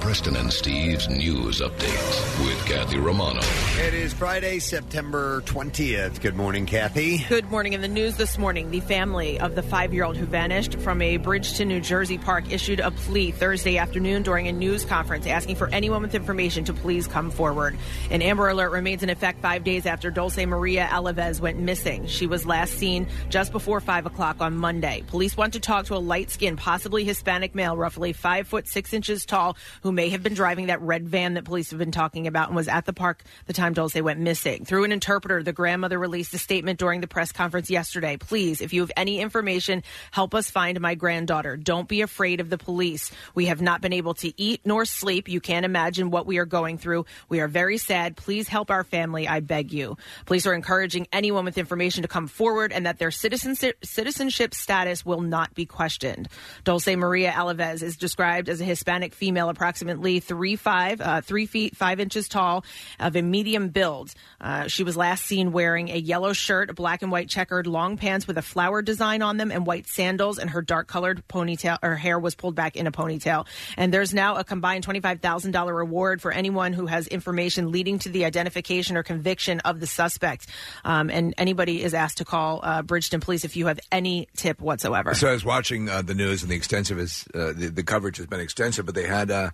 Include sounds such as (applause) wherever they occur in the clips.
Preston and Steve's news update with Kathy Romano. It is Friday, September 20th. Good morning, Kathy. Good morning. In the news this morning, the family of the five year old who vanished from a Bridgeton, New Jersey park issued a plea Thursday afternoon during a news conference asking for anyone with information to please come forward. An Amber Alert remains in effect five days after Dulce Maria Alavez went missing. She was last seen just before 5 o'clock on Monday. Police want to talk to a light skinned, possibly Hispanic male, roughly 5 foot 6 inches tall, who may have been driving that red van that police have been talking about and was at the park the time Dulce went missing. Through an interpreter, the grandmother released a statement during the press conference yesterday. Please, if you have any information, help us find my granddaughter. Don't be afraid of the police. We have not been able to eat nor sleep. You can't imagine what we are going through. We are very sad. Please help our family. I beg you. Police are encouraging anyone with information to come forward and that their citizen- citizenship status will not be questioned. Dulce Maria Alavez is described as a Hispanic female, approximately three five, uh, three feet five inches tall, of a medium build. Uh, she was last seen wearing a yellow shirt, black and white checkered long pants with a flower design on them, and white sandals. And her dark colored ponytail, her hair was pulled back in a ponytail. And there's now a combined twenty five thousand dollar reward for anyone who has information leading to the identification or conviction of the suspect. Um, and anybody is asked to call uh, Bridgeton Police if you have any tip whatsoever. So I was watching uh, the news, and the extensive is uh, the, the coverage has been extensive. But they had uh,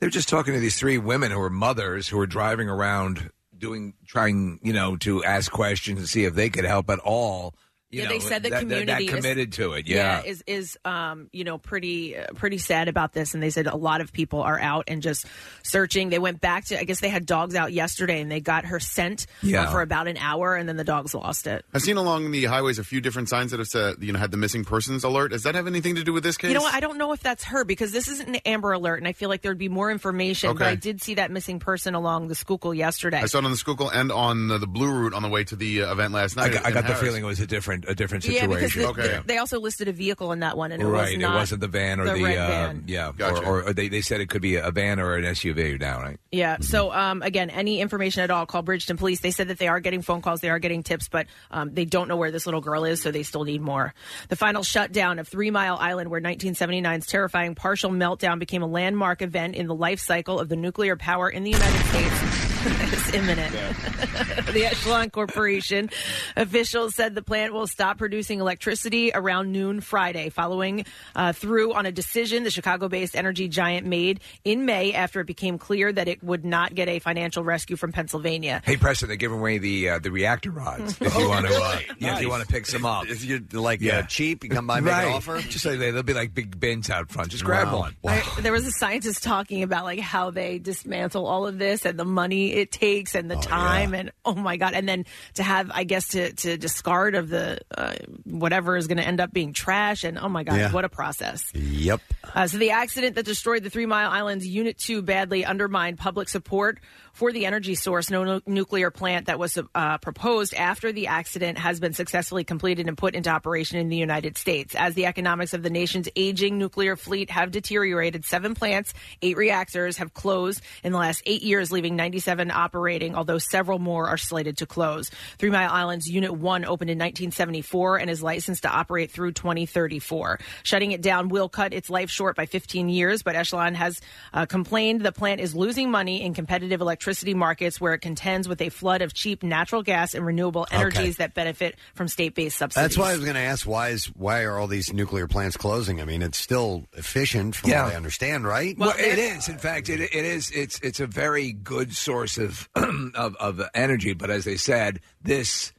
they were just talking to these three women who were mothers who were driving around doing trying you know to ask questions and see if they could help at all. You yeah, know, they said that, that, community is- committed to it. Yeah. is is um you know pretty uh, pretty sad about this, and they said a lot of people are out and just searching. They went back to I guess they had dogs out yesterday, and they got her scent uh, Yeah. for about an hour, and then the dogs lost it. I've seen along the highways a few different signs that have said, you know, had the missing persons alert. Does that have anything to do with this case? You know what? I don't know if that's her because this isn't an Amber Alert, and I feel like there'd be more information. But Okay. I did see that missing person along the Schuylkill yesterday. I saw it on the Schuylkill and on the, the Blue Route on the way to the uh, event last night. I got- I got the feeling it was a different a different Yeah, because the- okay. the- they also listed a vehicle in that one, and it right, was not. it wasn't the van or the the, red uh, van. yeah, or, or, or they, they said it could be a van or an SUV now, right? Yeah. So um, again, any information at all, call Bridgeton Police. They said that they are getting phone calls, they are getting tips, but um, they don't know where this little girl is, so they still need more. The final shutdown of Three Mile Island, where 1979's terrifying partial meltdown became a landmark event in the life cycle of the nuclear power in the United States, (laughs) is imminent. the Echelon Corporation (laughs) officials said the plant will stop producing electricity around noon Friday, following uh, through on a decision the Chicago based energy giant made in May after it became clear that it would not get a financial rescue from Pennsylvania. Hey, Preston, they're giving away the uh, the reactor rods. If you want to, uh, yeah, if Oh, Nice. you want to pick some up, if you're like uh, cheap, you come by, make an right. offer? Just like they, they'll be like big bins out front. Just grab Wow. one. I- there was a scientist talking about like how they dismantle all of this and the money it takes and the time and oh my god and then to have I guess to to discard of the uh, whatever is going to end up being trash and oh my god Yeah. what a process. Yep. Uh, so the accident that destroyed the Three Mile Island's Unit 2 badly undermined public support for the energy source no, nu- nuclear plant that was uh, proposed after the accident has been successfully completed and put into operation in the United States. As the economics of the nation's aging nuclear fleet have deteriorated, seven plants, eight reactors have closed in the last eight years, leaving 97 operating, although several more are slated to close. Three Mile Island's Unit 1 opened in 1974 and is licensed to operate through 2034. Shutting it down will cut its life short by 15 years, but Echelon has uh, complained the plant is losing money in competitive electricity markets where it contends with a flood of cheap natural gas and renewable energies that benefit from state based subsidies. That's why I was going to ask why is why are all these nuclear plants closing? I mean, it's still efficient from Yeah. what I understand, right? Well, it is. In fact, it, it is. It's it's a very good source of (clears throat) of, of energy. But as they said, this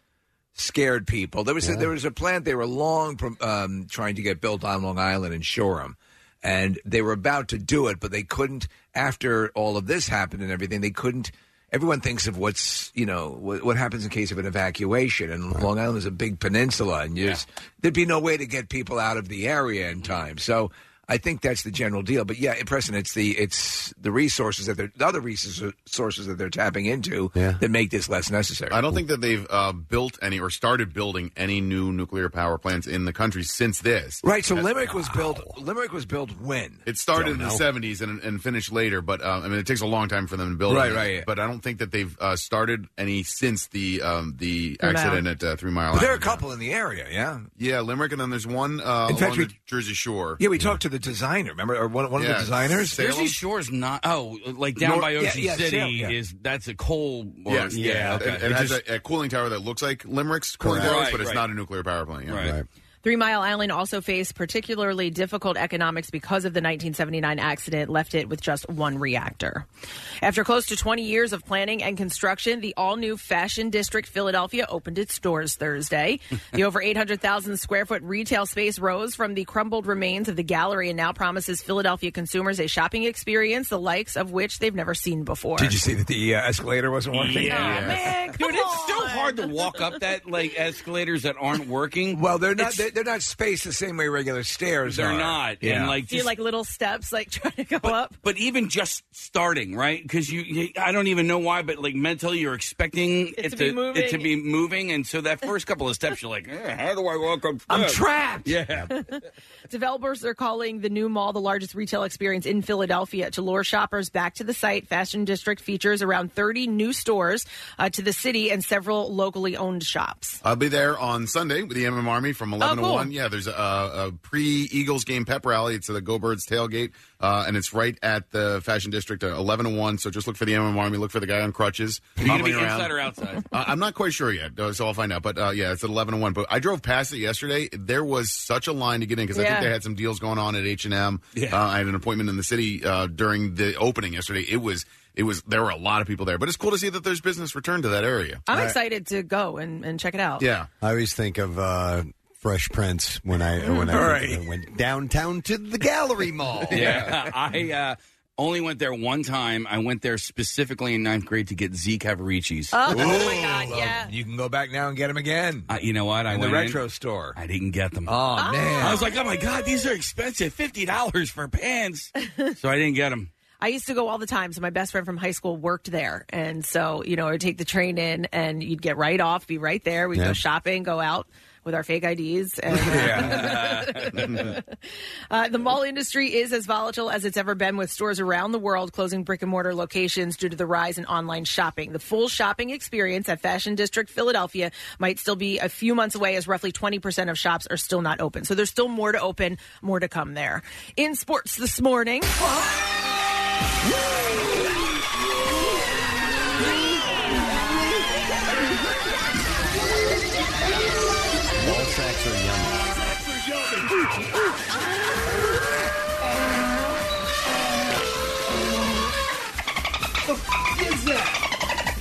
scared people. There was a, there was a plant they were long prom- um, trying to get built on Long Island in Shoreham, and they were about to do it, but they couldn't. After all of this happened and everything, they couldn't. Everyone thinks of what's you know what, what happens in case of an evacuation, and Long Island is a big peninsula, and you just, there'd be no way to get people out of the area in time. So I think that's the general deal. But yeah, in Preston, it's the it's the resources that they're the other resources sources that they're tapping into that make this less necessary. I don't think that they've uh, built any or started building any new nuclear power plants in the country since this. Right, so That's- Limerick was built. Limerick was built when It started Don't in the know. seventies and, and finished later, but um, I mean it takes a long time for them to build. Right, it. right, yeah. But I don't think that they've uh, started any since the um, the Three Mile. accident at uh, Three Mile But there are a Island. couple in the area. Yeah, yeah, Limerick, and then there's one uh, In along fact, we- the Jersey Shore. yeah. We talked to the designer. Remember, or one, one of the designers. Jersey Shore's not. Oh, like down Nor- by yeah, Ocean yeah, City Salem, yeah. is that's a coal. Or, Yes, yeah, okay. It, it has a, a cooling tower that looks like Limerick's cooling Correct. tower, Right, but it's right. not a nuclear power plant. Yeah. Right. Three Mile Island also faced particularly difficult economics because of the 1979 accident, left it with just one reactor. After close to 20 years of planning and construction, the all new Fashion District Philadelphia opened its doors Thursday. the over 800,000 square foot retail space rose from the crumbled remains of the gallery and now promises Philadelphia consumers a shopping experience the likes of which they've never seen before. Did you see that the uh, escalator wasn't working? Yeah. man, Dude, it's so hard to walk up that like escalators that aren't working. Well, they're not. It's- They're, they're not spaced the same way regular stairs. They're are. not. And, (laughs) like, Do you just- like little steps, like trying to go up? But even just starting, right? Because you, you, I don't even know why, but like mentally, you're expecting it, to be moving. it to be moving, and so that first couple of steps, you're like, eh, how do I walk up? I'm steps?" trapped. Yeah. Developers are calling the new mall the largest retail experience in Philadelphia to lure shoppers back to the site. Fashion District features around 30 new stores uh, to the city and several locally owned shops. I'll be there on Sunday with the MM Army Oh, from 11 cool. to 1. Yeah, there's a, a pre Eagles game pep rally. It's at the Go Birds tailgate, uh, and it's right at the Fashion District at 11 to 1. So just look for the MM Army, look for the guy on crutches. Are you gonna be hobbling around. inside (laughs) or outside? Uh, I'm not quite sure yet, uh, so I'll find out. But uh, yeah, it's at 11 to 1. But I drove past it yesterday. There was such a line to get in because I Yeah. think they had some deals going on at H&M. Yeah. Uh, I had an appointment in the city uh, during the opening yesterday. It was, it was, there were a lot of people there. But it's cool to see that there's business returned to that area. I'm excited to go and, and check it out. Yeah. I always think of uh, Fresh Prince when I when I, Right. I went downtown to the Gallery Mall. (laughs) Yeah. I uh, only went there one time. I went there specifically in ninth grade to get Z Cavaricci's. Oh, oh my God, yeah. You can go back now and get them again Uh, you know what? I in the went in, retro store. I didn't get them. Oh, Ah. man! I was like, oh my god, these are expensive. Fifty dollars (laughs) for pants. so I didn't get them. I used to go all the time. So my best friend from high school worked there. And so, you know, I'd take the train in and you'd get right off, be right there. We'd go Yeah. shopping, go out with our fake IDs. And, Yeah. (laughs) uh, the mall industry is as volatile as it's ever been with stores around the world closing brick and mortar locations due to the rise in online shopping. The full shopping experience at Fashion District Philadelphia might still be a few months away as roughly 20% of shops are still not open. So there's still more to open, more to come there. In sports this morning. Ball sacks are yummy.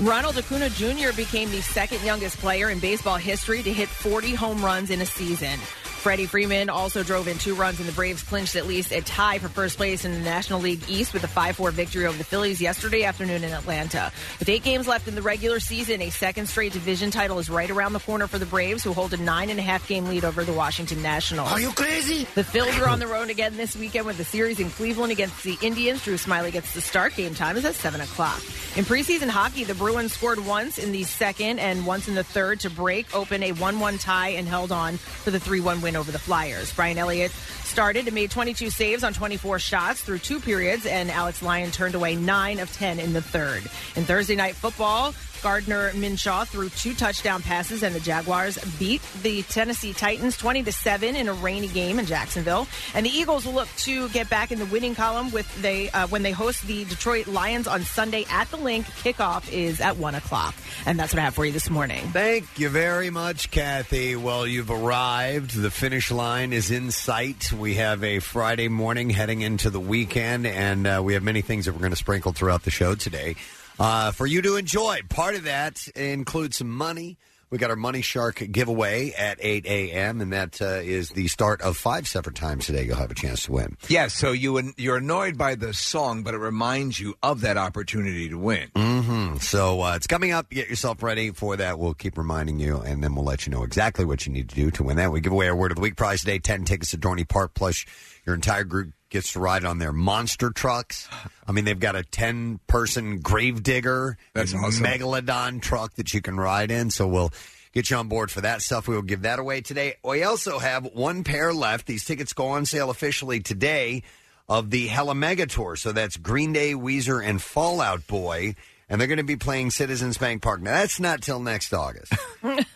Ronald Acuna Jr. became the second youngest player in baseball history to hit 40 home runs in a season. Freddie Freeman also drove in two runs, and the Braves clinched at least a tie for first place in the National League East with a 5 4 victory over the Phillies yesterday afternoon in Atlanta. With eight games left in the regular season, a second straight division title is right around the corner for the Braves, who hold a nine and a half game lead over the Washington Nationals. The Phils are on the road again this weekend with a series in Cleveland against the Indians. Drew Smiley gets the start. Game time is at 7 o'clock. In preseason hockey, the Bruins scored once in the second and once in the third to break open a 1 1 tie and held on for the 3 1 win over the Flyers. Brian Elliott started and made 22 saves on 24 shots through two periods, and Alex Lyon turned away 9 of 10 in the third. In Thursday night football, Gardner Minshaw threw two touchdown passes, and the Jaguars beat the Tennessee Titans 20 to 7 in a rainy game in Jacksonville. And the Eagles will look to get back in the winning column with they uh, when they host the Detroit Lions on Sunday at the link. Kickoff is at 1 o'clock. And that's what I have for you this morning. Thank you very much, Kathy. Well, you've arrived. The finish line is in sight. We have a Friday morning heading into the weekend, and uh, we have many things that we're going to sprinkle throughout the show today uh, for you to enjoy. Part of that includes some money. We got our Money Shark giveaway at 8 a.m., and that uh, is the start of five separate times today. You'll have a chance to win. Yeah, so you you're annoyed by the song, but it reminds you of that opportunity to win. Mm-hmm. So uh, it's coming up. Get yourself ready for that. We'll keep reminding you, and then we'll let you know exactly what you need to do to win that. We give away our Word of the Week prize today 10 tickets to Dorney Park, plus your entire group gets to ride on their monster trucks. I mean, they've got a 10 person gravedigger, That's and awesome. megalodon truck that you can ride in. So we'll get you on board for that stuff. We will give that away today. We also have one pair left. These tickets go on sale officially today of the Hella Mega Tour. So that's Green Day, Weezer, and Fallout Boy. And they're going to be playing Citizens Bank Park. Now, that's not till next August.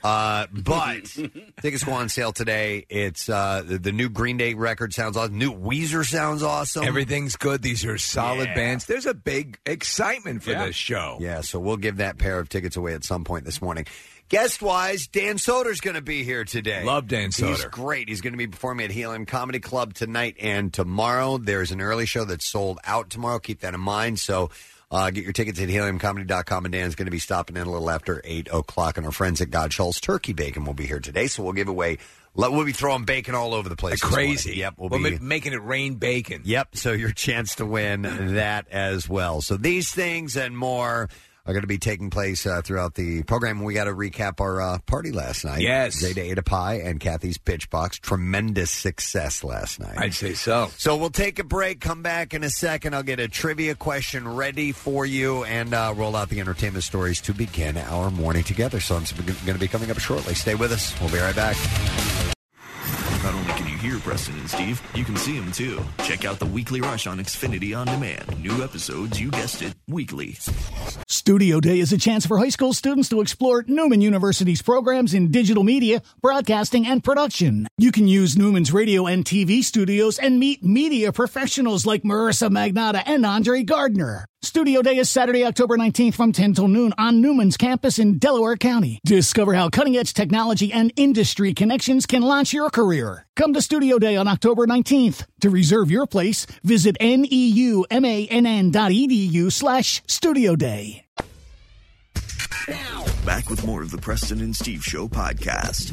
Uh, but tickets go on sale today. It's uh, the, the new Green Day record sounds awesome. New Weezer sounds awesome. Everything's good. These are solid Yeah. bands. There's a big excitement for Yeah. this show. Yeah, so we'll give that pair of tickets away at some point this morning. Guest wise, Dan Soder's going to be here today. Love Dan He's Soder. great. He's going to be performing at Helium Comedy Club tonight and tomorrow. There's an early show that's sold out tomorrow. Keep that in mind. So uh, get your tickets at heliumcomedy.com. And Dan's going to be stopping in a little after 8 o'clock. And our friends at God Schultz Turkey Bacon will be here today. So we'll give away, we'll be throwing bacon all over the place. this morning. Crazy. Yep. We'll be We're ma- making it rain bacon. Yep. So your chance to win that as well. So these things and more are going to be taking place uh, throughout the program. We got to recap our uh, party last night. Yes. Zeta Ada Pie and Kathy's Pitch Box. Tremendous success last night. I'd say so. So we'll take a break, come back in a second. I'll get a trivia question ready (laughs) for you and uh, roll out the entertainment stories to begin our morning together. So I'm going to be coming up shortly. Stay with us. We'll be right back. Not only can you hear Preston and Steve, you can see them too. Check out the Weekly Rush on Xfinity On Demand. New episodes, you guessed it, weekly. Studio Day is a chance for high school students to explore Newman University's programs in digital media, broadcasting, and production. You can use Newman's radio and TV studios and meet media professionals like Marissa Magnata and Andre Gardner. Studio Day is Saturday, October 19th from 10 till noon on Newman's campus in Delaware County. Discover how cutting edge technology and industry connections can launch your career. Come to Studio Day on October 19th. To reserve your place, visit E neumann.edu E slash studio day. Back with more of the Preston and Steve Show podcast.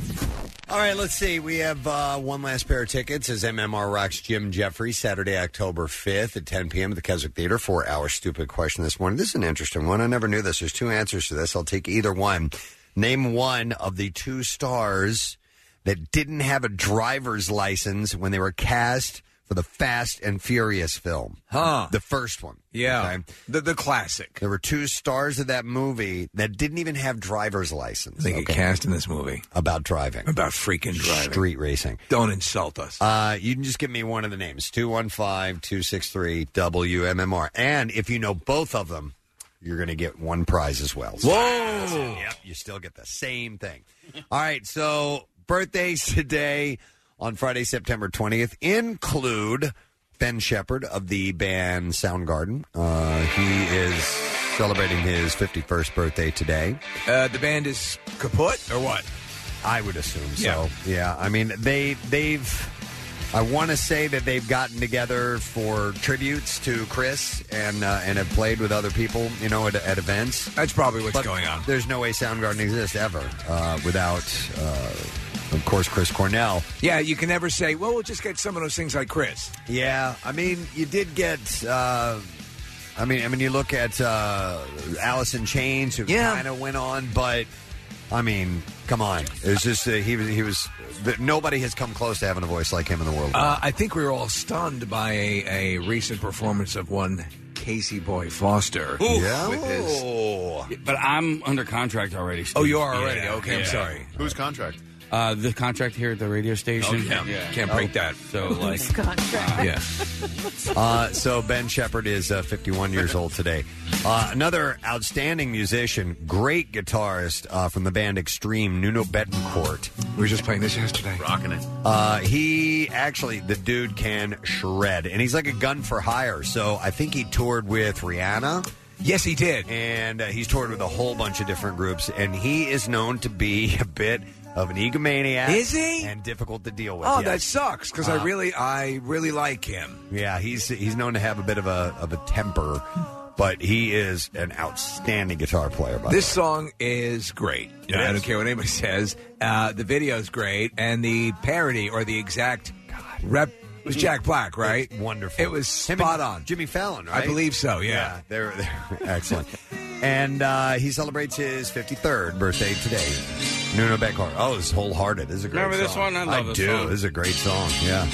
All right, let's see. We have uh, one last pair of tickets as MMR Rocks Jim Jeffrey, Saturday, October 5th at 10 p.m. at the Keswick Theater for our stupid question this morning. This is an interesting one. I never knew this. There's two answers to this. I'll take either one. Name one of the two stars that didn't have a driver's license when they were cast for the Fast and Furious film. Huh. The first one. Yeah. The, the classic. There were two stars of that movie that didn't even have driver's license. They get cast in this movie. About driving. About freaking driving. Street racing. Don't insult us. Uh, you can just give me one of the names 215 263 WMMR. And if you know both of them, you're going to get one prize as well. So- Whoa. Yep, you still get the same thing. All right, so birthdays today on Friday, September 20th include Ben Shepherd of the band Soundgarden. Uh, he is celebrating his 51st birthday today. Uh, the band is kaput or what? I would assume so. Yeah, I mean they they've. I want to say that they've gotten together for tributes to Chris and uh, and have played with other people, you know, at, at events. That's probably what's But going on. There's no way Soundgarden exists ever uh, without, uh, of course, Chris Cornell. Yeah, you can never say, well, we'll just get some of those things like Chris. Yeah, I mean, you did get. Uh, I mean, I mean, you look at uh, Alice in Chains, who Yeah. kind of went on, but I mean, come on, it's just uh, he was he was that nobody has come close to having a voice like him in the world. Uh, I think we were all stunned by a, a recent performance of one Casey Boy Foster. yeah, With his, But I'm under contract already. Steve. oh, you are already. Yeah, okay, I'm yeah. sorry. Whose contract? Uh, the contract here at the radio station. Oh, Oh. Can't break that. (laughs) So like, Yeah. Uh, so Ben Shepherd is uh, 51 years old today. Uh, another outstanding musician, great guitarist uh, from the band Extreme, Nuno Betancourt. We were just playing this yesterday. Rocking it. Uh, he actually, the dude can shred, and he's like a gun for hire. So I think he toured with Rihanna, Yes, he did. and uh, he's toured with a whole bunch of different groups. And he is known to be (laughs) a bit of an egomaniac. Is he? And difficult to deal with. Uh, Oh, yes. that sucks because I really, I really like him. Yeah, he's he's known to have a bit of a of a temper, but he is an outstanding guitar player. By This the way. song is great. It I is. don't care what anybody says. Uh, the video is great, and the parody or the exact rep it was Jack Black, right? It's wonderful. It was Him and spot on. Jimmy Fallon, I right? believe so. Yeah. they're, they're excellent. and uh, he celebrates his 53rd birthday today. Nuno Beckhart. Oh, it's wholehearted. This is a great Remember this song. one? I love this do. song. This is a great song. Yeah.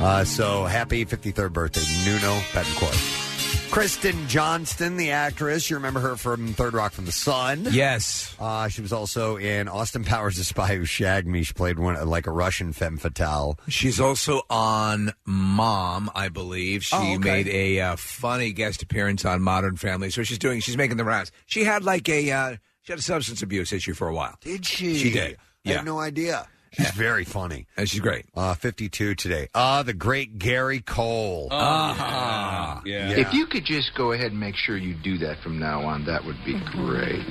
Uh, so happy 53rd birthday, Nuno Betancourt. Kristen Johnston, the actress, you remember her from Third Rock from the Sun. Yes. Uh, she was also in Austin Powers, The Spy Who Shagged Me. She played one like a Russian femme fatale. She's also on Mom, I believe. She Oh, okay. made a uh, funny guest appearance on Modern Family. So she's doing, she's making the rounds. She had like a, uh, she had a substance abuse issue for a while. Did she? She did. I have no idea. She's very funny. And she's great. Uh, 52 today. Ah, the great Gary Oh, Cole. Ah. Oh, Yeah. If you could just go ahead and make sure you do that from now on, that would be great.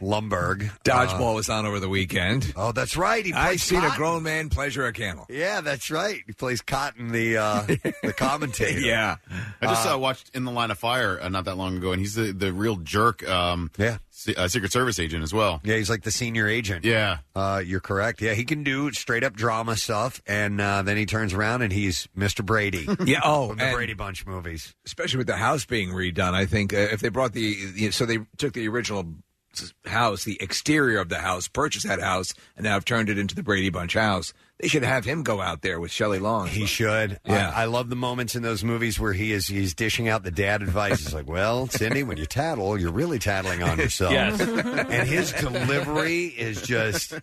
Lumberg. Uh, Dodgeball was on over the weekend. Oh, that's right. He I've plays seen a Cotton. grown man pleasure (laughs) a camel. Yeah, that's right. He plays Cotton, the uh, (laughs) the (laughs) commentator. yeah, I just uh, watched In the Line of Fire uh, not that long ago, and he's the, the real jerk. Um, yeah, uh, Secret Service agent as well. Yeah, he's like the senior agent. Yeah, uh, you're correct. Yeah, he can do straight up drama stuff, and uh, then he turns around and he's Mr. Brady. (laughs) Yeah, oh, from the and- Brady Bunch movies. especially with the house being redone. I think uh, if they brought the, the- so they took the original s- house, the exterior of the house, purchased that house, and now have turned it into the Brady Bunch house. They should have him go out there with Shelley Long. He should. Yeah. I, I love the moments in those movies where he is he's dishing out the dad advice. He's like, "Well, Cindy, when you tattle, you're really tattling on yourself." (laughs) Yes. and his delivery is (laughs) just,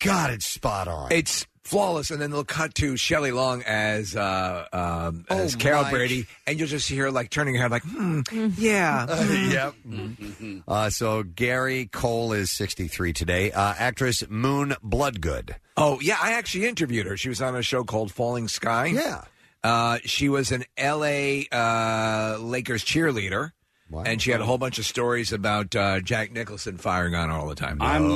God, it's spot on. It's flawless, and then they'll cut to Shelley Long as uh, um, as Carol Oh my. Mm-hmm. Brady, and you'll just hear her, like turning her head, like, hmm, yeah, Hmm. yep. Uh, so Gary Cole is 63 today. Uh, actress Moon Bloodgood. Oh yeah, I actually interviewed her. She was on a show called Falling Sky. Yeah. Uh, she was an L.A. Uh, Lakers cheerleader, and she had a whole bunch of stories about uh, Jack Nicholson firing on her all the time. I'm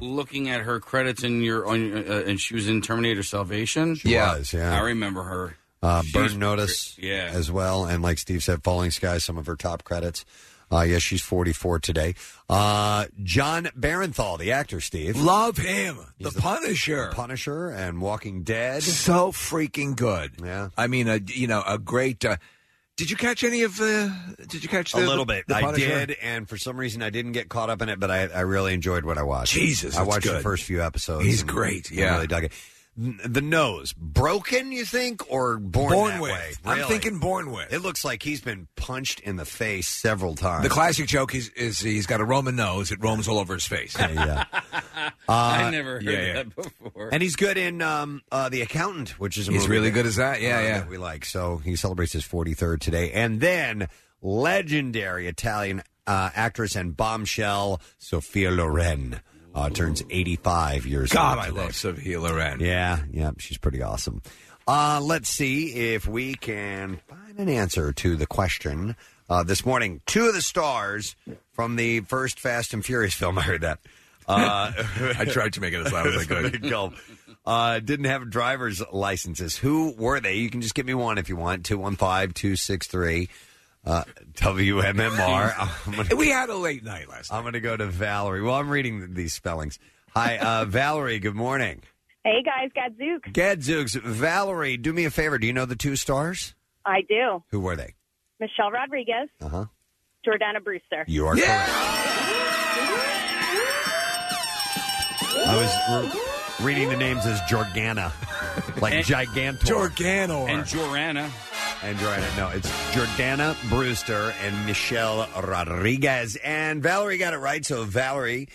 looking at her credits in your on, your- uh, and she was in Terminator Salvation. She Yeah. was, yeah. I remember her. Uh, She's Burn Notice yeah. as well. And like Steve said, Falling Skies, some of her top credits. Uh, yes, she's 44 today. Uh, John Barenthal, the actor, Steve. Love him. The, Punisher. Punisher and Walking Dead. So freaking good. Yeah. I mean, a, you know, a great. Uh, did you catch any of the? Did you catch a the, little bit. The I Punisher? did, and for some reason I didn't get caught up in it, but I, I really enjoyed what I watched. Jesus, I that's watched the good. first few episodes. He's and great, I yeah. really dug it. N- The nose broken, you think, or born, Born that with. way? I'm Really? thinking born with. It looks like he's been punched in the face several times. The classic joke is, is he's got a Roman nose. It roams all over his face. (laughs) yeah. I never heard yeah, yeah. that before. Uh, And he's good in um, uh, The Accountant, which is a He's movie really that- good as that. Yeah, uh, yeah. that we like. So he celebrates his 43rd today, and then legendary Italian uh, actress and bombshell Sophia Loren uh, turns 85 years God, old. I today. love Sophia Loren. Yeah, yeah, she's pretty awesome. Uh, let's see if we can find an answer to the question uh, this morning. Two of the stars from the first Fast and Furious film. (laughs) I heard that. Uh, (laughs) I tried to make it as loud as I (laughs) could. Big gulp. Uh, didn't have driver's licenses. Who were they? You can just give me one if you want. 215 263 uh, (laughs) (laughs) WMMR. I'm gonna- We had a late night last I'm going to go to Valerie. Well, I'm reading th- these spellings. Hi, uh, Valerie. Good morning. Hey guys, Gadzook. Gadzooks. Valerie, do me a favor. Do you know the two stars? I do. Who were they? Michelle Rodriguez, Uh huh. Jordana Brewster. You are correct. I was re- reading the names as Jorgana, (laughs) like And- Gigantor. Jorganor. And Jorana. And Jordana, no, it's Jordana Brewster and Michelle Rodriguez. And Valerie got it right, so Valerie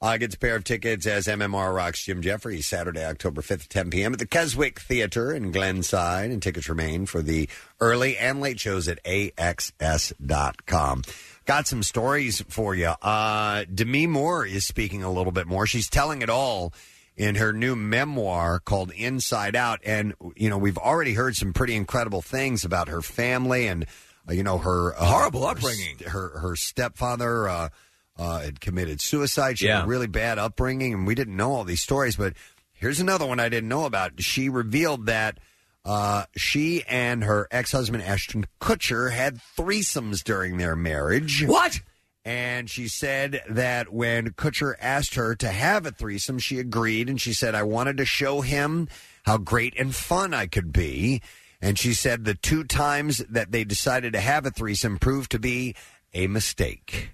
uh, gets a pair of tickets as MMR rocks Jim Jeffries Saturday, October 5th, 10 p.m. at the Keswick Theater in Glenside. And tickets remain for the early and late shows at AXS.com. Got some stories for you. Uh, Demi Moore is speaking a little bit more. She's telling it all in her new memoir called Inside Out. And, you know, we've already heard some pretty incredible things about her family and, uh, you know, her uh, Horrible her upbringing. st- Her, her stepfather uh, uh, had committed suicide. She had Yeah. a really bad upbringing, and we didn't know all these stories. But here's another one I didn't know about. She revealed that. Uh, she and her ex-husband Ashton Kutcher had threesomes during their marriage. What? And she said that when Kutcher asked her to have a threesome, she agreed. And she said, I wanted to show him how great and fun I could be. And she said the two times that they decided to have a threesome proved to be a mistake.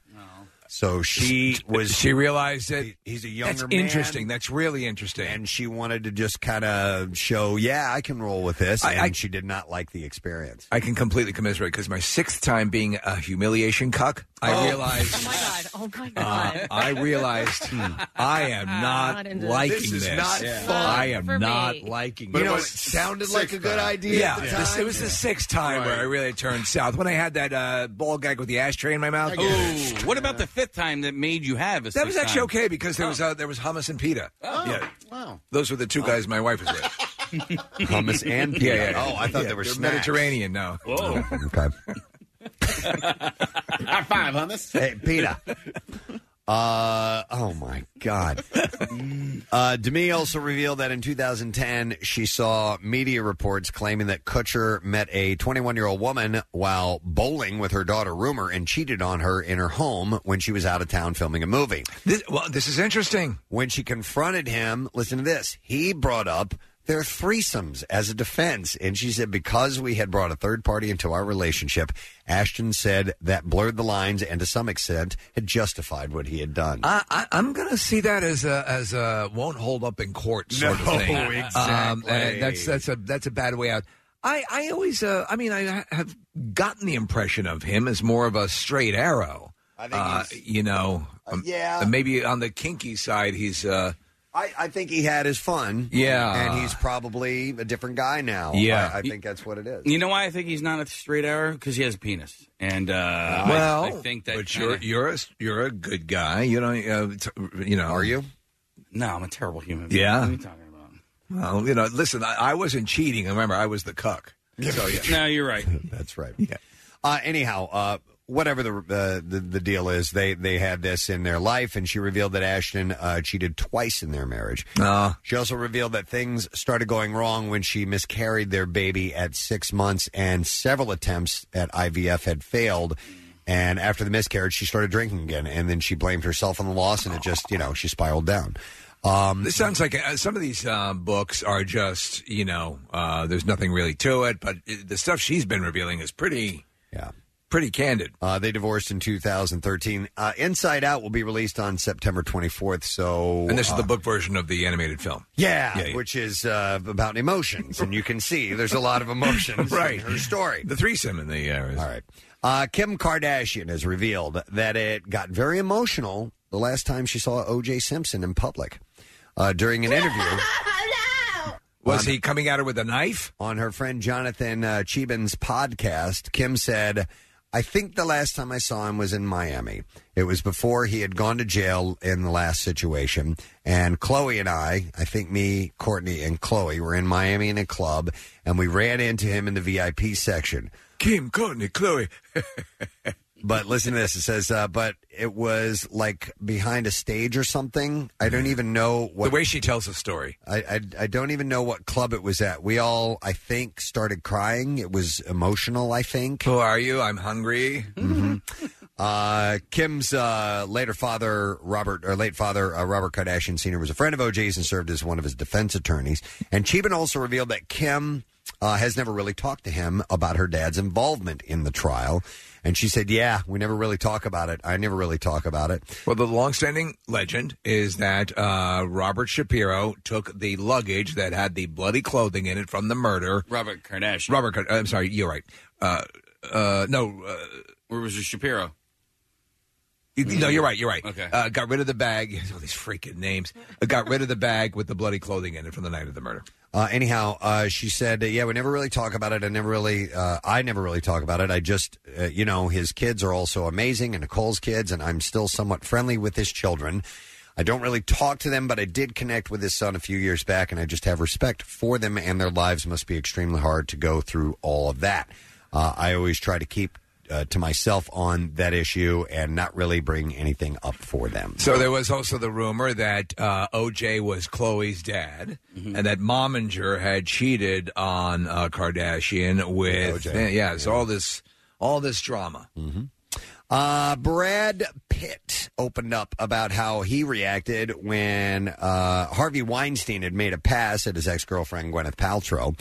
So she was. She realized it. He's a younger That's man. interesting. That's really interesting. And she wanted to just kind of show, yeah, I can roll with this. I- and I- she did not like the experience. I can completely commiserate because my sixth time being a humiliation cuck, I Oh. realized Oh my god! Oh my god! Uh, I realized hmm, I (laughs) am not, Not into liking this. this. This is not Yeah. fun I am for not me. liking But this. it was- it sounded like a good idea Yeah, at the this- time. it was the sixth time where I really turned south. When I had that uh, ball gag with the ashtray in my mouth. Oh, what about the fifth time that made you have a That was sixth actually time? okay Oh. because there was uh, there was hummus (laughs) and pita. Yeah, Wow. those were the two guys my wife was with. Hummus and Yeah, peanut. yeah, yeah. Oh, I thought Yeah, they were they're snacks. Mediterranean. (laughs) No, Whoa. Okay. High (laughs) five on this. (laughs) Hey, Peter. Uh, oh my (laughs) God. Uh, Demi also revealed that in 2010, she saw media reports claiming that Kutcher met a 21 year old woman while bowling with her daughter, Rumor, and cheated on her in her home when she was out of town filming a movie. this, well, this is interesting. When she confronted him, listen to this, he brought up their threesomes as a defense. And she said, because we had brought a third party into our relationship, Ashton said that blurred the lines and to some extent had justified what he had done. I, I, I'm going to see that as a as a won't hold up in court sort No, of (laughs) thing. Um, exactly. and that's that's a that's a bad way out. I I always uh, I mean I ha- have gotten the impression of him as more of a straight arrow. I think uh, you know uh, um, yeah. and maybe on the kinky side he's uh, I, I think he had his fun. Yeah. And he's probably a different guy now. Yeah. I, I think that's what it is. You know why I think he's not a straight arrow? Because he has a penis. And, uh, I- well. I, think that. but kinda- you're you're a you're a good guy. You know uh, t- you know Are you? No, I'm a terrible human being. Yeah. What are you talking about? Well, you know listen I, I wasn't cheating. Remember I was the cuck. So yeah. (laughs) No, (laughs) you're right. That's right. Yeah. Uh, anyhow, uh, whatever the, uh, the the deal is, they they had this in their life, and she revealed that Ashton uh, cheated twice in their marriage. Uh, She also revealed that things started going wrong when she miscarried their baby at six months, and several attempts at IVF had failed. And after the miscarriage, she started drinking again, and then she blamed herself on the loss, and it just you know she spiraled down. Um, This sounds like uh, some of these um, books are just, you know, uh, there's nothing really to it, but uh, the stuff she's been revealing is pretty, Yeah. pretty candid. Uh, they divorced in 2013. Uh, Inside Out will be released on September 24th. So, And this uh, is the book version of the animated film. yeah, Yeah, yeah. which is uh, about emotions, and you can see there's a lot of emotions Right. in her story. The threesome in the uh, is- All right, uh, Kim Kardashian has revealed that it got very emotional the last time she saw O.J. Simpson in public uh, during an (laughs) interview. was he coming at her with a knife? on her friend Jonathan uh, Cheban's podcast, Kim said, I think the last time I saw him was in Miami. It was before he had gone to jail in the last situation. And Chloe and I, I think me, Courtney, and Chloe were in Miami in a club, and we ran into him in the VIP section. Kim, Courtney, Chloe. (laughs) But listen to this. It says, uh, but it was like behind a stage or something. (laughs) I don't even know what Mm. The way she tells the story. I, I I don't even know what club it was at. We all, I think, started crying. It was emotional. I think. Who are you? I'm hungry. (laughs) Uh, Kim's uh, later father, Robert, or late father, uh, Robert Kardashian Sr., was a friend of OJ's and served as one of his defense attorneys. And Cheban also revealed that Kim uh, has never really talked to him about her dad's involvement in the trial. And she said, "Yeah, we never really talk about it. I never really talk about it." Well, the longstanding legend is that uh, Robert Shapiro took the luggage that had the bloody clothing in it from the murder. Robert Kardashian. Robert, Card- I'm sorry, you're right. Uh, uh, no, uh, Where was your Shapiro? You- No, you're right. You're right. Okay. Uh, got rid of the bag. (laughs) All these freaking names. Uh, got rid of the bag with the bloody clothing in it from the night of the murder. Uh, anyhow, uh, she said, "Yeah, we never really talk about it. I never really, uh, I never really talk about it. I just, uh, you know, his kids are also amazing, and Nicole's kids, and I'm still somewhat friendly with his children. I don't really talk to them, but I did connect with his son a few years back, and I just have respect for them, and their lives must be extremely hard to go through all of that. Uh, I always try to keep." Uh, to myself on that issue and not really bring anything up for them. So there was also the rumor that uh, OJ was Chloe's dad, Mm-hmm. and that Mominger had cheated on uh, Kardashian with OJ. Mm-hmm. yeah. So all this, all this drama. Uh, Brad Pitt opened up about how he reacted when uh, Harvey Weinstein had made a pass at his ex girlfriend, Gwyneth Paltrow.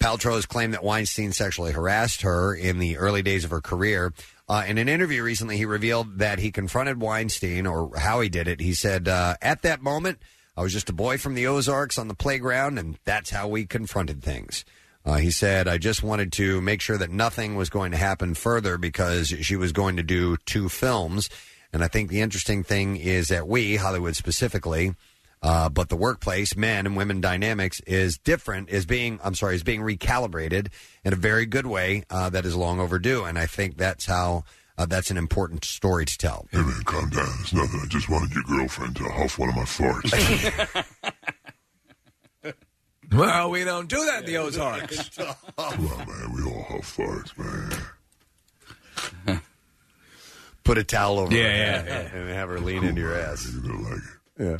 Paltrow has claimed that Weinstein sexually harassed her in the early days of her career. Uh, in an interview recently, he revealed that he confronted Weinstein or how he did it. He said, uh, At that moment, I was just a boy from the Ozarks on the playground, and that's how we confronted things. Uh, he said, I just wanted to make sure that nothing was going to happen further because she was going to do two films. And I think the interesting thing is that we, Hollywood specifically, uh, but the workplace, men and women dynamics is different, is being, I'm sorry, is being recalibrated in a very good way uh, that is long overdue. And I think that's how, uh, that's an important story to tell. Hey man, calm down. It's nothing. I just wanted your girlfriend to huff one of my farts. (laughs) Well, we don't do that in (laughs) the Ozarks. Come on, man. We all huff farts, man. Put a towel over Yeah, her yeah, head yeah. and have her lean into your ass. Yeah.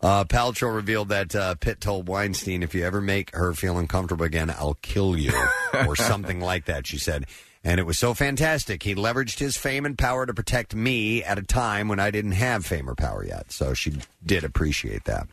Uh, Paltrow revealed that uh, Pitt told Weinstein, "If you ever make her feel uncomfortable again, I'll kill (laughs) you," or something like that. She said, and it was so fantastic. He leveraged his fame and power to protect me at a time when I didn't have fame or power yet. So she did appreciate that.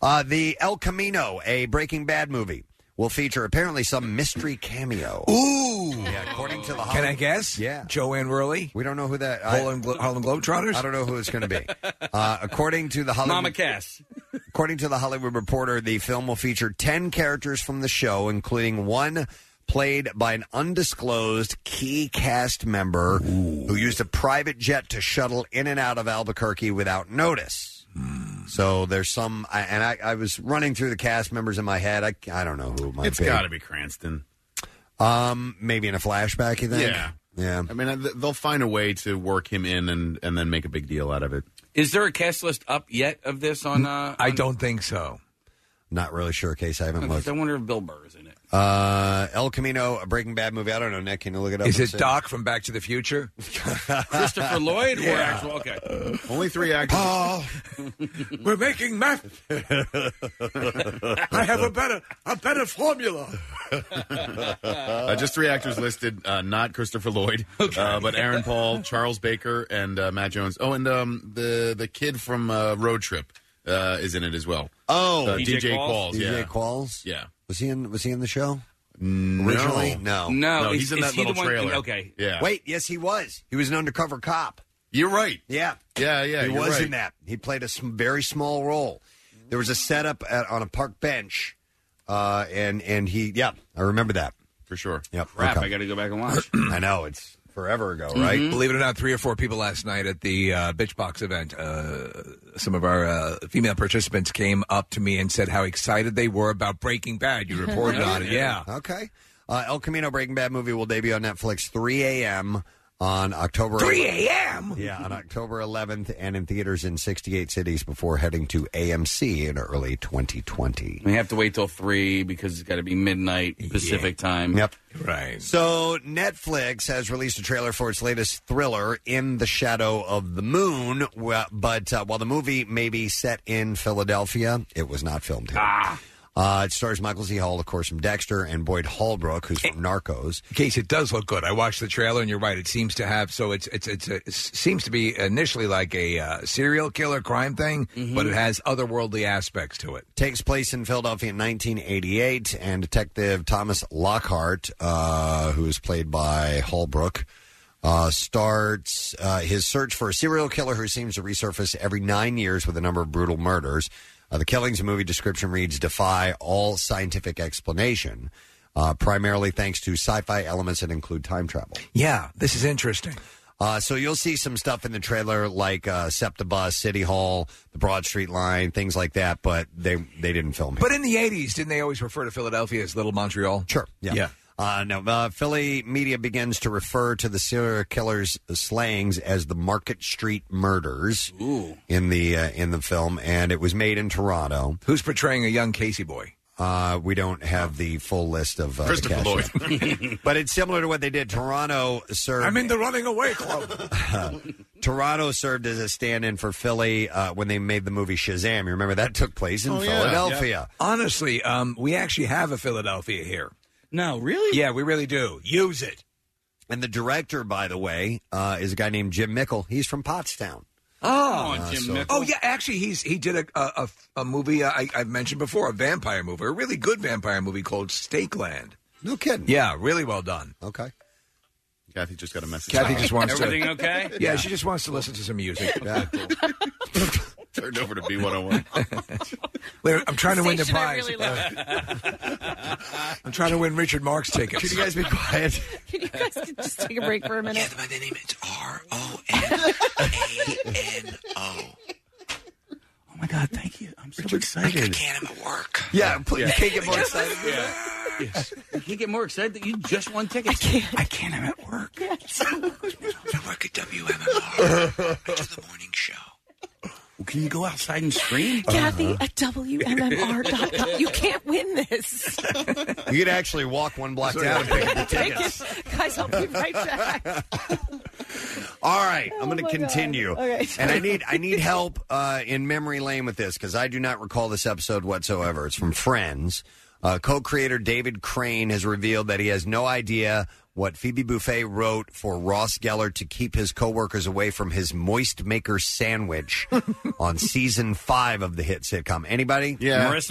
Uh, the El Camino, a Breaking Bad movie, will feature apparently some mystery cameo. Ooh. Yeah, according to the Can I guess? Yeah. Joanne Worley? We don't know who that Harlem, Glo- Harlem Globetrotters? I don't know who it's going to be. Uh, according to the Hollywood Mama Cass. According to the Hollywood Reporter, the film will feature 10 characters from the show, including one played by an undisclosed key cast member who used a private jet to shuttle in and out of Albuquerque without notice. So there's some, I- and I, I was running through the cast members in my head. I, I don't know who it might It's be. got to be Cranston. Um, maybe in a flashback, you think? Yeah. Yeah. I mean, I- th- they'll find a way to work him in and, and then make a big deal out of it. Is there a cast list up yet of this on? (laughs) Uh, I don't think so. Not really sure, Case. I haven't I looked. (laughs) wonder if Bill Burr is in it. Uh, El Camino, a Breaking Bad movie. I don't know, Nick. Can you look it up? Is and it see? Doc from Back to (laughs) the Future? Christopher Lloyd? Or Yeah. actual, okay. Only three actors. Paul, we're making meth. I have a better, a better formula. Uh, just three actors listed, uh, not Christopher (laughs) Lloyd, uh, but Aaron Paul, Charles Baker, and uh, Matt Jones. Oh, and um, the the kid from uh, Road Trip uh, is in it as well. Oh, Uh, DJ, Qualls. DJ yeah. Qualls. Yeah. Was he in? Was he in the show? Originally, no, No, No, he's is- in that is he little the one- trailer. okay. Yeah. Wait, yes, he was. He was an undercover cop. You're right. Yeah. Yeah, yeah, He you're was right. in that. He played a sm- very small role. There was a setup at, on a park bench, uh, and and he, yeah, I remember that for sure. Yep. Crap, okay. I got to go back (clears throat) and watch. I know it's forever ago, right? right? Believe it or not, three or four people last night at the uh, Bitch Box event. Uh, some of our uh, female participants came up to me and said how excited they were about Breaking (laughs) Bad. You reported on it, yeah. Okay. Uh, El Camino Breaking Bad movie will debut on Netflix 3 a.m. on October 3 a.m. Yeah, on October 11th and in theaters in 68 cities before heading to AMC in early 2020. We have to wait till three because it's got to be midnight Pacific time. Yep. Right. So Netflix has released a trailer for its latest thriller, In the Shadow of the Moon. Wh- But uh, while the movie may be set in Philadelphia, it was not filmed here. Ah. Uh, it stars Michael Z. Hall, of course, from Dexter, and Boyd Holbrook, who's from Narcos. Eh. In case it does look good, I watched the trailer, and you're right. It seems to have so it's it's it's a, it seems to be initially like a uh, serial killer crime thing, Mm-hmm. but it has otherworldly aspects to it. Takes place in Philadelphia in 1988, and Detective Thomas Lockhart, uh, who is played by Holbrook, uh, starts uh, his search for a serial killer who seems to resurface every nine years with a number of brutal murders. Uh, the killings movie description reads defy all scientific explanation, uh, primarily thanks to sci fi elements that include time travel. Yeah, this is interesting. Uh, so you'll see some stuff in the trailer like uh, Septibus, City Hall, the Broad Street Line, things like that. But they they didn't film it. But in the '80s, didn't they always refer to Philadelphia as Little Montreal? Sure. Yeah. Uh, no, uh, Philly media begins to refer to the serial killers' slangs as the Market Street Murders oh in the uh, in the film, and it was made in Toronto. Who's portraying a young Casey boy? Uh, we don't have the full list of uh, the Christopher cast Lloyd. yet. (laughs) but it's similar to what they did. Toronto served. I'm in the running away (laughs) club. Toronto served as a stand-in for Philly uh, when they made the movie Shazam. You remember that took place in Philadelphia. Oh, Honestly, um, we actually have a Philadelphia here. No, really? Yeah, we really do. Use it. And the director, by the way, uh, is a guy named Jim Mickle. He's from Pottstown. Oh, Uh, so- oh yeah. Actually, he's he did a a, a, a movie uh, I, I've mentioned before, a vampire movie, a really good vampire movie called Stakeland. No kidding. Yeah, really well done. Okay. Kathy just got a message. Kathy just wants Everything to. okay? (laughs) Yeah, she just wants to listen to (laughs) some music. (laughs) Turned over to (laughs) B101. Larry, I'm trying to win the Station I prize. really (laughs) I'm trying to win Richard Marks tickets. Could you guys be quiet? Can you guys just take a break for a minute? by the name, it's R O N O. Oh my God! Thank you. I'm so excited. I can't. I'm at work. Yeah, pl- you can't get more excited. Yeah. Yes. You can't get more excited that you just won tickets. I can't. I can't. I'm at work. I work at WMMR. I do the morning show. can you go outside and scream? Uh-huh. Kathy at WMMR.com. You can't win (laughs) this. You could actually walk one block down and pick up the Thank tickets. you. Guys, I'll be right back. All right, I'm going to Oh my God. continue, Okay. and I need I (laughs) need help uh, in memory lane with this because I do not recall this episode whatsoever. It's from Friends. Uh, co-creator David Crane has revealed that he has no idea what Phoebe Buffay wrote for Ross Geller to keep his coworkers away from his moist maker (laughs) sandwich on season five of the hit sitcom. Anybody? It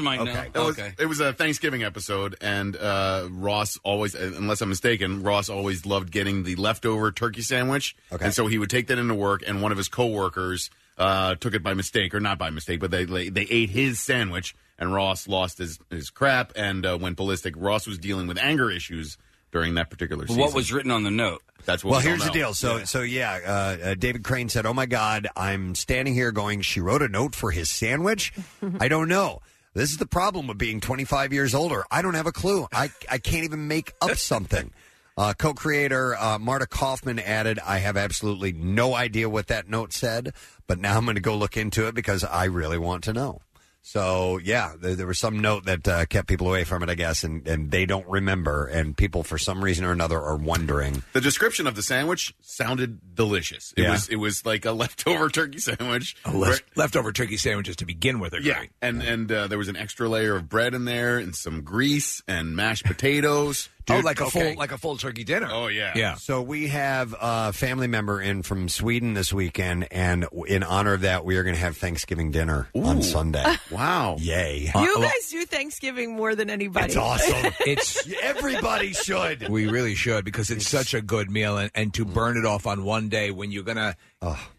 was, it was a Thanksgiving episode, and uh, Ross always, unless I'm mistaken, Ross always loved getting the leftover turkey sandwich. Okay. And so he would take that into work, and one of his coworkers uh, took it by mistake, or not by mistake, but they they, they ate his sandwich, and Ross lost his, his crap and uh, went ballistic. Ross was dealing with anger issues during that particular season. What was written on the note? That's what Well, we don't here's the know. deal. So, Yeah. so yeah, uh, uh, David Crane said, "Oh my God, I'm standing here going, she wrote a note for his sandwich. I don't know. This is the problem with being 25 years older. I don't have a clue. I I can't even make (laughs) up something." Uh, co-creator uh, Marta Kaufman added, "I have absolutely no idea what that note said, but now I'm going to go look into it because I really want to know." So yeah, there, there was some note that uh, kept people away from it, I guess, and, and they don't remember, and people for some reason or another are wondering. The description of the sandwich sounded delicious. It Yeah. was it was like a (laughs) leftover turkey sandwich. left- leftover turkey sandwiches to begin with are yeah. And and uh, there was an extra layer of bread in there and some grease (laughs) and mashed potatoes. oh, like a full like a full turkey dinner. Oh yeah. So we have a family member in from Sweden this weekend, and in honor of that, we are going to have Thanksgiving dinner on Sunday. Wow! Yay! You guys do Thanksgiving more than anybody. Uh, oh. It's (laughs) awesome. It's everybody should. We really should because it's such a good meal, and, and to burn it off on one day when you're gonna,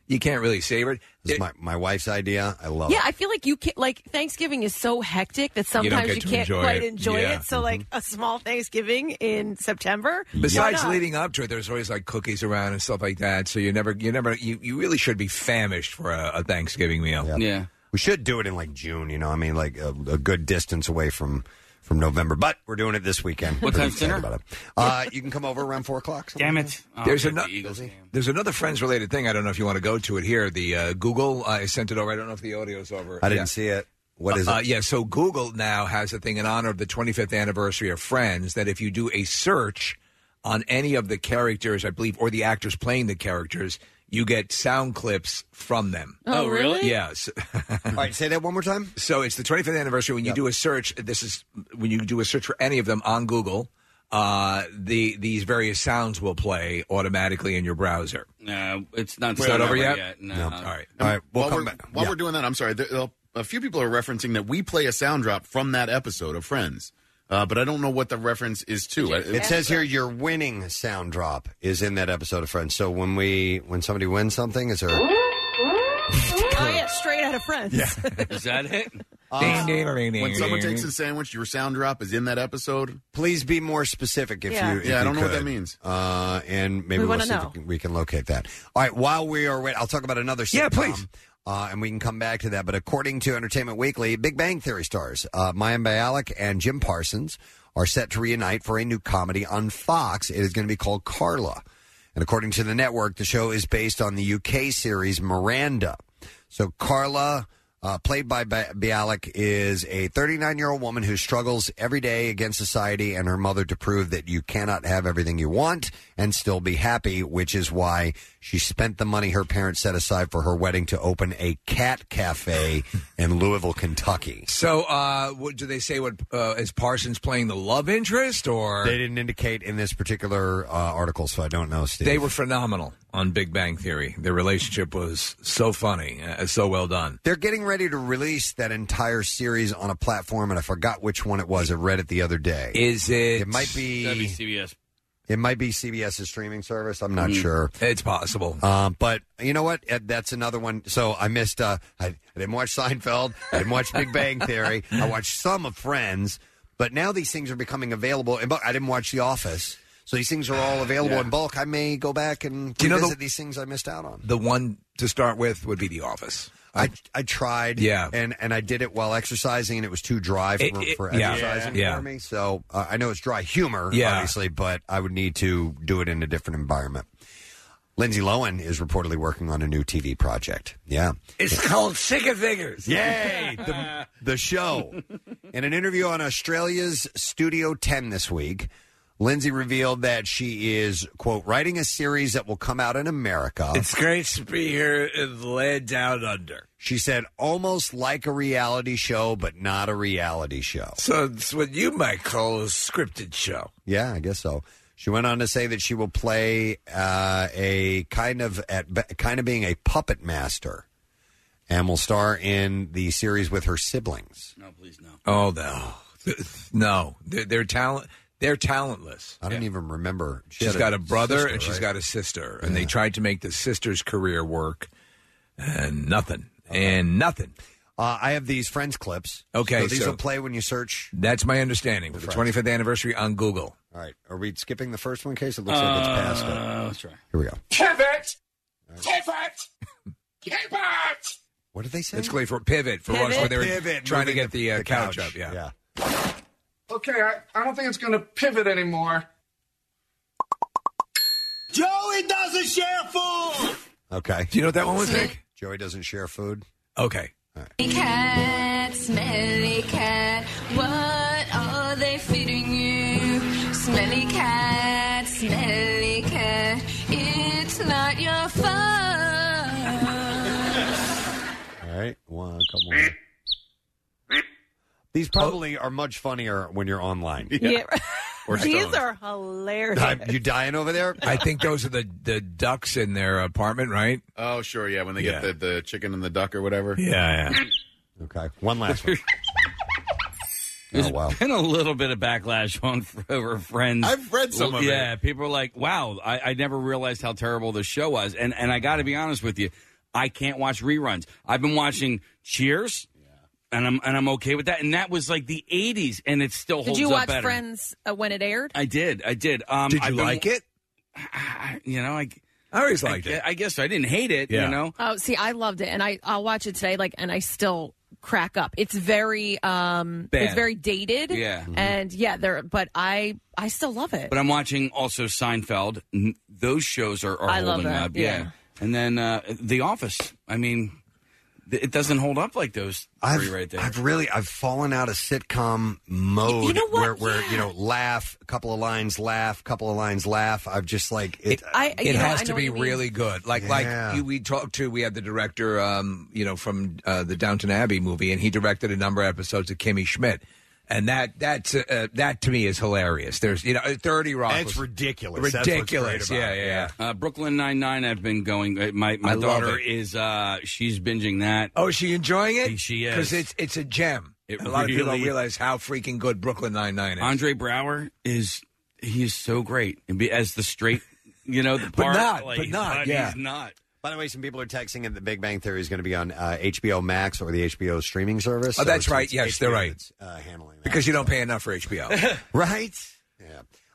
you can't really savor it. It's my, my wife's idea. I love Yeah, I feel like you can like Thanksgiving is so hectic that don't sometimes get you to can't enjoy quite it. enjoy Yeah. it. So like a small Thanksgiving in September. Besides why (laughs) not? leading up to it, there's always like cookies around and stuff like that. So you never, you never, you, you really should be famished for a, a Thanksgiving meal. Yeah. We should do it in like June. You know, I mean, like a, a good distance away from from November, but we're doing it this weekend. What Pretty time's excited dinner? About it. Uh, you can come over around four o'clock. something Damn like it! that. there's another there's another friends related thing. I don't know if you want to go to it here. The uh, Google I sent it over. I don't know if the audio's over. I didn't Yeah. see it. What is it? Uh, Uh, yeah, so Google now has a thing in honor of the 25th anniversary of Friends that if you do a search on any of the characters, I believe, or the actors playing the characters, you get sound clips from them. Oh, Oh, really? really? Yes. (laughs) All right, say that one more time. So it's the 25th anniversary. When you do a search, this is when you do a search for any of them on Google. Uh, the these various sounds will play automatically in your browser. No, it's not. It's not over yet? No. No. All right. All Um, right, we'll while come we're, back. While Yeah. we're doing that, I'm sorry. There, there- a few people are referencing that we play a sound drop from that episode of Friends, uh, but I don't know what the reference is to. Uh, It says here your winning sound drop is in that episode of Friends. So when we when somebody wins something, is there? Oh yeah, straight out of Friends. (laughs) is that it? Ding, ding, ding, ding, when someone ding. takes a sandwich, your sound drop is in that episode. Please be more specific if you. If yeah, I you don't know what could. that means. Uh, and maybe we We will wanna see if know. we can, we can locate that. All right, while we are waiting, I'll talk about another. Sitcom, yeah, please. Uh, and we can come back to that. But according to Entertainment Weekly, Big Bang Theory stars uh, Maya Bialik and Jim Parsons are set to reunite for a new comedy on Fox. It is going to be called Carla. And according to the network, the show is based on the UK series Miranda. So Carla uh, played by Ba- Bialik, is a 39 year old woman who struggles every day against society and her mother to prove that you cannot have everything you want and still be happy, which is why she spent the money her parents set aside for her wedding to open a cat (laughs) cafe in Louisville, Kentucky. So, uh, what, do they say? What uh, is Parsons playing the love interest, or They didn't indicate in this particular uh, article, so I don't know, Steve. They were phenomenal on Big Bang Theory. Their relationship was so funny, uh, so well done. They're getting ready to release that entire series on a platform, and I forgot which one it was. I read it the other day. Is it? It might be. That'd be CBS. It might be CBS's streaming service. I'm not Mm. sure. Hmm. It's possible. Um, but you know what? Uh, That's another one. So I missed. Uh, I, I didn't watch Seinfeld. I didn't watch Big Bang Theory. I watched some of Friends. But now these things are becoming available. And I didn't watch The Office. So these things are all available Yeah. in bulk. I may go back and Do you know the- revisit these things I missed out on. The one to start with would be The Office. I I tried. Yeah. and and I did it while exercising, and it was too dry for, It- it- for yeah. exercising Yeah. for me. So uh, I know it's dry humor, Yeah. obviously, but I would need to do it in a different environment. Lindsay Lohan is reportedly working on a new TV project. Yeah. It's called Chicken Oh, Fingers. Yay! The, (laughs) the show. In an interview on Australia's Studio 10 this week, Lindsay revealed that she is, quote, writing a series that will come out in America. It's great to be here in Land Down Under. She said, almost like a reality show, but not a reality show. So it's what you might call a scripted show. (laughs) Yeah, I guess so. She went on to say that she will play uh, a kind of at be- kind of being a puppet master, and will star in the series with her siblings. No, please no. Oh no, no, they're, they're talent. They're talentless. I don't even remember. She she's had got a brother sister, and she's right? got a sister, and they tried to make the sister's career work, and nothing, and nothing. Uh-huh. Uh, I have these friends clips. Okay, so these so- will play when you search. That's my understanding. For the Friends. 25th anniversary on Google. Uh, All right, are we skipping the first one? Case it looks like it's Uh, past it. Let's try. Here we go. Pivot! Pivot! Pivot! What did they say? It's great for pivot for Pivot. us when they were Pivot, trying to moving get the, uh, couch, up. Yeah. Okay, I, I don't think it's gonna pivot anymore. Joey doesn't share food! Okay. Do you know what that one was, Nick? Joey doesn't share food. Okay. Cat, smelly cat, what are they feeding you? Smelly cat, smelly cat, it's not your fault. All right, one, a couple more. These probably are much funnier when you're online. Yeah. Or These stoned. are hilarious. Uh, you dying over there? I think those are the, the ducks in their apartment, right? Oh, sure, yeah. When they get Yeah. the, the chicken and the duck or whatever. Yeah, yeah. Okay, one last one. (laughs) There's been a little bit of backlash (laughs) on over Friends. I've read some of it. Yeah, people are like, "Wow, I, I never realized how terrible the show was." And and I got to be honest with you, I can't watch reruns. I've been watching Cheers, and I'm and I'm okay with that. And that was like the '80s, and it still Did holds you up watch better. Friends uh, when it aired? I did, I did. Um, Did you I've been- like (sighs) it? You know, I I always liked it. I guess I didn't hate it. Yeah. You know, Oh, see, I loved it, and I I'll watch it today. Like, and I still crack up. It's very um, Bad. it's very dated. Yeah. Mhm. and yeah, there. But I I still love it. But I'm watching also Seinfeld. N- Those shows are, are I love holding that, up. Yeah. yeah. And then uh, The Office. I mean, th- it doesn't hold up like those 3 I've, right there. I've really I've fallen out of sitcom mode You know what? where where you know laugh a couple of lines laugh couple of lines laugh I've just like it it has to be really good. Like Yeah. like you, we talked to, we had the director, um, you know, from uh, the Downton Abbey movie, and he directed a number of episodes of Kimmy Schmidt, and that that's uh, that to me is hilarious. There's you know uh, Thirty Rock, That's was- ridiculous. That's what's great ridiculous. about yeah, it. yeah, yeah. Uh, Brooklyn Nine Nine. I've been going. uh, My my I love daughter it. is. Uh, she's binging that. Oh, is she enjoying it? She is. Because it's it's a gem. It a lot of people don't really- realize how freaking good Brooklyn Nine Nine is. Andre Brower is. He is so great And be- as the straight. You know, the But part, not, like, but not, he's yeah. He's not. By the way, some people are texting that the Big Bang Theory is going to be on uh, HBO Max or the HBO streaming service. Oh, So that's it's- right. it's Yes, HBO they're right. that's, uh, handling that. Because you don't pay enough (laughs) for (laughs) HBO. right? Yeah.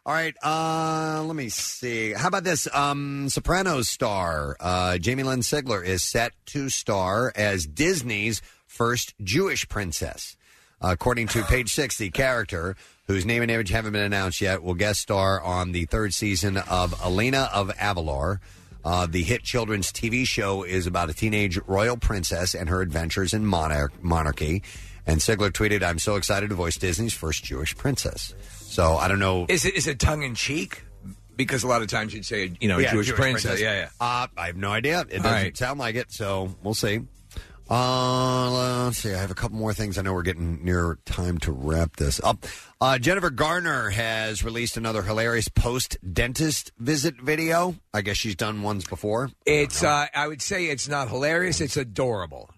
All right. Uh, let me see. How about this? Um, Sopranos star uh, Jamie Lynn Sigler is set to star as Disney's first Jewish princess. According to page six, the character, whose name and image haven't been announced yet, will guest star on the third season of Elena of Avalor. Uh, the hit children's TV show is about a teenage royal princess and her adventures in monar- monarchy. And Sigler tweeted, "I'm so excited to voice Disney's first Jewish princess." So I don't know. Is it is it tongue in cheek? Because a lot of times you'd say, you know, Yeah, Jewish, Jewish princess. princess. Yeah, yeah. Uh, I have no idea. It doesn't All right. sound like it, so we'll see. Uh, let's see. I have a couple more things. I know we're getting near time to wrap this up. Uh, Jennifer Garner has released another hilarious post dentist visit video. I guess she's done ones before. It's uh, I would say it's not hilarious. It's adorable.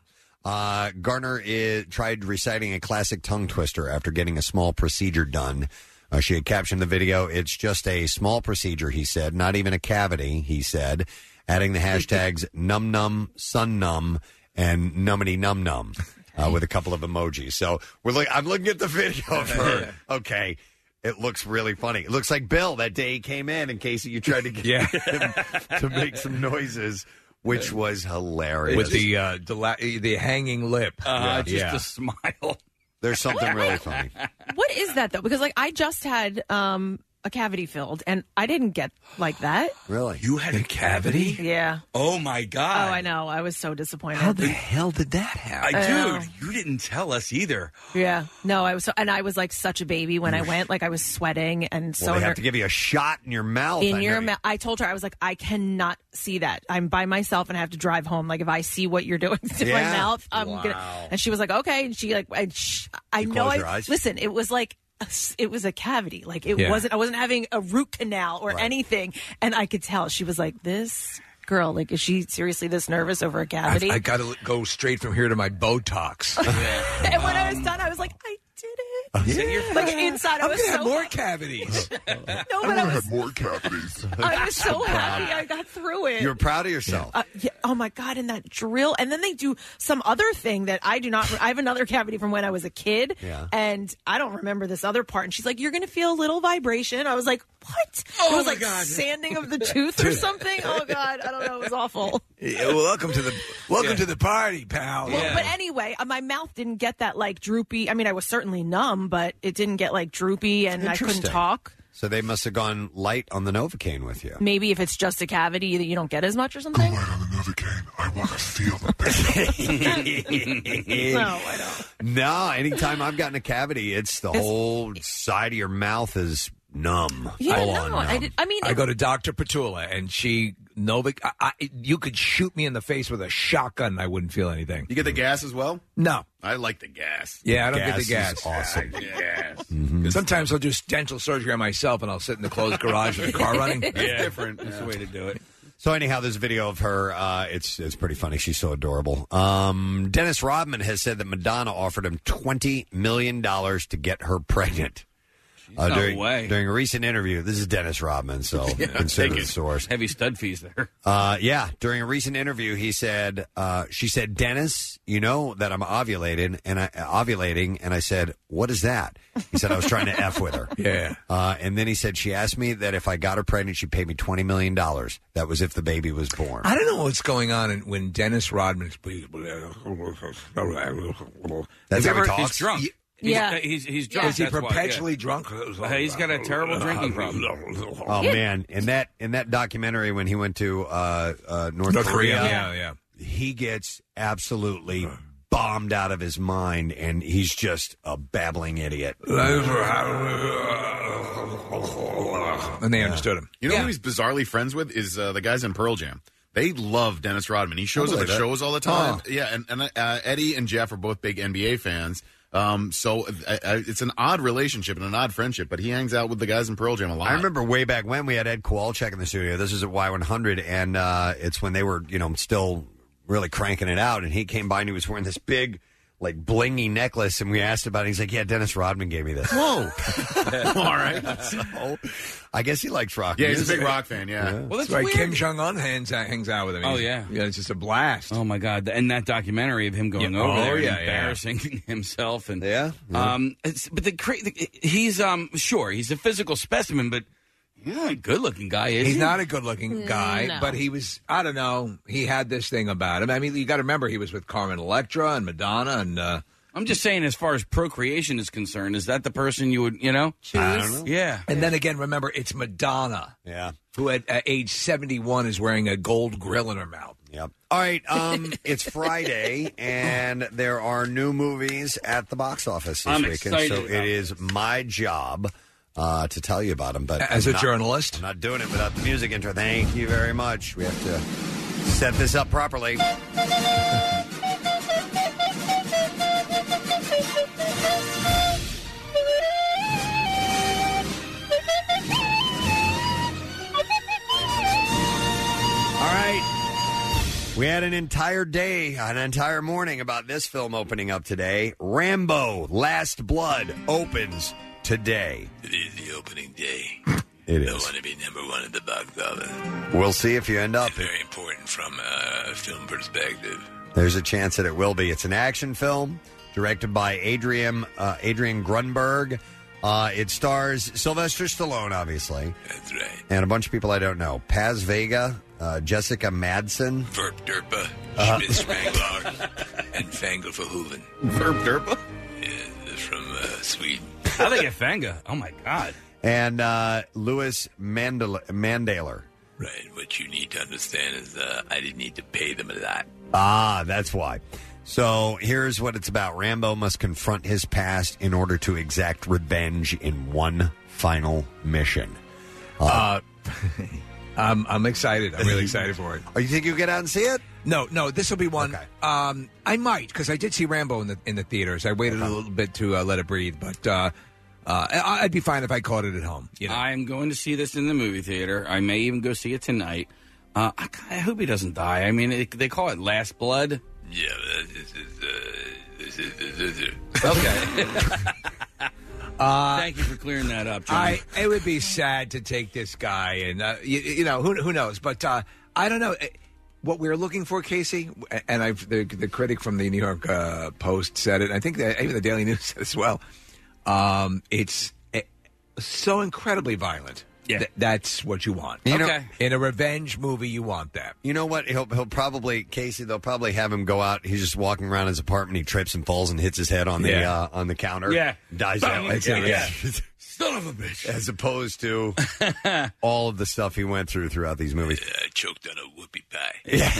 Uh, Garner is, tried reciting a classic tongue twister after getting a small procedure done. Uh, she had captioned the video, It's just a small procedure, he said, not even a cavity, he said, adding the (laughs) hashtags num num, sun num, and nummity num num uh, with a couple of emojis. So we're look- I'm looking at the video of (laughs) her. Okay. It looks really funny. It looks like Bill that day he came in in case you tried to get him to make some noises, which was hilarious. With the uh, dila- the hanging lip, Uh, just a smile. There's something really funny. What is that though? Because like I just had um a cavity filled and I didn't get like that. Really? You had a cavity? Yeah. Oh my god! Oh, I know. I was so disappointed. hell did that happen? I Oh. know. dude, you didn't tell us either. Yeah. No, I was so, and I was like such a baby when I went. Like I was sweating and (laughs) so well, they have ner- to give you a shot in your mouth. in I your know. mouth. I told her I was like, I cannot see that. I'm by myself and I have to drive home. Like if I see what you're (laughs) doing to my Yeah. mouth, I'm gonna. Wow. And she was like, okay. And she like, I, sh- I You know. close I your eyes? listen. It was like. a s- It was a cavity, like it Yeah. wasn't. I wasn't having a root canal or anything, and I could tell she was like, "This girl, like, is she seriously this nervous over a I, cavity?" I got to go straight from here to my Botox. (laughs) and when I was done, I was like, "I (laughs) did it!" Like inside, I I'm was gonna so have more cavities. (laughs) no, but I was more cavities. (laughs) I (laughs) was so happy I got through it. You're proud of yourself. Uh, yeah, oh my god! And that drill, and then they do some other thing that I do not. I have another cavity from when I was a kid, Yeah. and I don't remember this other part. And she's like, "You're going to feel a little vibration." I was like, "What?" Oh it was my like God. (laughs) sanding of the tooth or something. Oh god, I don't know. (laughs) It was awful. Yeah, well, welcome to the welcome to the party, pal. Well, but anyway, uh, my mouth didn't get that like droopy. I mean, I was certainly numb, but it didn't get like droopy, and I couldn't Interesting. talk. So they must have gone light on the Novocaine with (laughs) you. Maybe if it's just a cavity, that you don't get as much or something. (laughs) No, I don't. No, anytime I've gotten a cavity, it's the It's- whole side of your mouth is numb. Yeah, Full no, on I numb. did- I mean, I it- go to Doctor Petula, and she Novik. I, I, you could shoot me in the face with a shotgun, and I wouldn't feel anything. You get the gas as well? No. I like the gas. Yeah, I don't get the gas. Is awesome. gas. Sometimes I'll do dental surgery on myself, and I'll sit in the closed garage with the car running. It's different. That's the way to do it. So anyhow, this video of her, uh, it's it's pretty funny. She's so adorable. Um, Dennis Rodman has said that Madonna offered him twenty million dollars to get her pregnant. Uh, no during, way. during a recent interview, this is Dennis Rodman, (laughs) so consider take the it. source. Heavy stud fees there. Uh, yeah, during a recent interview, he said, uh, "She said, Dennis, you know that I'm ovulated and I, ovulating." And I said, "What is that?" He said, "I was trying to f with (laughs) her." Yeah. Uh, and then he said, "She asked me that if I got her pregnant, she'd pay me twenty million dollars. That was if the baby was born." I don't know what's going on in, when Dennis Rodman. That's Have you ever- He's drunk. He's- Yeah. uh, he's he's drunk. Is he that's why, yeah. perpetually drunk? Uh, he's got a terrible drinking problem. Oh man! In that in that documentary, when he went to uh, uh, North, North Korea, Korea, yeah, yeah. he gets absolutely bombed out of his mind, and he's just a babbling idiot. Uh, And they understood him. You know who he's bizarrely friends with is uh, the guys in Pearl Jam. They love Dennis Rodman. He shows up believe at that. shows all the time. Yeah, and, and uh, Eddie and Jeff are both big NBA fans. Um, so uh, uh, it's an odd relationship and an odd friendship, but he hangs out with the guys in Pearl Jam a lot. I remember way back when we had Ed Kowalczyk in the studio. This is at Y100, and uh, it's when they were, you know, still really cranking it out. And he came by and he was wearing this big, like, blingy necklace. And we asked about it. He's like, Yeah, Dennis Rodman gave me this. Whoa. all right. (laughs) So I guess he likes rock. Yeah, he's a music. big rock fan, yeah. Well, that's, why Kim Jong Un hangs, out- hangs out with him. Oh, He's- yeah. yeah, it's just a blast. Oh my god! And that documentary of him going Yeah. over Oh, there, yeah, yeah, yeah. embarrassing (laughs) himself, and yeah. Um, it's, but the, cra- the he's um sure he's a physical specimen, but he's not a good-looking guy, is He's he? not a good-looking guy, No. but he was. I don't know. He had this thing about him. I mean, you got to remember he was with Carmen Electra and Madonna and. Uh, I'm just saying, as far as procreation is concerned, is that the person you would, you know, I don't know. Yeah. And then again, remember, it's Madonna. Yeah. Who at uh, age 71 is wearing a gold grill in her mouth. Yep. All right, (laughs) um, it's Friday, and (laughs) there are new movies at the box office this I'm weekend. excited So about it is my job uh, to tell you about them. But As I'm a not- journalist. I'm not doing it without the music intro. Thank you very much. We have to set this up properly. All right. We had an entire day, an entire morning about this film opening up today. Rambo Last Blood opens today. It is the opening day. It I is. want to be number one at the box office. We'll see if you end up. Very important from a film perspective. There's a chance that it will be. It's an action film directed by Adrian uh, Adrian Grunberg. Uh, it stars Sylvester Stallone, obviously. That's right. And a bunch of people I don't know. Paz Vega, uh, Jessica Madsen. Verp Derpa, Uh-huh. (laughs) Schmidt Spanglar, and Fangel Verhoeven. Verb Derpa? Yeah, from uh, Sweden. How they get Fanga? Oh my God! And uh, Louis Mandel- Mandaler. Right. What you need to understand is uh, I didn't need to pay them a lot. Ah, that's why. So here's what it's about Rambo must confront his past in order to exact revenge in one final mission. Uh-huh. Uh, (laughs) I'm, I'm excited. I'm really excited for it. Oh, you think you'll get out and see it? No, no. This will be one. Um, I might because I did see Rambo in the in the theaters. I waited Uh-huh. a little bit to uh, let it breathe, but uh, uh, I, I'd be fine if I caught it at home. I'm going to see this in the movie theater. I may even go see it tonight. Uh, I, I hope he doesn't die. I mean, it, they call it (laughs) Last Blood. Yeah, but this is. Uh, this is, this is Okay. (laughs) Uh, Thank you for clearing that up, John. I it would be sad to take this guy, and uh, you, you know who who knows, but uh, I don't know Uh, what we're looking for, Casey. And I've the, the critic from the New York uh, Post said it. and I think that even the Daily News (laughs) said as well. Um, it's eh, so incredibly violent. Yeah, that's what you want. You know- Okay. in a revenge movie, you want that. You know what? He'll he'll probably Casey. They'll probably have him go out. He's just walking around his apartment. He trips and falls and hits his head on the Yeah. uh, on the counter. Yeah. dies Bang. that way. Yeah, yeah. Son of a bitch. As opposed (laughs) to all of the stuff he went through throughout these movies. I choked on a whoopie pie. Yeah.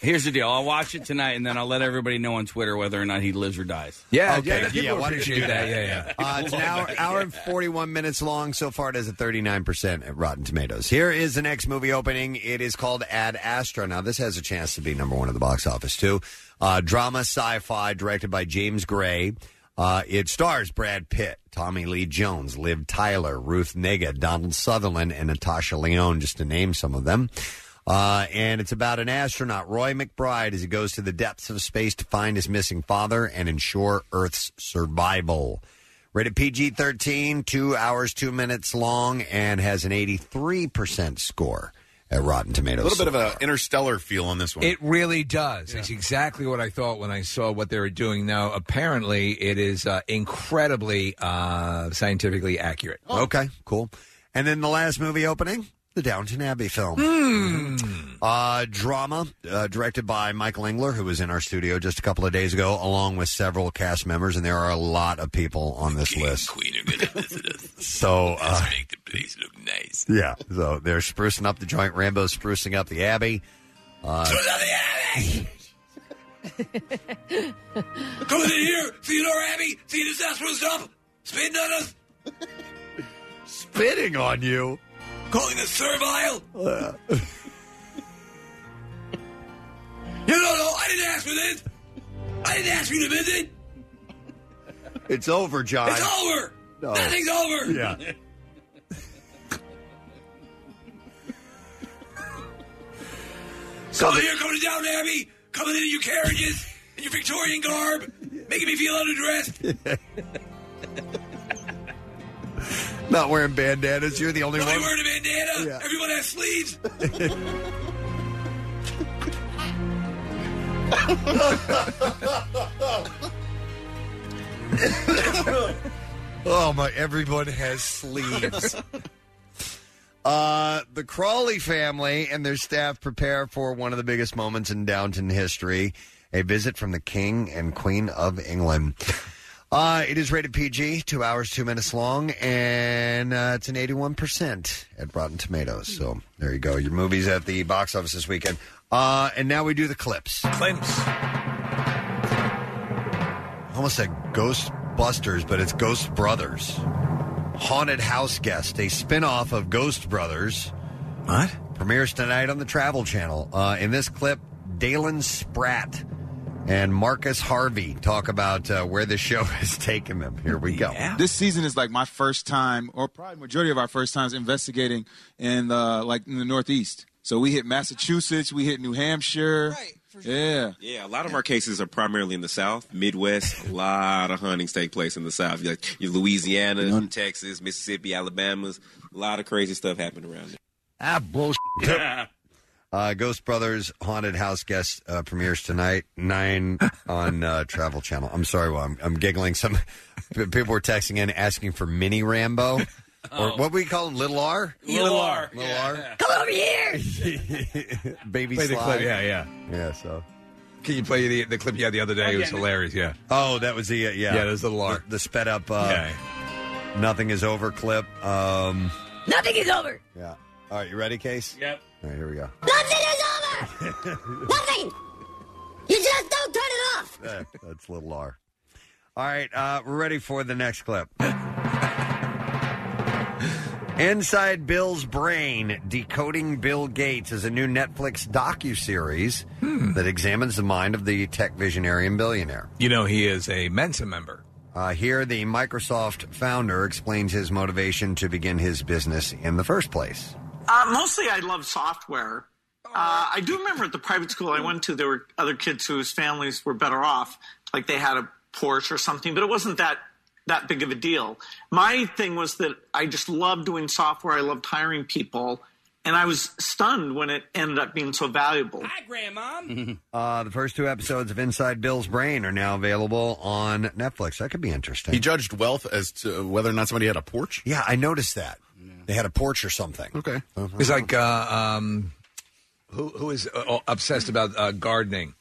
Here's the deal. I'll watch it tonight, and then I'll let everybody know on Twitter whether or not he lives or dies. why don't you do that? Uh, it's an hour, hour and 41 minutes long. So far, it is a 39% at Rotten Tomatoes. Here is the next movie opening. It is called Ad Astra. Now, this has a chance to be number one at the box office, too. Uh, drama sci fi directed by James Gray. Uh, it stars Brad Pitt, Tommy Lee Jones, Liv Tyler, Ruth Nega, Donald Sutherland, and Natasha Leone, just to name some of them. Uh, and it's about an astronaut, Roy McBride, as he goes to the depths of space to find his missing father and ensure Earth's survival. Rated PG 13, two hours, two minutes long, and has an 83% score at Rotten A Tomatoes. little bit of an interstellar feel on this one. It really does. It's exactly what I thought when I saw what they were doing. Now, apparently, it is uh, incredibly uh, scientifically accurate. Oh. Okay, cool. And then the last movie opening, the Downton Abbey film. Hmm. Uh, drama uh, directed by Michael Engler, who was in our studio just a couple of days ago, along with several cast members, and there are a lot of people on this list. Queen are going to visit us. So, uh, Let's make the place look nice. yeah, so they're sprucing up the joint. Rambo's sprucing up the Abbey. Uh, Come in here, Theodore Abbey, see this astro's up, spitting on us, spitting on you. calling us servile. Uh, (laughs) You don't know, I didn't ask for this. I didn't ask you to visit. it's over, John. It's over. No. Nothing's over. Yeah. Come in here, coming down, Abbey, coming in your carriages, in your Victorian garb, making me feel underdressed. (laughs) Not wearing bandanas. You're the only Nobody one. wearing a bandana. Everyone has sleeves. (laughs) (laughs) oh my! Everyone has sleeves. Uh, the Crawley family and their staff prepare for one of the biggest moments in Downton history a visit from the King and Queen of England. Uh, it is rated PG, (laughs) two hours, two minutes long, and uh, it's an 81% at Rotten Tomatoes. So there you go. Your movies at the box office this weekend. Uh, and now we do the clips. Clips. Almost said Ghostbusters, but it's Ghost Brothers. Haunted House Guest, a spin-off of Ghost Brothers. What? Premieres tonight on the Travel Channel. Uh, in this clip, Dalen Spratt and Marcus Harvey talk about uh, where the show (laughs) has taken them. Here we go. This season is like my first time, or probably majority of our first times investigating in uh, like in the Northeast. So we hit Massachusetts, we hit New Hampshire. Yeah. Yeah, a lot of our cases are primarily in the South, Midwest. A lot of huntings take place in the South. Like your Louisiana, Texas, Mississippi, Alabama's. A lot of crazy stuff happening around there. Ah, bullshit. Uh, Ghost Brothers Haunted House guest uh, premieres tonight, (laughs) nine on uh, Travel Channel. I'm sorry, well, I'm, I'm giggling. Some p- people were texting in asking for Mini (laughs) Rambo, Oh. or what we call him, Little R. Little R. Little R. Come over (laughs) here. Baby Play the Sly. clip, yeah, yeah. Yeah, so. Can you play the, the clip you had the other day? It was Again. hilarious, yeah. Oh, that was the uh, yeah. Yeah, that was the lark. The, sped up. Uh, Nothing is over clip. Um, Nothing is over. yeah. All right, you ready, Case? Yep. All right, here we go. Nothing is (laughs) over. Nothing. You just don't turn it off. Eh, That's little R. All right, uh, we're ready for the next clip. Inside Bill's Brain, Decoding Bill Gates is a new Netflix docu-series that examines the mind of the tech visionary and billionaire. Hmm. You know, he is a Mensa member. Uh, here, the Microsoft founder explains his motivation to begin his business in the first place. Uh, mostly, I love software. Oh. Uh, I do remember at the private school I went to, there were other kids whose families were better off, like they had a Porsche or something, but it wasn't that that big of a deal. My thing was that I just loved doing software. I loved hiring people, and I was stunned when it ended up being so valuable. Hi, grandma. Um. Uh, the first two episodes of Inside Bill's Brain are now available on Netflix. That could be interesting. He judged wealth as to whether or not somebody had a porch. Yeah, I noticed that. They had a porch or something. Uh-huh. Okay. He's like, uh, um, who who is uh, obsessed about uh, gardening?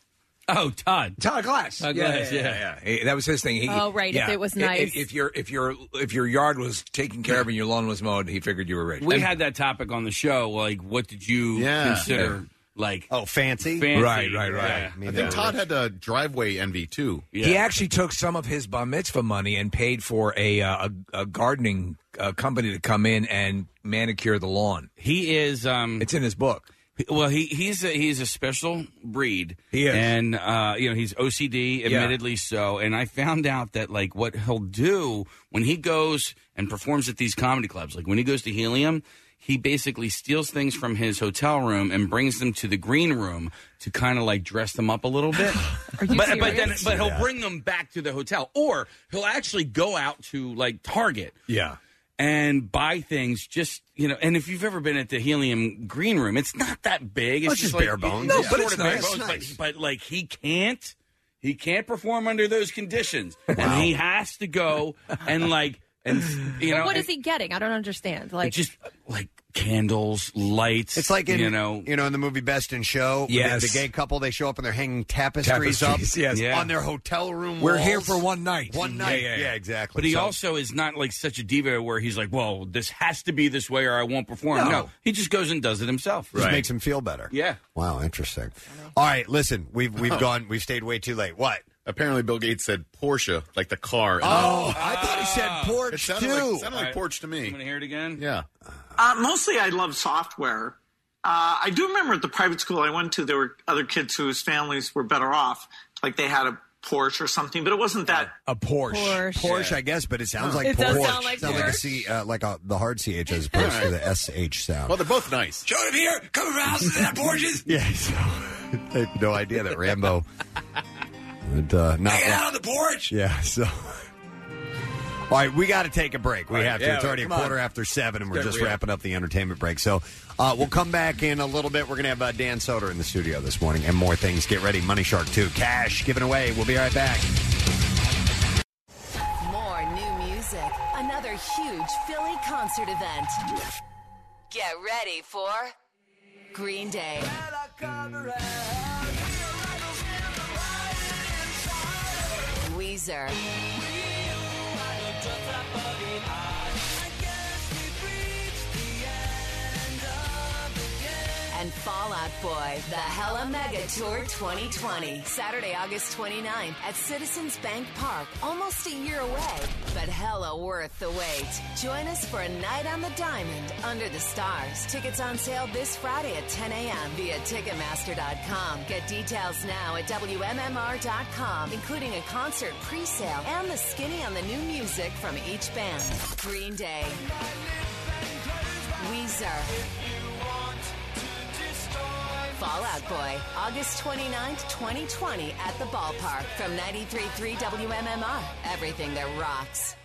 Oh, Todd. Todd Glass. Todd Glass, yeah. He- that was his thing. He, Oh, right, if it was nice. If, if your if your if your yard was taken care of and your lawn was mowed, he figured you were rich. We had that topic on the show. Like, what did you Yeah. consider? Yeah. Like, oh, fancy, fancy. Right, right, right. Yeah. I think Todd had a driveway envy too. He actually took some of his bar mitzvah money and paid for a uh, a, a gardening uh, company to come in and manicure the lawn. He is. Um, it's in his book. Well, he he's a, he's a special breed. He is. and uh, you know he's OCD, admittedly so. And I found out that like what he'll do when he goes and performs at these comedy clubs, like when he goes to Helium, he basically steals things from his hotel room and brings them to the green room to kind of like dress them up a little bit. but but then but he'll bring them back to the hotel, or he'll actually go out to like Target Yeah. and buy things just you know and if you've ever been at the helium green room it's not that big it's, It's just like- bare bones. no Yeah. but Sort it's of bare nice. bones Nice. but, but like he can't he can't perform under those conditions and he has to go and like and you know what and is he getting? I don't understand. Like, just like candles lights It's like in you know you know in the movie Best in Show. when Yes. the, the gay couple they show up and they're hanging tapestries, Tapestries, (laughs) up yes. Yeah. on their hotel room. We're here walls. for one night. One night. Yeah, exactly. But he So- also is not like such a diva where he's like, "Well, this has to be this way, or I won't perform." No, he just goes and does it himself. just makes him feel better. Yeah. Wow, interesting. All right, listen, we've we've (laughs) gone we've stayed way too late. What? Apparently, Bill Gates said Porsche, like the car. Oh, I thought he said Porsche it sounded Like, too. it sounded like Porsche to me. I'm gonna Ah. hear it again. Yeah. Uh, mostly, I love software. Uh, I do remember at the private school I went to, there were other kids whose families were better off, like they had a Porsche or something, but it wasn't that a Porsche. Porsche, I guess, but it sounds like It Porsche. does sound like sounds like a Porsche. C, uh, like a, the hard CH as opposed to the SH sound. Well, they're both nice. Show him here. Come over to my house and have (laughs) Porsches. Yeah, so I had (laughs) no idea that (laughs) Rambo would uh, not. Hanging out on the porch. Yeah, so. All right, we got to take a break. We All right, have to. yeah, it's already a come on. quarter after seven, and we're Let's get just real. wrapping up the entertainment break. So uh, we'll come back in a little bit. We're going to have uh, Dan Soder in the studio this morning and more things. Get ready. Money Shark 2. Cash given away. We'll be right back. More new music. Another huge Philly concert event. Get ready for Green Day. Weezer. And Fallout Boy, the Hella Mega Tour 2020. Saturday, August 29th at Citizens Bank Park, almost a year away, but hella worth the wait. Join us for a night on the diamond under the stars. Tickets on sale this Friday at 10 a.m. via Ticketmaster.com. Get details now at WMMR.com, including a concert pre sale and the skinny on the new music from each band Green Day, Weezer. Fallout Boy, August 29th, 2020 at the ballpark from 93.3 WMMR. Everything that rocks.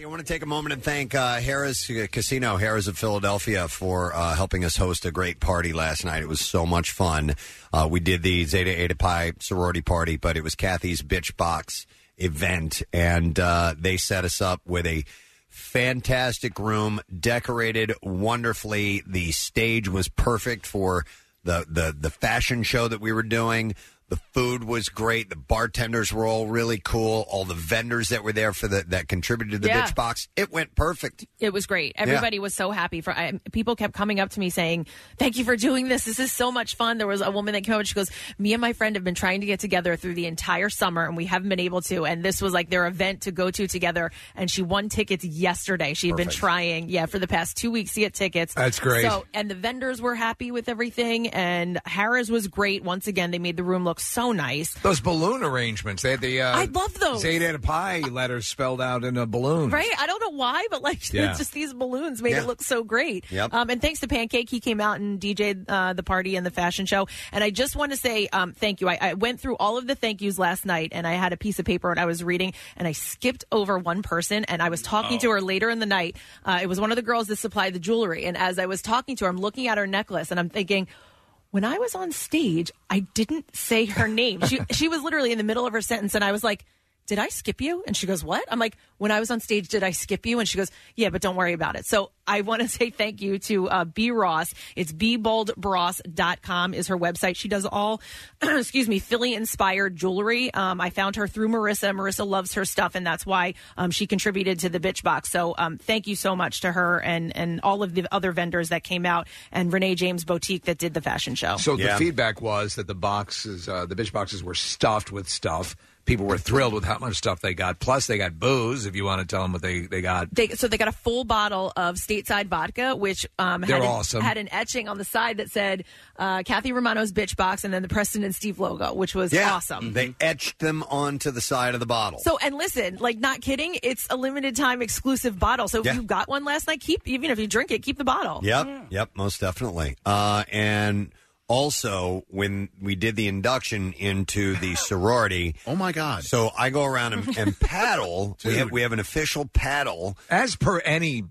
I want to take a moment and thank uh, Harris Casino, Harris of Philadelphia, for uh, helping us host a great party last night. It was so much fun. Uh, we did the Zeta Eta Pi sorority party, but it was Kathy's Bitch Box event, and uh, they set us up with a fantastic room, decorated wonderfully. The stage was perfect for the the the fashion show that we were doing. The food was great. The bartenders were all really cool. All the vendors that were there for the that contributed to the Yeah. bitch box, it went perfect. It was great. Yeah. Everybody was so happy. For I, people kept coming up to me saying, "Thank you for doing this. This is so much fun." There was a woman that came up. She goes, "Me and my friend have been trying to get together through the entire summer, and we haven't been able to. And this was like their event to go to together. And she won tickets yesterday. She had been Perfect. trying, yeah, for the past two weeks to get tickets. That's great. So, and the vendors were happy with everything. And Harris was great once again. They made the room look so nice. Those balloon arrangements. They had the uh, I love those. Zeta and Pi letters spelled out in a balloon. Right? I don't know why, but like (laughs) Yeah. just these balloons made Yeah. it look so great. Yep. Um, and thanks to Pancake, he came out and DJ'd uh, the party and the fashion show. And I just want to say um, thank you. I, I went through all of the thank yous last night, and I had a piece of paper and I was reading, and I skipped over one person, and I was talking to her later in the night. Uh, it was one of the girls that supplied the jewelry, and as I was talking to her, I'm looking at her necklace, and I'm thinking. When I was on stage, I didn't say her name. She she was literally in the middle of her sentence, and I was like, did I skip you? And she goes, what? I'm like, when I was on stage, did I skip you? And she goes, yeah, but don't worry about it. So I want to (laughs) say thank you to uh, B Ross. It's bboldbross.com is her website. She does all, (clears throat) excuse me, Philly inspired jewelry. Um, I found her through Marissa. Marissa loves her stuff and that's why um, she contributed to the bitch box. So um, thank you so much to her and, and all of the other vendors that came out and Renee James Boutique that did the fashion Oh, show. So the feedback was that the boxes, uh, the bitch boxes, were stuffed with stuff. People were thrilled with how much stuff they got. Plus, they got booze. If you want to tell them what they they got, They, so they got a full bottle of stateside vodka, which um, They're had, an, awesome. had an etching on the side that said uh, Kathy Romano's bitch box, and then the Preston and Steve logo, which was awesome. They etched them onto the side of the bottle. So and listen, like not kidding, it's a limited time exclusive bottle. So if Yeah. you got one last night, keep even if you drink it, keep the bottle. Yep, yep, most definitely. Uh, and also, when we did the induction into the sorority, oh my god! So I go around and, (laughs) and paddle. we have we have an official paddle as per any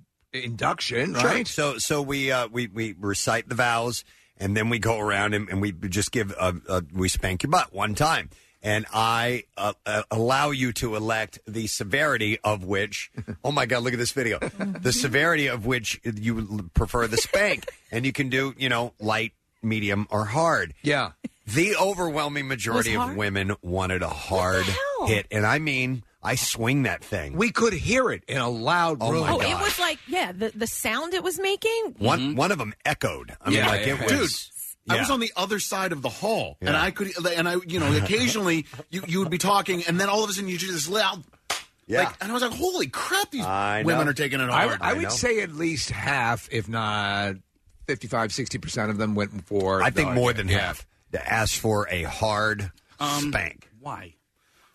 induction, Sure. right? So so we uh, we we recite the vows, and then we go around and, and we just give a, a we spank your butt one time. And I uh, uh, allow you to elect the severity of which. Oh my God! Look at this video. the severity of which you would prefer the spank, and you can do you know light, medium, or hard. Yeah. The overwhelming majority of hard? women wanted a hard hit, and I mean, I swing that thing. We could hear it in a loud oh oh, My it gosh. was Mm-hmm. like yeah, the the sound it was making. One one of them echoed. I mean, Yeah, like yeah, it yeah. was. I was Yeah. on the other side of the hall, and Yeah. I could, and I, you know, occasionally you, you would be talking, and then all of a sudden you do this loud, yeah. like, and I was like, "Holy crap, these I women are taking it I- hard." I, would say at least half, if not 55, 60 percent of them went for. I think the- more than yeah. half to ask for a hard Um, spank. Why?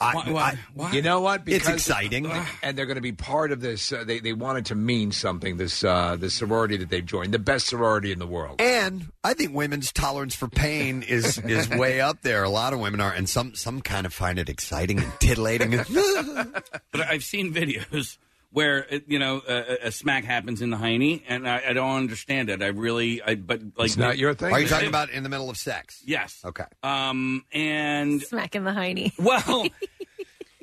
I, Why- I- why- You know what? It's exciting. and they're going to be part of this. Uh, they they want it to mean something. This uh, this sorority that they've joined, the best sorority in the world. and I think women's tolerance for pain is is (laughs) way up there. A lot of women are, and some some kind of find it exciting and (laughs) titillating. But I've seen videos where it- you know a, a- a smack happens in the hiney, and I, I don't understand it. I really, I but like Are you talking about in the middle of sex? Yes. Okay. Um, and Smack in the hiney. (laughs) Well,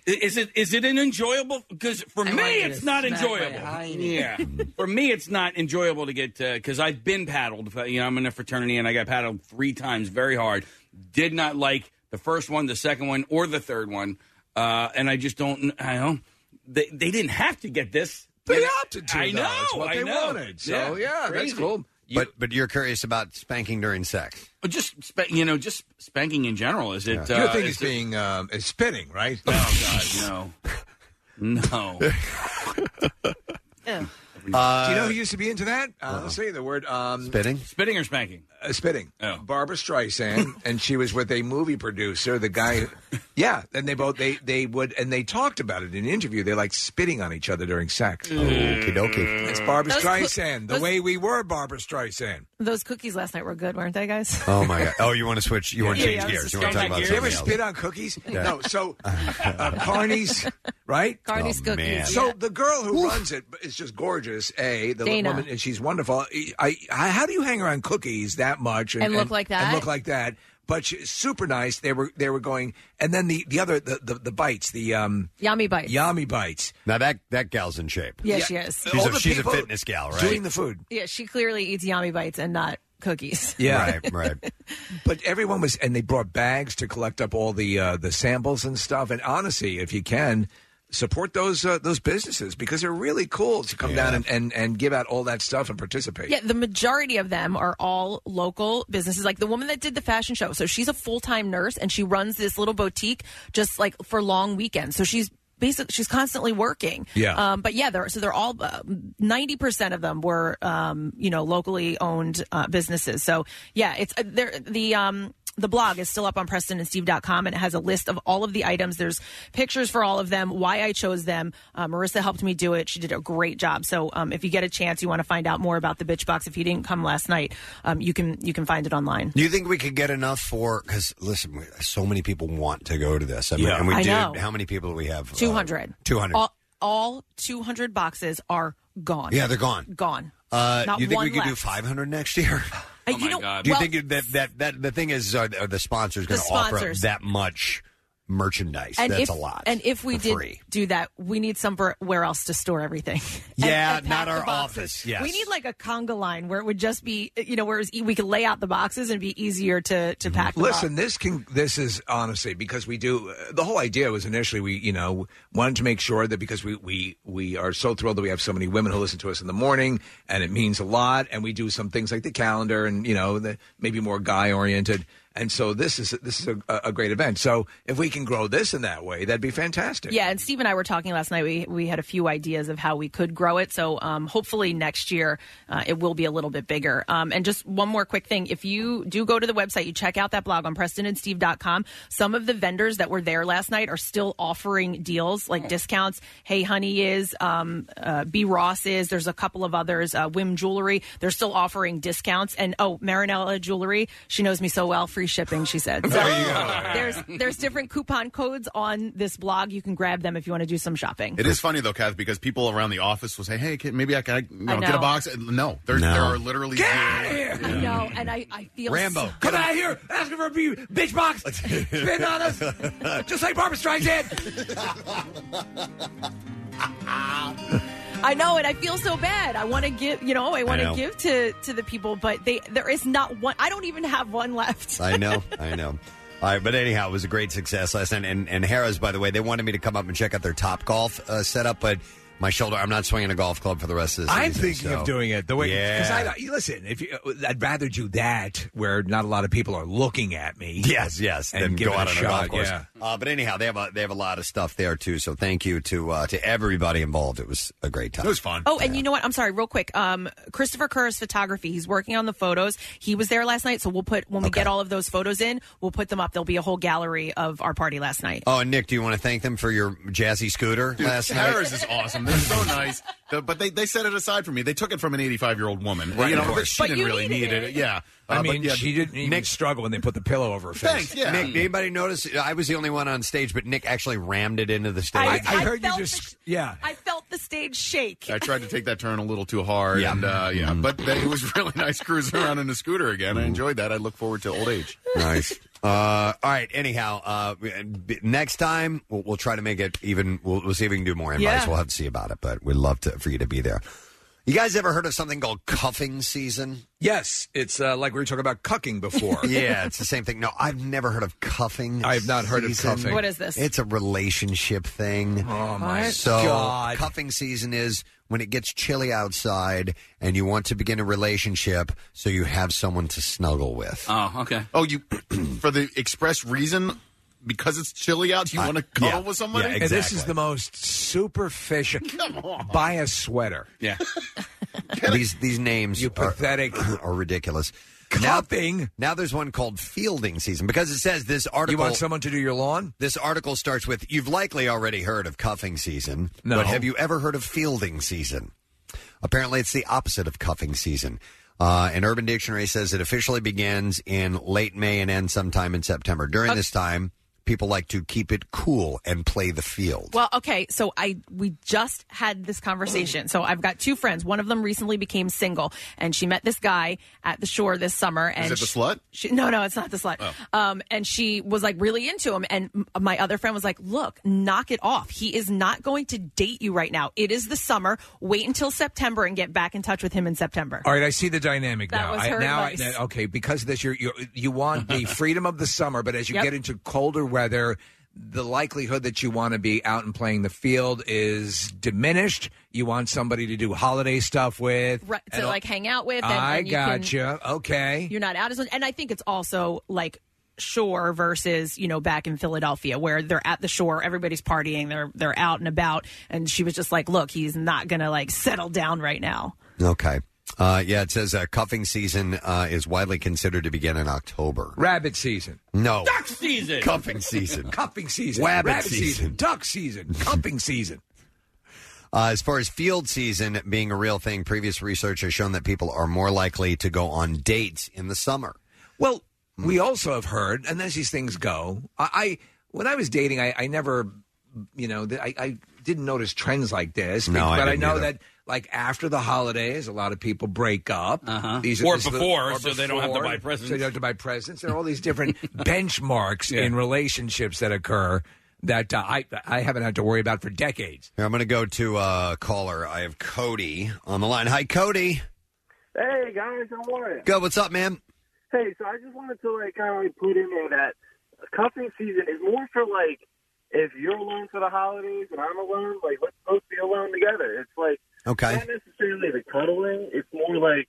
is it is it an enjoyable? Because for me, want you it's to not smack enjoyable. my hiney. Yeah, for me, it's not enjoyable to get because I've been paddled. You know, I'm in a fraternity and I got paddled three times very hard. Did not like the first one, the second one, or the third one. Uh, and I just don't. I don't. They, they didn't have to get this. They opted to, I though. know. It's what I they know. wanted. So, yeah, that's crazy. cool. but but you're curious about spanking during sex. But Just spa- you know, just spanking in general. Is it? Your thing is being um, is spitting, right? Oh God, no, (laughs) no. Do you know who used to be into that? Uh, Let's say the word um, spitting, spitting or spanking, Oh. uh, spitting. Barbara (laughs) Streisand, and she was with a movie producer. The guy, yeah, and they both they they would and they talked about it in an interview. They like spitting on each other during sex. Oh, Okie dokie. It's Barbara Those- Streisand. The those- way we were, Barbara Streisand. Those cookies last night were good, weren't they, guys? Oh my god. Oh, you want to switch? You want to change Yeah, yeah, I was gears? just You want to talk changing about Do you ever something else? spit on (laughs) cookies? Yeah. No. (laughs) So, uh, Carney's, right? Carney's Oh, cookies, man. yeah. So the girl who runs it is just gorgeous. A the Dana. woman, and she's wonderful. I, I, how do you hang around cookies that much And look like that? And look like that. But she's super nice. They were they were going, and then the the other the the, the bites the um (laughs) Yummy bites. yummy bites. Now that that gal's in shape. Yeah, she is. She's a- she's a fitness gal, right? Doing the food. Yeah, she clearly eats yummy bites and not (laughs) cookies. (laughs) Right, right. (laughs) But everyone was, and they brought bags to collect up all the uh, the samples and stuff. And honestly, if you can, support those uh, those businesses because they're really cool to come down and, and and give out all that stuff and participate. Yeah, the majority of them are all local businesses. Like the woman that did the fashion show. So she's a full time nurse and she runs this little boutique just like for long weekends. So she's basically she's constantly working. Yeah. Um, but yeah, they're, so they're all uh, ninety percent of them were um, you know locally owned uh, businesses. So yeah, it's uh, there the. Um, the blog is still up on PrestonandSteve.com and it has a list of all of the items. There's pictures for all of them, why I chose them. Uh, Marissa helped me do it. She did a great job. So um, if you get a chance, you want to find out more about the Bitch Box. If you didn't come last night, um, you can you can find it online. Do you think we could get enough for? Because listen, we- so many people want to go to this. I mean, Yeah. and we I did. know. How many people do we have? Two hundred. 200. All, all two hundred boxes are gone. Yeah, they're gone. Gone. Uh, Not you think we one could do left. 500 next year? Uh, you know, (laughs) Do you well, think that, that that the thing is, uh, are, are the sponsors The going to offer up sponsors. that much merchandise? That's if, a lot. And if we for did free. do that, we need somewhere else to store everything. (laughs) yeah, and pack not the our boxes. office. Yes, We need like a conga line where it would just be, you know, where it was e- we could lay out the boxes and be easier to to pack. (laughs) them Listen, up. this can this is honestly because we do uh, the whole idea was initially we you know wanted to make sure that because we we we are so thrilled that we have so many women who listen to us in the morning and it means a lot and we do some things like the calendar and you know the, maybe more guy oriented and so this is this is a, a great event so if we can grow this in that way that'd be fantastic Yeah, and Steve and I were talking last night. We we had a few ideas of how we could grow it. So um, hopefully next year uh, it will be a little bit bigger. Um, and just one more quick thing: if you do go to the website, you check out that blog on PrestonandSteve.com. Some of the vendors that were there last night are still offering deals like discounts. Hey Honey is, um, uh, B Ross is. There's a couple of others. Uh, Wim Jewelry. They're still offering discounts. And oh, Marinella Jewelry. She knows me so well. Free shipping. She said. So There you go. there's there's different coupon codes on this blog. You can grab them if you want to do some shopping. It is funny though, Kath, because people around the office will say, "Hey, can, maybe I can you know, I get know. a box." No, there, No. there are literally Get zero. I know, and I, I feel Rambo. so- Come out here asking for a b- bitch box. Spin on us. (laughs) Just like Barbara (laughs) Streisand. I know, and I feel so bad. I want to give, you know, I want to know. give to to the people, but they there is not one. I don't even have one left. I know, I know. All right, but anyhow, it was a great success last night. And, and Harrah's, by the way, they wanted me to come up and check out their Top Golf uh, setup, but my shoulder, I'm not swinging a golf club for the rest of the season. I'm thinking so- of doing it the way. Because yeah. I listen, if you, uh, I'd rather do that where not a lot of people are looking at me. (laughs) Yes, yes. and then give go it out a on shot. a golf course. Yeah. Uh, but anyhow, they have a, they have a lot of stuff there too. So thank you to uh, to everybody involved. It was a great time. It was fun. (laughs) Oh, and you know what? I'm sorry, real quick. Um, Christopher Kerr's photography. He's working on the photos. He was there last night, so we'll put when we get all of those photos in, we'll put them up. There'll be a whole gallery of our party last night. Oh, and Nick, do you want to thank them for your jazzy scooter Dude, last night? Harris is awesome. They're so nice. The- but they, they set it aside for me. They took it from an 85 year old woman. (laughs) Right, you know, of but course. she But didn't you really needed need it. it. Yeah. I Uh, mean, but yeah, she didn't even struggle when they put the pillow over her face. Thanks, yeah. Nick, did anybody notice? I was the only one on stage, but Nick actually rammed it into the stage. I- I heard you just. Yeah. I felt the stage (laughs) shake. I tried to take that turn a little too hard. And, uh, yeah. Mm-hmm. But th- it was (laughs) really nice cruising around in a scooter again. I enjoyed that. I look forward to old age. Nice. Uh, all right. Anyhow, uh, b- next time we'll, we'll try to make it even. We'll, we'll see if we can do more invites. Yeah. We'll have to see about it, but we'd love to for you to be there. You guys ever heard of something called cuffing season? Yes, it's uh, like we were talking about cucking before. (laughs) yeah, it's the same thing. No, I've never heard of cuffing. I have not heard of season. cuffing. What is this? It's a relationship thing. Oh, my What? so, God. Cuffing season is when it gets chilly outside and you want to begin a relationship, so you have someone to snuggle with. Oh, okay. Oh, you (clears throat) for the express reason because it's chilly out, Uh, you want to cuddle with somebody. And this is the most superficial. Come on. Buy a sweater. (laughs) Yeah. these these names you pathetic (clears throat) are, ridiculous. Cupping. Now, now there's one called fielding season because it says this article. want someone to do your lawn? This article starts with you've likely already heard of cuffing season, No. but have you ever heard of fielding season? Apparently, it's the opposite of cuffing season. Uh, and Urban Dictionary says it officially begins in late May and ends sometime in September. Uh, During this time, people like to keep it cool and play the field. Well, okay, so I we just had this conversation. So I've got two friends. One of them recently became single, and she met this guy at the shore this summer. And it the sh- slut? She, no, no, it's not the slut. Um, and she was like really into him. And m- my other friend was like, "Look, knock it off. He is not going to date you right now. It is the summer. Wait until September and get back in touch with him in September." All right, I see the dynamic That now. was I, her now, advice. I, okay, because of this, you're, you're, you want (laughs) the freedom of the summer, but as you Yep. get into colder weather, the likelihood that you want to be out and playing the field is diminished. You want somebody to do holiday stuff with. Right, to and all- like hang out with. And, I and you can- gotcha. Okay. You're not out as much. And I think it's also like shore versus you know back in Philadelphia where they're at the shore, everybody's partying, they're they're out and about, and she was just like, look, he's not gonna like settle down right now. Okay. Uh, yeah, it says uh, cuffing season uh, is widely considered to begin in October. Rabbit season. No. Duck season. Cuffing season. (laughs) Cuffing season. Wabbit rabbit season. Duck season. Cupping season. Uh, as far as field season being a real thing, previous research has shown that people are more likely to go on dates in the summer. Well, we also have heard, and as these things go, I, I when I was dating, I, I never, you know, th- I, I didn't notice trends like this. No, I but I, didn't know either. that like after the holidays, a lot of people break up. Uh-huh. Or before, so they don't have to buy presents. So they don't have to buy presents. There are all (laughs) these different benchmarks Yeah. in relationships that occur that uh, I I haven't had to worry about for decades. (laughs) Here, I'm going to go to uh, caller. I have Cody on the line. Hi, Cody. Hey guys, how are you? Good. What's up, man? Hey, so I just wanted to like kind of like put in there that cuffing season is more for like if you're alone for the holidays and I'm alone, like let's both be alone together. It's like Okay. not necessarily the cuddling. It's more like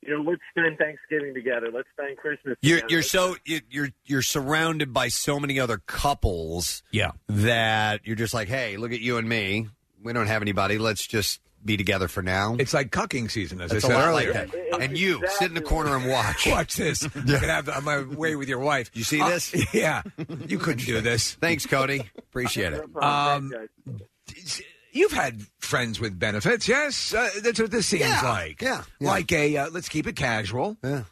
you know let's spend Thanksgiving together. Let's spend Christmas. You're together. you're so you- you're you're surrounded by so many other couples. Yeah. That you're just like, hey, look at you and me. We don't have anybody. Let's just be together for now. It's like cucking season, as I It's said a lot earlier. like that. And you sit in the corner and watch. (laughs) (laughs) Watch this. I'm gonna have to- I'm on my way with your wife. You see this? (laughs) Yeah, you couldn't do this. Thanks, Cody. Appreciate it. Um, you've had friends with benefits, yes? Uh, that's what this seems Yeah, like. yeah, like a uh, let's keep it casual. Yeah.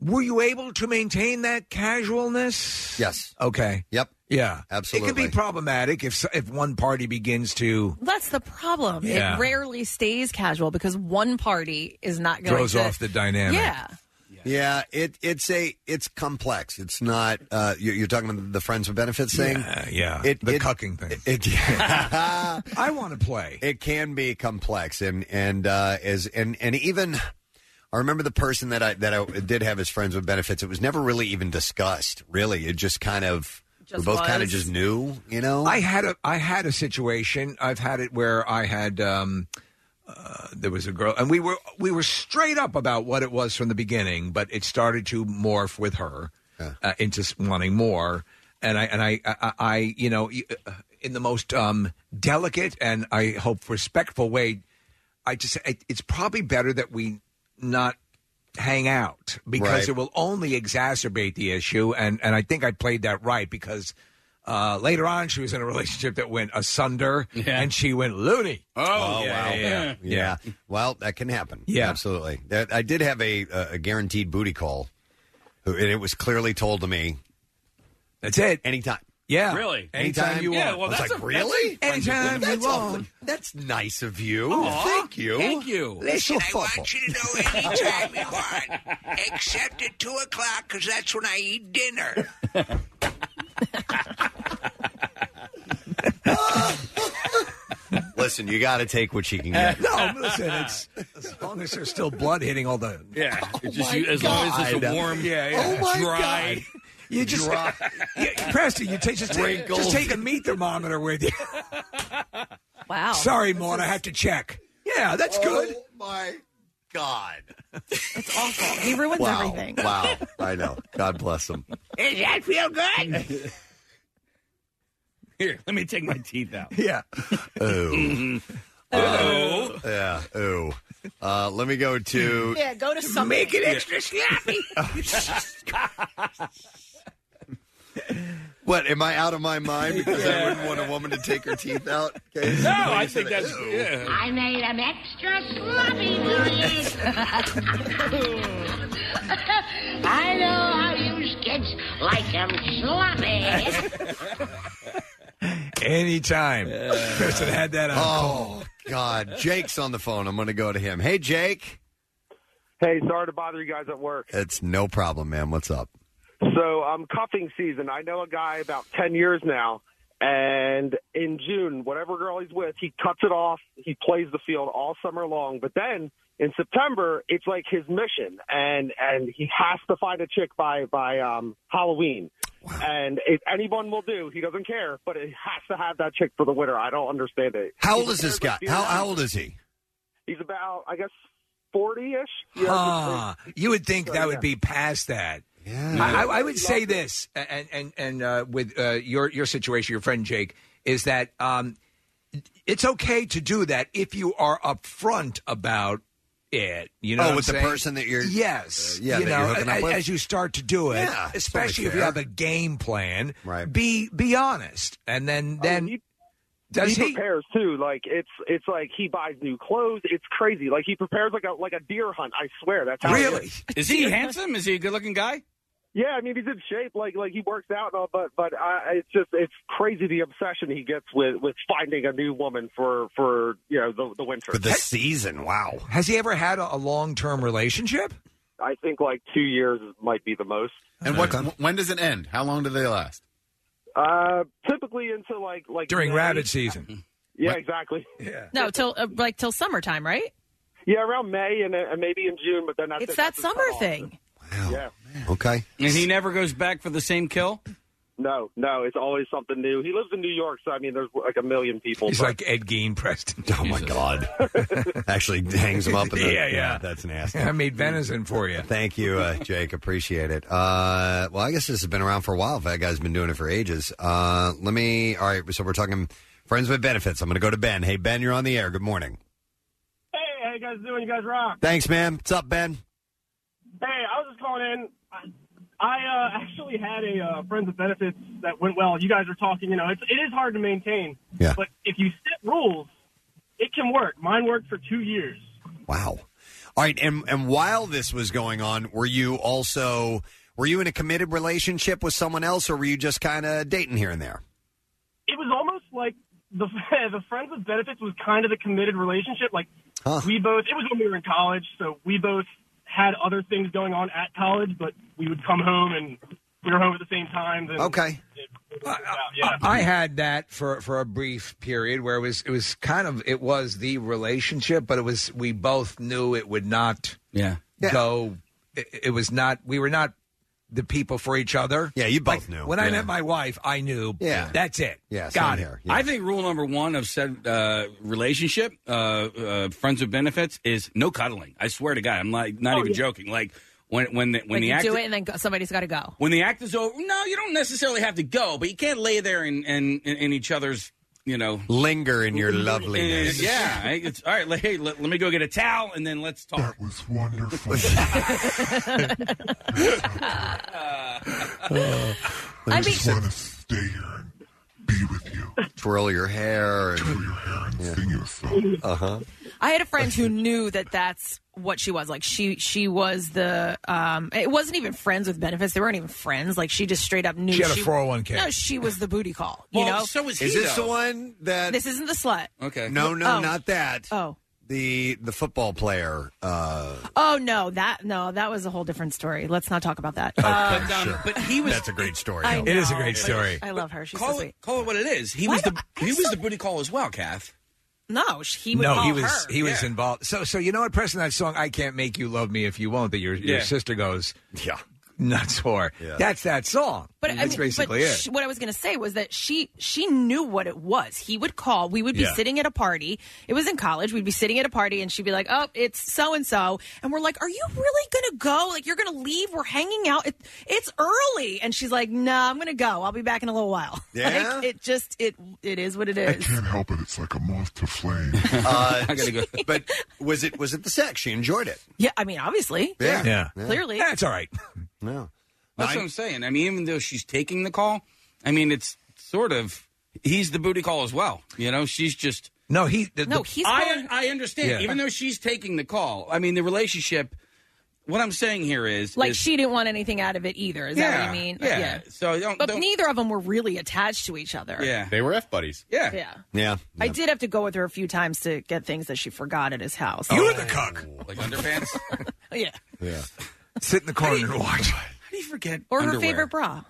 Were you able to maintain that casualness? Yes. Okay. Yep. Yeah. Absolutely. It can be problematic if s- if one party (laughs) begins to That's the problem. Yeah. It rarely stays casual because one party is not going throws to off the dynamic. Yeah. Yeah, it it's a it's complex. It's not uh, you're, you're talking about the friends with benefits thing. Yeah, yeah. It, the it- cucking thing. It, I want to play. It can be complex, and and uh, as and and even I remember the person that I that I did have as friends with benefits. It was never really even discussed. Really, it just kind of we Just both kind of was. just knew, you know. I had a I had a situation. I've had it where I had um, uh, there was a girl, and we were we were straight up about what it was from the beginning, but it started to morph with her uh, into s- wanting more. And I and I I, I you know y- uh, in the most um, delicate and I hope respectful way, I just it, it's probably better that we not hang out because Right. it will only exacerbate the issue. And and I think I played that right because uh, later on she was in a relationship that went asunder and she went loony. Oh, wow. Oh, yeah. Yeah. Well, that can happen. Yeah. absolutely. That, I did have a a guaranteed booty call, who- and it was clearly told to me. That's it. Anytime. Yeah. Really? Anytime, Anytime you you want. want. I was That's like, a- really? that's- Anytime that's you awful- want. That's nice of you. Aw, thank you. thank you. That's so Listen, I want thoughtful. you to know anytime you want, except at two o'clock because that's when I eat dinner. listen, you got to take what you can (laughs) get. no, listen, it's, as long as there's still blood hitting all the. Yeah. It's just you- as long as it's a warm, Oh yeah, yeah. Oh, my dry- God. You just, dry- Yeah, Preston, you take, just, take, Wrinkled. just take a meat thermometer with you. Wow. Sorry, Maud, I have to check. Yeah, that's Oh good. My God. It's awful. He ruins wow. everything. Wow. I know. God bless them. Does that feel good? (laughs) Here, let me take my teeth out. Yeah. (laughs) Ooh. Uh, Oh. yeah. Ooh. Uh, let me go to. Yeah, Oh, go to something. Make it extra (laughs) snappy. What? Am I out of my mind because I wouldn't want a woman to take her teeth out? Okay. No, I think that's. I made him extra sloppy Louise. (laughs) I know how you kids like him sloppy. Anytime. Preston had that on. Oh, God. Jake's on the phone. I'm going to go to him. Hey, Jake. (laughs) Hey, sorry to bother you guys at work. It's no problem, man. What's up? So, um, cuffing season. I know a guy about 10 years now, and in June, whatever girl he's with, he cuts it off. He plays the field all summer long. But then in September, it's like his mission, and, and he has to find a chick by, by um, Halloween. And if anyone will do, he doesn't care, but it has to have that chick for the winter. I don't understand it. How old is this guy? How, how old is (laughs) he? He's about, I guess, 40 ish. Ah, you would think that would be past that. Yeah. I, I- I would say this, and and and uh, with uh, your your situation, your friend Jake, is that um, it's okay to do that if you are upfront about it. You know, Oh, what with I'm the saying? person that you're- yes, uh, yeah, you that know, you're hooking up a- with? as you start to do it, Yeah, it's totally especially if you fair. have a game plan. Right. Be be honest, and then then does Oh, he, he? prepares too? Like it's it's like he buys new clothes. It's crazy. Like he prepares like a like a deer hunt. I swear that's how it is. Is he handsome? Is he a good-looking guy? Yeah, I mean he's in shape. Like like he works out and all, but but I, it's just it's crazy the obsession he gets with with finding a new woman for for you know the the winter. The season. Wow. Has he ever had a, a long term relationship? I think like two years might be the most. And what? When does it end? How long do they last? Uh, typically into like like During May. rabbit season. Yeah, exactly. Yeah. No, till uh, like till summertime, right? Yeah, around May and, and maybe in June, but then that's it's it. that That's the summer cutoff. thing. Yeah. Okay. And he never goes back for the same kill? No, no, it's always something new. He lives in New York, so I mean, there's like a million people. He's but- (laughs) like Ed Gein, Preston. (laughs) Oh my (laughs) God! Actually, hangs him up. In the, Yeah, yeah. That's nasty. (laughs) I made venison for you. Thank you, uh, Jake. Appreciate it. Uh, well, I guess this has been around for a while. That guy's been doing it for ages. Uh, let me. All right. So we're talking friends with benefits. I'm going to go to Ben. Hey, Ben, you're on the air. Good morning. Hey, how you guys doing? You guys rock. Thanks, man. What's up, Ben? Hey, I was just calling in. I, I uh, actually had a uh, friends with benefits that went well. You guys were talking. You know, it's, it is hard to maintain. Yeah. But if you set rules, it can work. Mine worked for two years. Wow. All right. And and while this was going on, were you also were you in a committed relationship with someone else, or were you just kind of dating here and there? It was almost like the (laughs) the friends with benefits was kind of the committed relationship. Like we both. It was when we were in college, so we both had other things going on at college, but we would come home and we were home at the same time. And Okay. I- I had that for, for a brief period where it was it was kind of it was the relationship, but it was we both knew it would not yeah. go. It, it was not we were not the people for each other. Yeah, you both knew. When I Yeah. met my wife, I knew. Yeah. that's it. Yeah, got it. I think rule number one of said uh, relationship, uh, uh, friends with benefits, is no cuddling. I swear to God, I'm like not even joking. Like when when the, Oh, Like when the you act do it, and then go, somebody's got to go. when the act is over, no, you don't necessarily have to go, but you can't lay there and in, in, in each other's you know Linger in your loveliness. Uh, yeah, I- it's, all right. like, Hey, let, let me go get a towel and then let's talk. That was (laughs) wonderful. I I mean- just want to stay here and be with you. Twirl your hair. And, Twirl your hair and sing you a song. Uh huh. I had a friend who knew that that's what she was. Like she she was the um it wasn't even friends with benefits. They weren't even friends. Like she just straight up knew She had a 401k. No, she was the booty call. You Well, know? so was Is he, this the though. one that This isn't the slut. Okay. No, no, Oh. not that. Oh. The the football player. Uh, Oh no, that no, that was a whole different story. Let's not talk about that. Uh, but, um, but he was. That's a great story. I though. It is a great know. story. I love her. She's so call sweet. It, call it what it is. He was the he was the booty call as well, Kath. No, sh- he would no, call he was her. he was involved. So so you know what, Preston, that song "I Can't Make You Love Me If You Won't" that your your Yeah. sister goes yeah nuts for. That's that song. But I that's mean, basically but it. sh- what I was going to say was that she she knew what it was. He would call. We would be Yeah. sitting at a party. It was in college. We'd be sitting at a party, and she'd be like, "Oh, it's so and so," and we're like, "Are you really going to go? Like, you're going to leave? We're hanging out. It, it's early." And she's like, "No, I'm going to go. I'll be back in a little while." (laughs) Yeah? Like, it just it it is what it I (laughs) is. (laughs) (laughs) can't help it. It's like a moth to flame. (laughs) Uh, I gotta go. But was it was it the sex? She enjoyed it. Yeah, I mean, obviously, clearly, all right. No, that's what I'm saying. I mean, even though she's taking the call, I mean, it's sort of he's the booty call as well. You know, she's just no. He No, he's I, calling- I understand. Yeah. Even though she's taking the call, I mean, the relationship. What I'm saying here is like is- she didn't want anything out of it either. Is that what you mean? Yeah. So don't. But don't- neither of them were really attached to each other. yeah, they were f buddies. Yeah, Yeah. yeah. I did have to go with her a few times to get things that she forgot at his house. You're the cuck. Like underpants. (laughs) (laughs) yeah. Yeah. Sit in the corner and watch. How do you forget? Or her Underwear. favorite bra.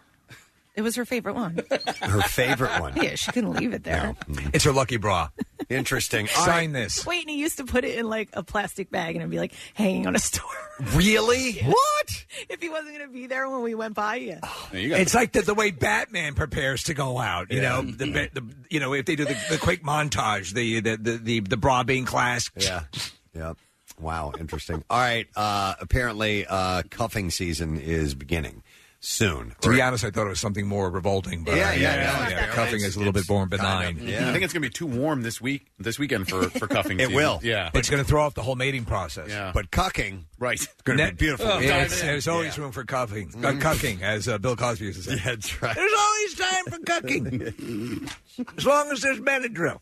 It was her favorite one. Her favorite (laughs) one. Mm-hmm. yeah, she couldn't leave it there. It's her lucky bra. Interesting. Sign this. Wait, and he used to put it in like a plastic bag and it'd be like hanging on a store. (laughs) Really? What? If he wasn't going to be there when we went by, yeah. It's like the, the way Batman prepares to go out. You know, the, ba- the you know if they do the, the quick montage, the the the the, the bra being clasped. (laughs) Yeah. Yeah. Wow, interesting. All right. Uh, apparently, uh, cuffing season is beginning soon. To be honest, I thought it was something more revolting, but Yeah, yeah, yeah, yeah, yeah. cuffing is a little bit more benign. I think it's going to be too warm this week, this weekend for for cuffing. (laughs) It season. will. Yeah, It's going to throw off the whole mating process. Yeah. But cucking. Right. gonna be beautiful. Yeah, Oh, it's- dive in. there's always Yeah. room for cuffing. Uh, cucking, as uh, Bill Cosby used to (laughs) say. that's right. There's always time for (laughs) (laughs) cucking. as long as there's Benadryl.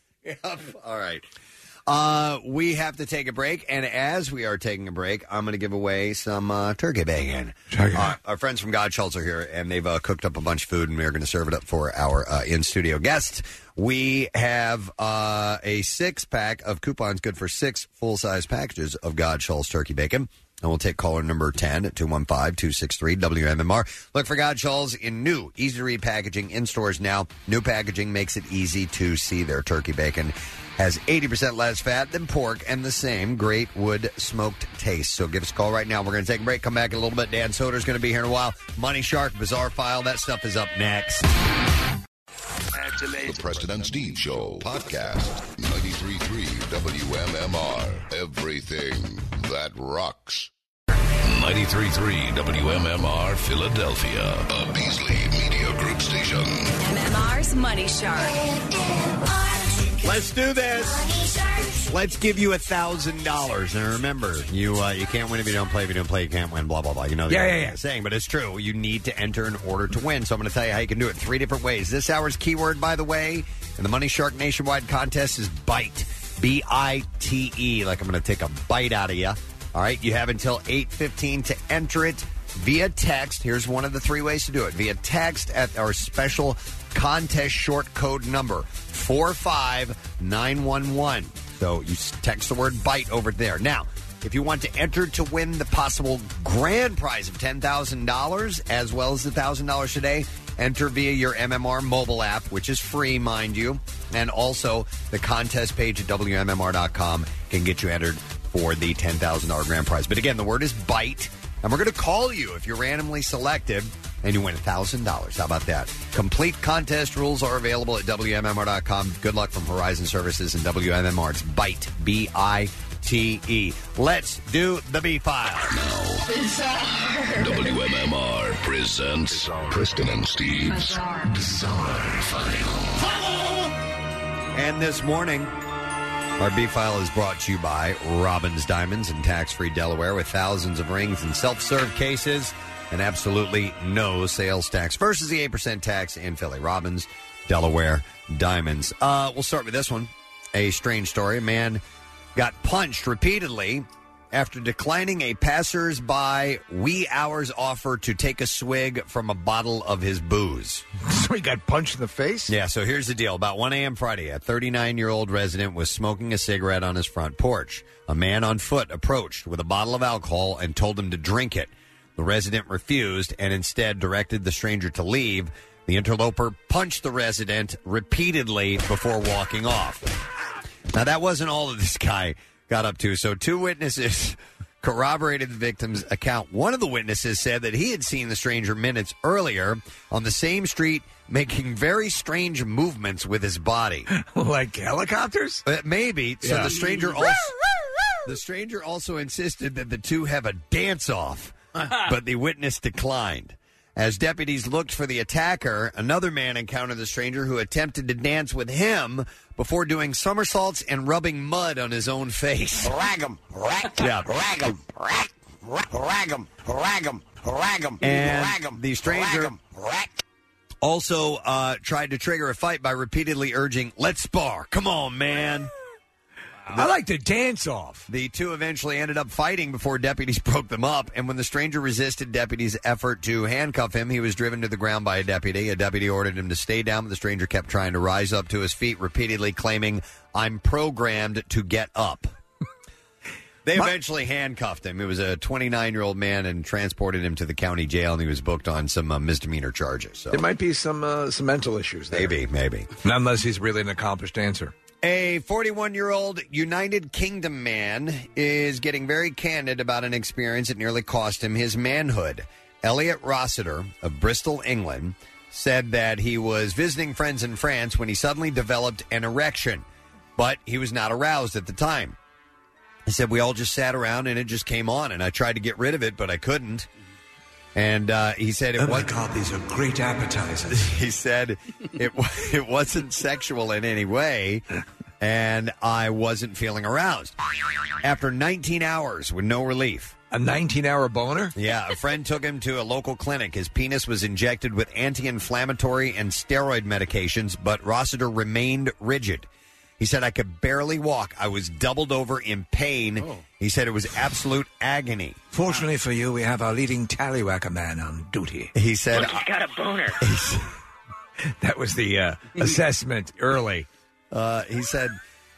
All right. Uh, we have to take a break, and as we are taking a break, I'm going to give away some uh, turkey bacon. Uh, our friends from Godschalls are here, and they've uh, cooked up a bunch of food, and we're going to serve it up for our uh, in studio guests. We have uh, a six pack of coupons good for six full size packages of Godschalls turkey bacon. And we'll take caller number 10 at 215 263 WMMR. Look for Godshalls in new, easy to read packaging in stores now. New packaging makes it easy to see their turkey bacon. Has 80% less fat than pork and the same great wood smoked taste. So give us a call right now. We're going to take a break, come back in a little bit. Dan Soder's going to be here in a while. Money Shark, Bizarre File, that stuff is up next. The Preston and Steve Show podcast. 93.3 WMMR. Everything that rocks. 93.3 WMMR Philadelphia. A Beasley Media Group station. MMR's Money Shark. Let's do this. Let's give you a thousand dollars, and remember, you uh, you can't win if you don't play. If you don't play, you can't win. Blah blah blah. You know, the Yeah, old yeah, yeah. saying, but it's true. You need to enter in order to win. So I'm going to tell you how you can do it three different ways. This hour's keyword, by the way, in the Money Shark Nationwide contest is bite, b i t e. Like I'm going to take a bite out of you. All right, you have until eight fifteen to enter it via text. Here's one of the three ways to do it via text at our special contest short code number 45911. So you s- text the word bite over there. Now, if you want to enter to win the possible grand prize of $10,000 as well as the $1,000 today, enter via your MMR mobile app, which is free, mind you. And also, the contest page at WMMR.com can get you entered for the $10,000 grand prize. But again, the word is bite. And we're going to call you if you're randomly selected and you win $1,000. How about that? Complete contest rules are available at WMMR.com. Good luck from Horizon Services and WMMR. It's BITE, B I T E. Let's do the B file. uh, WMMR presents Preston and Steve's Bizarre, File. And this morning, our B file is brought to you by Robbins Diamonds in tax free Delaware with thousands of rings and self serve cases and absolutely no sales tax versus the 8% tax in Philly. Robbins, Delaware Diamonds. Uh, we'll start with this one. A strange story. A man got punched repeatedly after declining a passersby wee hours offer to take a swig from a bottle of his booze. (laughs) So he got punched in the face? Yeah, so here's the deal. About 1 a.m. Friday, a 39 year old resident was smoking a cigarette on his front porch. A man on foot approached with a bottle of alcohol and told him to drink it. The resident refused and instead directed the stranger to leave. The interloper punched the resident repeatedly before walking off. Now, that wasn't all that this guy got up to. So, two witnesses (laughs) corroborated the victim's account. One of the witnesses said that he had seen the stranger minutes earlier on the same street making very strange movements with his body. (laughs) Uh, like helicopters? maybe. So, the stranger also. The stranger also insisted that the two have a dance off, but the witness declined. As deputies looked for the attacker, another man encountered the stranger who attempted to dance with him before doing somersaults and rubbing mud on his own face. Rag 'em, rag, Yeah. rag 'em, rag, rag, rag 'em, rag 'em, rag 'em, And rag 'em, the stranger- rag 'em, rag. Also, uh, tried to trigger a fight by repeatedly urging, "Let's spar! Come on, (laughs) man!" I like to dance off. The two eventually ended up fighting before deputies (laughs) broke them up. And when the stranger resisted deputies' effort to handcuff him, he was driven to the ground by a deputy. A deputy ordered him to stay down, but the stranger kept trying to rise up to his feet, repeatedly claiming, I'm programmed to get up. They eventually handcuffed him. It was a 29 year old man and transported him to the county jail, and he was booked on some uh, misdemeanor charges. So. There might be some uh, some mental issues there. Maybe, maybe. Unless he's really an accomplished dancer. A 41 year old United Kingdom man is getting very candid about an experience that nearly cost him his manhood. Elliot Rossiter of Bristol, England, said that he was visiting friends in France when he suddenly developed an erection, but he was not aroused at the time. He said, We all just sat around and it just came on, and I tried to get rid of it, but I couldn't. And uh, he said it Oh my was God, these are great appetizers. (laughs) he said it wa- it wasn't sexual in any way and I wasn't feeling aroused. After 19 hours with no relief. A 19 hour boner? Yeah, a friend took him to a local clinic. His penis was injected with anti inflammatory and steroid medications, but Rossiter remained rigid. He said, I could barely walk. I was doubled over in pain. He said it was absolute agony. Oh. Fortunately for you, we have our leading tallywhacker man on duty. He said, got a (laughs) boner. That was the uh, (laughs) assessment early. Uh, he said,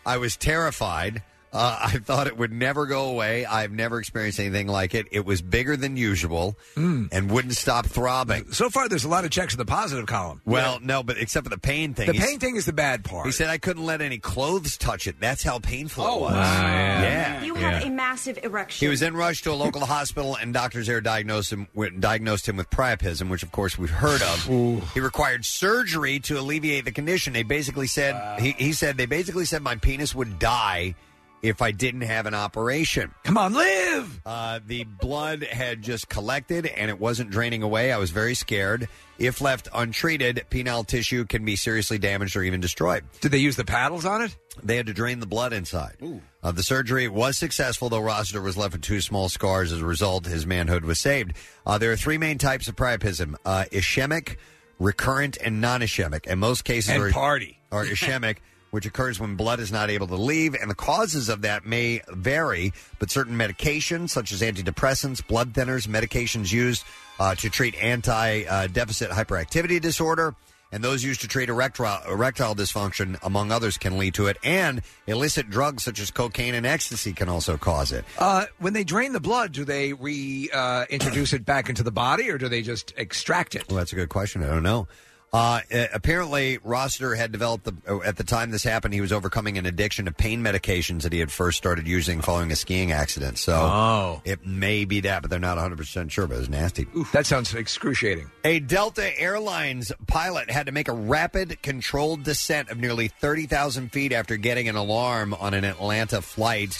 I was terrified. Uh, I thought it would never go away. I've never experienced anything like it. It was bigger than usual and wouldn't stop throbbing. Hmm. So far, there's a lot of checks in the positive column. Well, no, but except for the pain thing. The He's- pain thing is the bad part. He said, I couldn't let any clothes touch it. That's how painful it was. wow. Yeah. You have Yeah. a massive erection. He was then rushed to a local hospital, and doctors there diagnosed him with, diagnosed him with priapism, which of course we've heard of. He required surgery to alleviate the condition. They basically said he, he said they basically said my penis would die if I didn't have an operation. Come on, live. Uh, the blood had just collected and it wasn't draining away. I was very scared. If left untreated, penile tissue can be seriously damaged or even destroyed. Did they use the paddles on it? They had to drain the blood inside. Uh, the surgery was successful, though Rossiter was left with two small scars. As a result, his manhood was saved. Uh, there are three main types of priapism uh, ischemic, recurrent, and non ischemic. And most cases And are, party. (laughs) are ischemic. Which occurs when blood is not able to leave, and the causes of that may vary. But certain medications, such as antidepressants, blood thinners, medications used uh, to treat anti uh, deficit hyperactivity disorder, and those used to treat erectile, erectile dysfunction, among others, can lead to it. And illicit drugs such as cocaine and ecstasy can also cause it. Uh, when they drain the blood, do they reintroduce uh, introduce it back into the body, or do they just extract it? Well, that's a good question. I don't know. Uh, a- apparently, Rossiter had developed the, oh, at the time this happened. He was overcoming an addiction to pain medications that he had first started using following a skiing accident. So it may be that, but they're not 100 percent sure. But it was nasty. That sounds excruciating. A Delta Airlines pilot had to make a rapid, controlled descent of nearly 30,000 feet after getting an alarm on an Atlanta flight.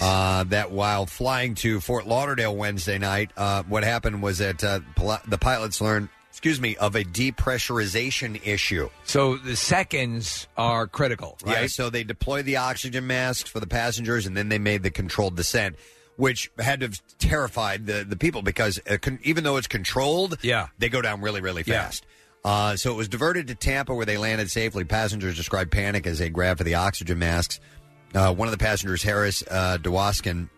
Uh, that while flying to Fort Lauderdale Wednesday night, uh, what happened was that uh, pil- the pilots learned, excuse me, of a depressurization issue. So the seconds are critical, right? Yeah, so they deployed the oxygen masks for the passengers, and then they made the controlled descent, which had to have terrified the, the people because uh, con- even though it's controlled, yeah. they go down really, really Yeah. fast. Uh, so it was diverted to Tampa, where they landed safely. Passengers described panic as they grabbed for the oxygen masks. Uh, one of the passengers, Harris uh, Dewaskin,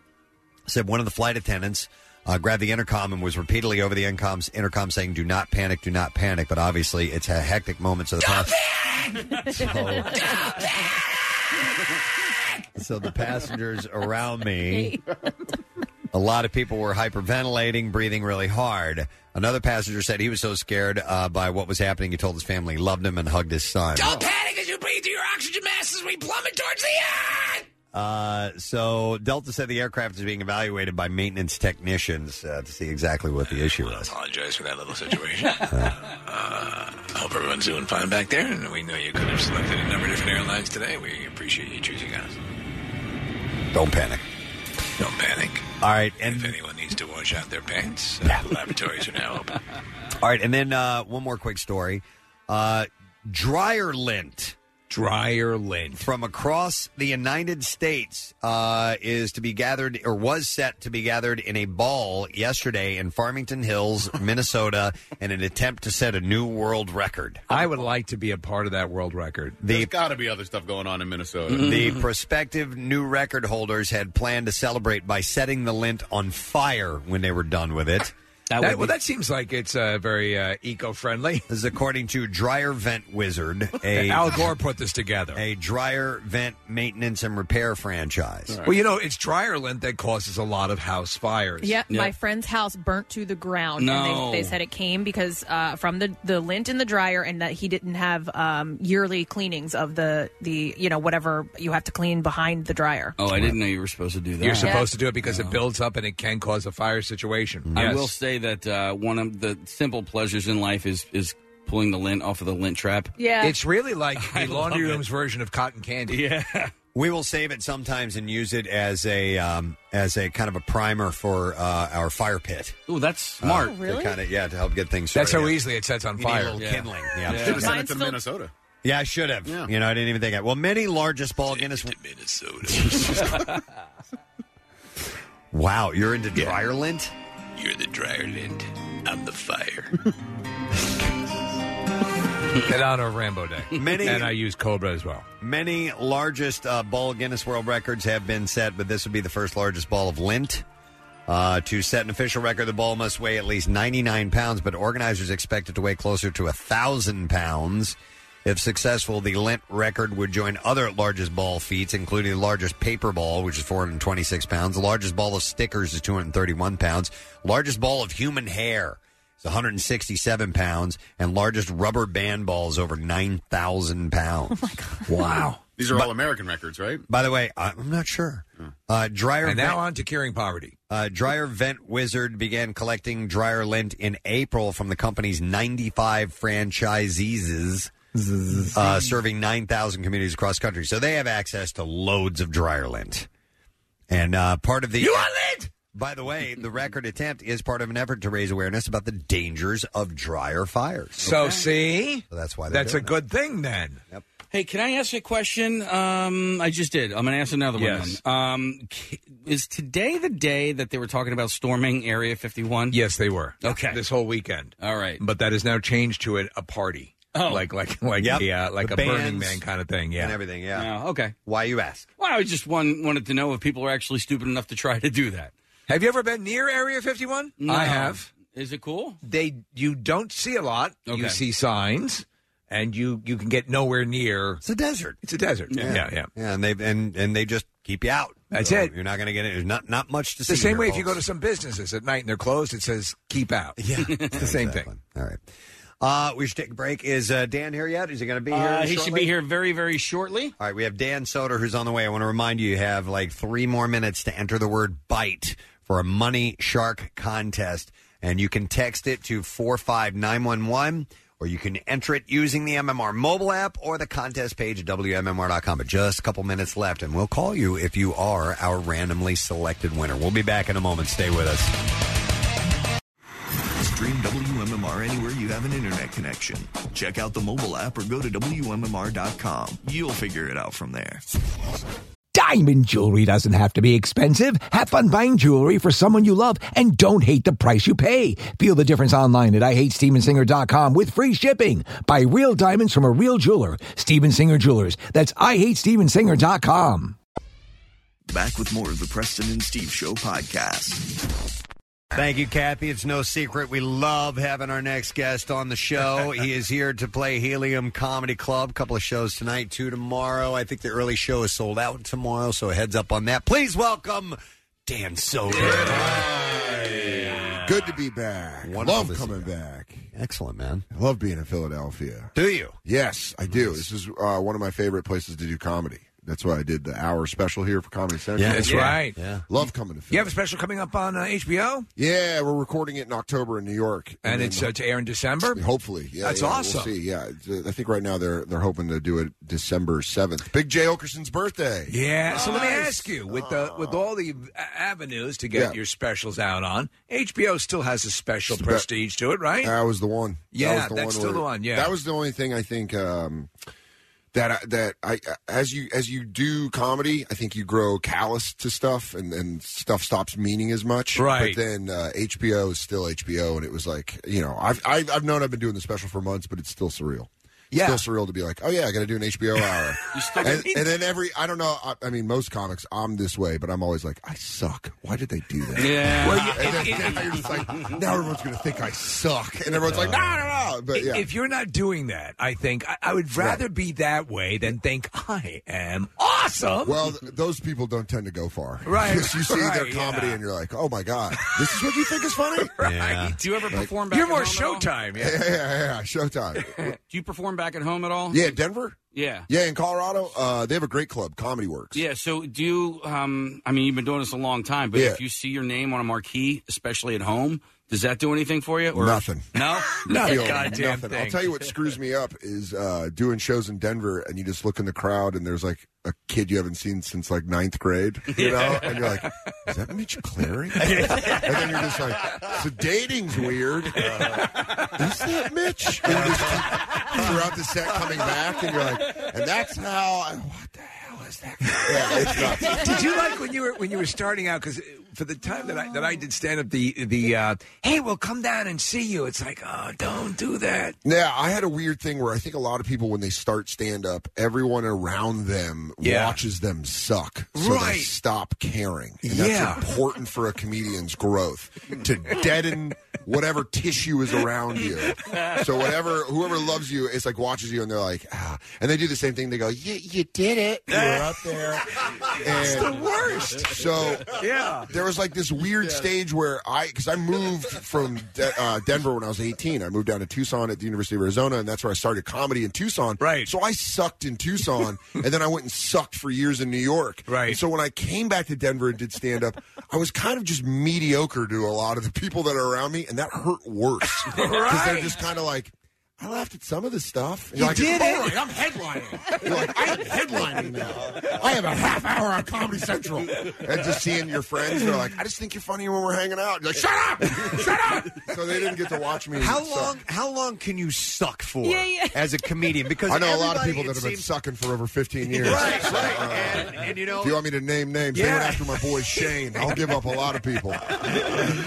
said one of the flight attendants uh, grabbed the intercom and was repeatedly over the intercom, intercom saying, "Do not panic, do not panic." But obviously, it's a hectic moment, so the pass- (laughs) so the passengers around me a lot of people were hyperventilating, breathing really hard. Another passenger said he was so scared uh, by what was happening, he told his family he loved him and hugged his son. Don't panic as you breathe through your oxygen mask as we plummet towards the end. Uh, so Delta said the aircraft is being evaluated by maintenance technicians uh, to see exactly what the issue is. apologize for that little (laughs) situation. uh, I hope everyone's doing fine back there, and we know you could have selected a number of different airlines today. We appreciate you choosing us. Don't panic. Don't panic. All right, and if anyone needs to wash out their pants, uh, the laboratories are now open. All right, and then uh, one more quick story. Uh, dryer lint. Dryer lint. From across the United States uh, is to be gathered or was set to be gathered in a ball yesterday in Farmington Hills, (laughs) Minnesota, in an attempt to set a new world record. I would like to be a part of that world record. The Got to be other stuff going on in Minnesota. The prospective new record holders had planned to celebrate by setting the lint on fire when they were done with it. That That- would well, be- that seems like it's uh, very uh, eco-friendly. This is according to Dryer Vent (laughs) Wizard. Al Gore put this together. A dryer vent maintenance and repair franchise. Well, you know, it's dryer lint that causes a lot of house fires. Yep, my friend's house burnt to the ground. No. And they, they said it came because uh, from the, the lint in the dryer, and that he didn't have um, yearly cleanings of the the you know whatever you have to clean behind the dryer. Oh, I didn't know you were supposed to do that. Oh. You're supposed to do it because it builds up and it can cause a fire (laughs) situation. I Yes. will say that uh, one of the simple pleasures in life is is pulling the lint off of the lint trap. It's really like the I love laundry it. room's version of cotton candy. Yeah. We will save it sometimes and use it as a um, as a kind of a primer for uh, our fire pit. Ooh, that's smart. Oh, really? To kinda- yeah, to help get things. That's sorted how out. easily it sets on You need a fire. little kindling, yeah. Yeah. Should've sent it to Mine's Minnesota. Yeah, I should have. Yeah. You know, I didn't even think of it. Well, many largest ball Guinness. Minnesota. (laughs) wow, you're into dryer lint. You're the dryer lint. I'm the fire. (laughs) In honor of Rambo Day. Many- and I use Cobra as well. Many largest uh, ball Guinness World Records have been set, but this would be the first largest ball of lint. Uh, to set an official record, the ball must weigh at least 99 pounds, but organizers expect it to weigh closer to 1,000 pounds. If successful, the lint record would join other largest ball feats, including the largest paper ball, which is 426 pounds. The largest ball of stickers is 231 pounds. Largest ball of human hair is 167 pounds. And largest rubber band ball is over 9,000 pounds. Wow. (laughs) These are all Hmm. American records, right? By the way, I- I'm not sure. Uh, dryer And now vent- on to curing poverty. uh, dryer Vent Wizard began collecting dryer lint in April from the company's 95 franchisees, uh, serving 9,000 communities across the country. So they have access to loads of dryer lint. And uh, part of the. You are lint. By the way, the record attempt is part of an effort to raise awareness about the dangers of dryer fires. So, see? So that's why they're That's a doing it. good thing then. Hey, can I ask you a question? Um, I just did. I'm going to ask another Yes. one. Um, k- is today the day that they were talking about storming Area 51? Yes, they were. Okay. This whole weekend. All right. But that has now changed to a, a party. Oh. Like like like Yep. the, uh, like The a Burning bands Man kind of thing. Yeah. and everything. Yeah, okay. Why you ask? Well, I just one, wanted to know if people are actually stupid enough to try to do that. Have you ever been near Area 51? I have. Is it cool? They you don't see a lot. Okay. You see signs and you you can get nowhere near. It's a desert. It's a desert. Yeah, yeah. Yeah, and they and and they just keep you out. That's So it. You're not going to get it. There's not not much to It's see. the same here, way if you folks. go to some businesses at night and they're closed, it says keep out. Yeah. (laughs) it's the same thing. All right. Uh, we should take a break. Is uh, Dan here yet? Is he going to be here? Uh, he should shortly? be here very, very shortly. All right, we have Dan Soder who's on the way. I want to remind you, you have like three more minutes to enter the word bite for a money shark contest. And you can text it to 45911, or you can enter it using the MMR mobile app or the contest page at WMMR.com. But just a couple minutes left, and we'll call you if you are our randomly selected winner. We'll be back in a moment. Stay with us. Stream WMMR anywhere you have an internet connection. Check out the mobile app or go to WMMR.com. You'll figure it out from there. Diamond jewelry doesn't have to be expensive. Have fun buying jewelry for someone you love and don't hate the price you pay. Feel the difference online at IHateStevensinger.com with free shipping. Buy real diamonds from a real jeweler. Steven Singer Jewelers. That's IHateStevensinger.com. Back with more of the Preston and Steve Show podcast. Thank you, Kathy. It's no secret we love having our next guest on the show. he is here to play Helium Comedy Club. couple of shows tonight, two tomorrow. I think the early show is sold out tomorrow, so a heads up on that. Please welcome Dan Soder. Good to be back. Wonderful Love to see coming you. back. Excellent, man. I love being in Philadelphia. Do you? Yes, I do. This is uh, one of my favorite places to do comedy. That's why I did the hour special here for Comedy Central. Yeah, that's Yeah. right. Yeah. Love coming to Philly. You have a special coming up on uh, HBO, Yeah, we're recording it in October in New York, and it's uh, to air in December. Hopefully, yeah, that's yeah, awesome. We'll see. Yeah, it's, uh, I think right now they're they're hoping to do it December seventh. Big Jay Okerson's birthday. Yeah. So let me ask you, with the with all the uh, avenues to get Yeah. your specials out on, HBO still has a special It's the best. prestige to it, right? That was the one. That Yeah, was the that's one still where- the one, yeah. that was the only thing I think um, that I, that I as you as you do comedy, I think you grow callous to stuff, and, and stuff stops meaning as much. Right. But then uh, HBO is still HBO, and it was like you know I've I've, I've known I've been doing the special for months, but it's still surreal. It's Yeah. Still surreal to be like, oh yeah, I got to do (laughs) an HBO hour, and, and then every I don't know. I, I mean, most comics, I'm this way, but I'm always like, I suck. Why did they do that? Yeah. Well, you- And then- now you're just like, now everyone's gonna think I suck, and everyone's like, no, no, no. But yeah, If you're not doing that, I think I, I would rather be that way than think I am awesome. Well, th- those people don't tend to go far, (laughs) Right, (laughs) 'Cause you see their right, comedy, yeah. (laughs) and you're like, oh my god, this is what you think is funny. Right. Do you ever perform back You're at more home at all? Showtime. (laughs) Yeah, yeah, yeah, yeah, Showtime. (laughs) Do you perform back at home at all? yeah, Denver. Yeah. Yeah, in Colorado, uh, they have a great club, Comedy Works. Yeah, so do you, um, I mean, you've been doing this a long time, but Yeah. if you see your name on a marquee, especially at home, does that do anything for you? Or Nothing. (laughs) (laughs) No? Feel nothing. I'll tell you what screws me up is uh, doing shows in Denver, and you just look in the crowd, and there's like a kid you haven't seen since like ninth grade, you know, Yeah. and you're like, is that Mitch Clary? and then you're just like, so dating's weird. is that Mitch? And you just keep- throughout the set, coming back, and you're like, and that's how. I, what the hell is that? Yeah, it's (laughs) nuts. Did you like when you were when you were starting out? Because for the time that I that I did stand up, the the uh, hey, we'll come down and see you. It's like, oh, don't do that. Yeah, I had a weird thing where I think a lot of people, when they start stand up, everyone around them Yeah. watches them suck. So they Right. stop caring. And Yeah. that's important for a comedian's growth to deaden whatever tissue is around you. So, whatever, whoever loves you, it's like watches you and they're like, ah. And they do the same thing. They go, you, you did it. You were up there. It's the worst. So yeah, there was like this weird stage where I (laughs) because I moved from De- uh, Denver when I was 18. I moved down to Tucson at the University of Arizona, and that's where I started comedy in Tucson. Right. So I sucked in Tucson, (laughs) and then I went and sucked for years in New York. Right. so when I came back to Denver and did stand up, I was kind of just mediocre to a lot of the people that are around me, and that (laughs) hurt worse because they're Right. just kind of like. I laughed at some of the stuff. And You you're like, did "All it." right, I'm headlining. You're like, I'm headlining now. I have a half hour on Comedy Central. and just seeing your friends, they're like, I just think you're funny when we're hanging out. You're like, shut up, shut up. So they didn't get to watch me. How suck. long? How long can you suck for Yeah, yeah. as a (laughs) comedian? Because I know a lot of everybody, people it that have been seems- sucking for over 15 years. Right, So, right. uh, And, and you know, if you want me to name names, they Yeah. went after my boy Shane. I'll give up a lot of people.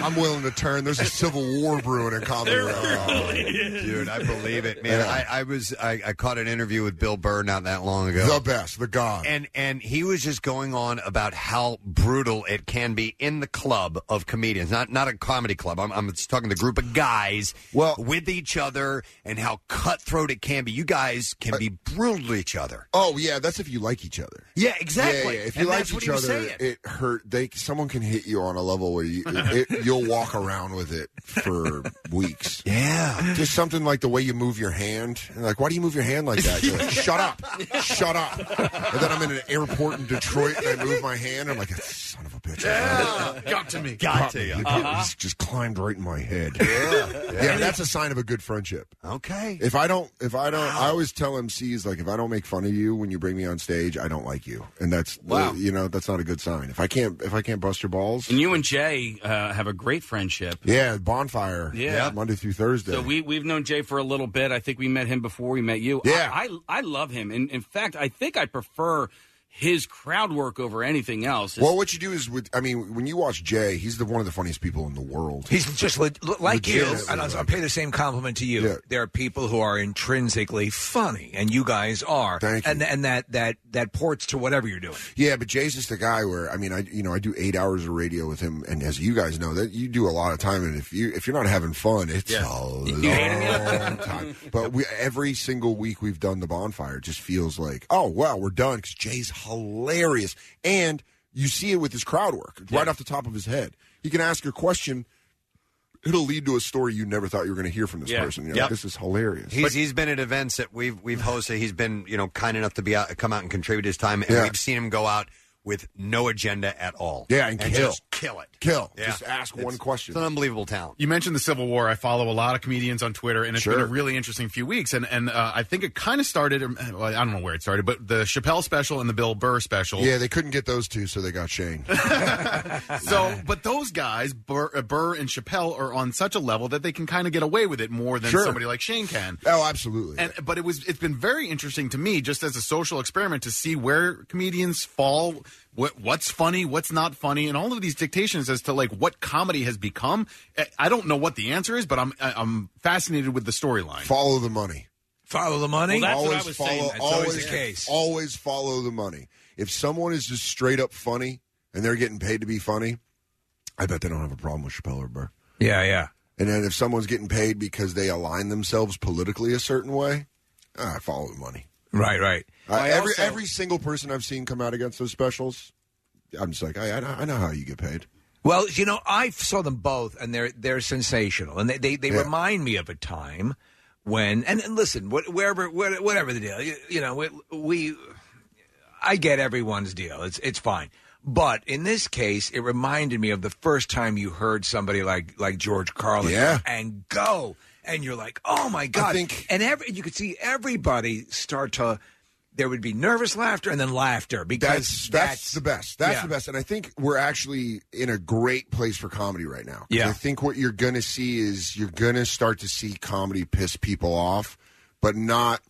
I'm willing to turn. There's a civil war brewing in comedy. right Oh, now. dude, I believe (laughs) it, man. Yeah. I, I was I, I caught an interview with Bill Burr not that long ago. The best, the god. And and he was just going on about how brutal it can be in the club of comedians, not not a comedy club. I'm I'm just talking the group of guys, well, with each other, and how cutthroat it can be. You guys can be brutal to each other. Oh yeah, that's if you like each other. Yeah, exactly. Yeah, yeah. If you And like that's what each he was other, saying. it hurt. They someone can hit you on a level where you it, you'll walk around with it for weeks. (laughs) Yeah, just something like the way you move your hand. And like, why do you move your hand (laughs) like that? You're like, Shut up, shut up. And then I'm in an airport in Detroit and I move my hand. I'm like, "That son of a bitch. Got to me. Caught me. Uh-huh. Just, just climbed right in my head. Yeah, Yeah. that's a sign of a good friendship. Okay. If I don't, if I don't, I always tell MCs like, if I don't make fun of you when you bring me on stage, I don't like you, and that's Wow. you know that's not a good sign. If I can't, if I can't bust your balls, And you and Jay uh, have a great friendship. yeah, bonfire, Yeah. Monday through Thursday. So we we've known Jay for a little bit. I think we met him before we met you. Yeah. I I, I love him, and in fact, I think I prefer his crowd work over anything else. well, what you do is, with, I mean, when you watch Jay, he's the one of the funniest people in the world. He's just le- le- like you, Legitimately, and I'll, I'll pay the same compliment to you. There are people who are intrinsically funny, and you guys are. Thank you. And and that that that ports to whatever you're doing. Yeah, but Jay's just the guy where I mean, I you know I do eight hours of radio with him, and as you guys know, that you do a lot of time, and if you if you're not having fun, it's Yeah. a You hate him, yeah. long time. But we every single week we've done the bonfire, it just feels like oh wow we're done because Jay's hilarious, and you see it with his crowd work right off the top of his head. He can ask a question it'll lead to a story you never thought you were going to hear from this Yeah. person. You're Yep. like, this is hilarious. He's, he's been at events that we've we've hosted. He's been you know kind enough to be out, come out and contribute his time, and Yeah. we've seen him go out with no agenda at all. Yeah, and kill. just kill it, Kill. Yeah. Just ask one It's- question. It's an unbelievable talent. You mentioned the Civil War. I follow a lot of comedians on Twitter, and it's Sure. been a really interesting few weeks. And and uh, I think it kind of started. um, Well, I don't know where it started, but the Chappelle special and the Bill Burr special. Yeah, they couldn't get those two, so they got Shane. So, but those guys, Burr, uh, Burr and Chappelle, are on such a level that they can kind of get away with it more than Sure. somebody like Shane can. Oh, absolutely. And but it was it's been very interesting to me just as a social experiment to see where comedians fall, what what's funny, what's not funny, and all of these dictations as to like what comedy has become. I- I don't know what the answer is, but I'm I- I'm fascinated with the storyline. Follow the money. Follow the money. always follow, always, Always follow the money. If someone is just straight up funny and they're getting paid to be funny, I bet they don't have a problem with Chappelle or Burr. Yeah, yeah. And then if someone's getting paid because they align themselves politically a certain way, ah, I follow the money. Right, right. Uh, every every single person I've seen come out against those specials, I'm just like, I, I, know, I know how you get paid. Well, you know, I saw them both, and they're they're sensational, and they they, they remind me of a time when. And, and listen, what, wherever where, whatever the deal, you, you know, it, we I get everyone's deal. It's it's fine. But in this case, it reminded me of the first time you heard somebody like like George Carlin Yeah. and go, and you're like, oh my god! and every you could see everybody start to. There would be nervous laughter and then laughter because that's, that's, the best. That's yeah. the best. And I think we're actually in a great place for comedy right now. 'Cause Yeah. I think what you're going to see is you're going to start to see comedy piss people off, but not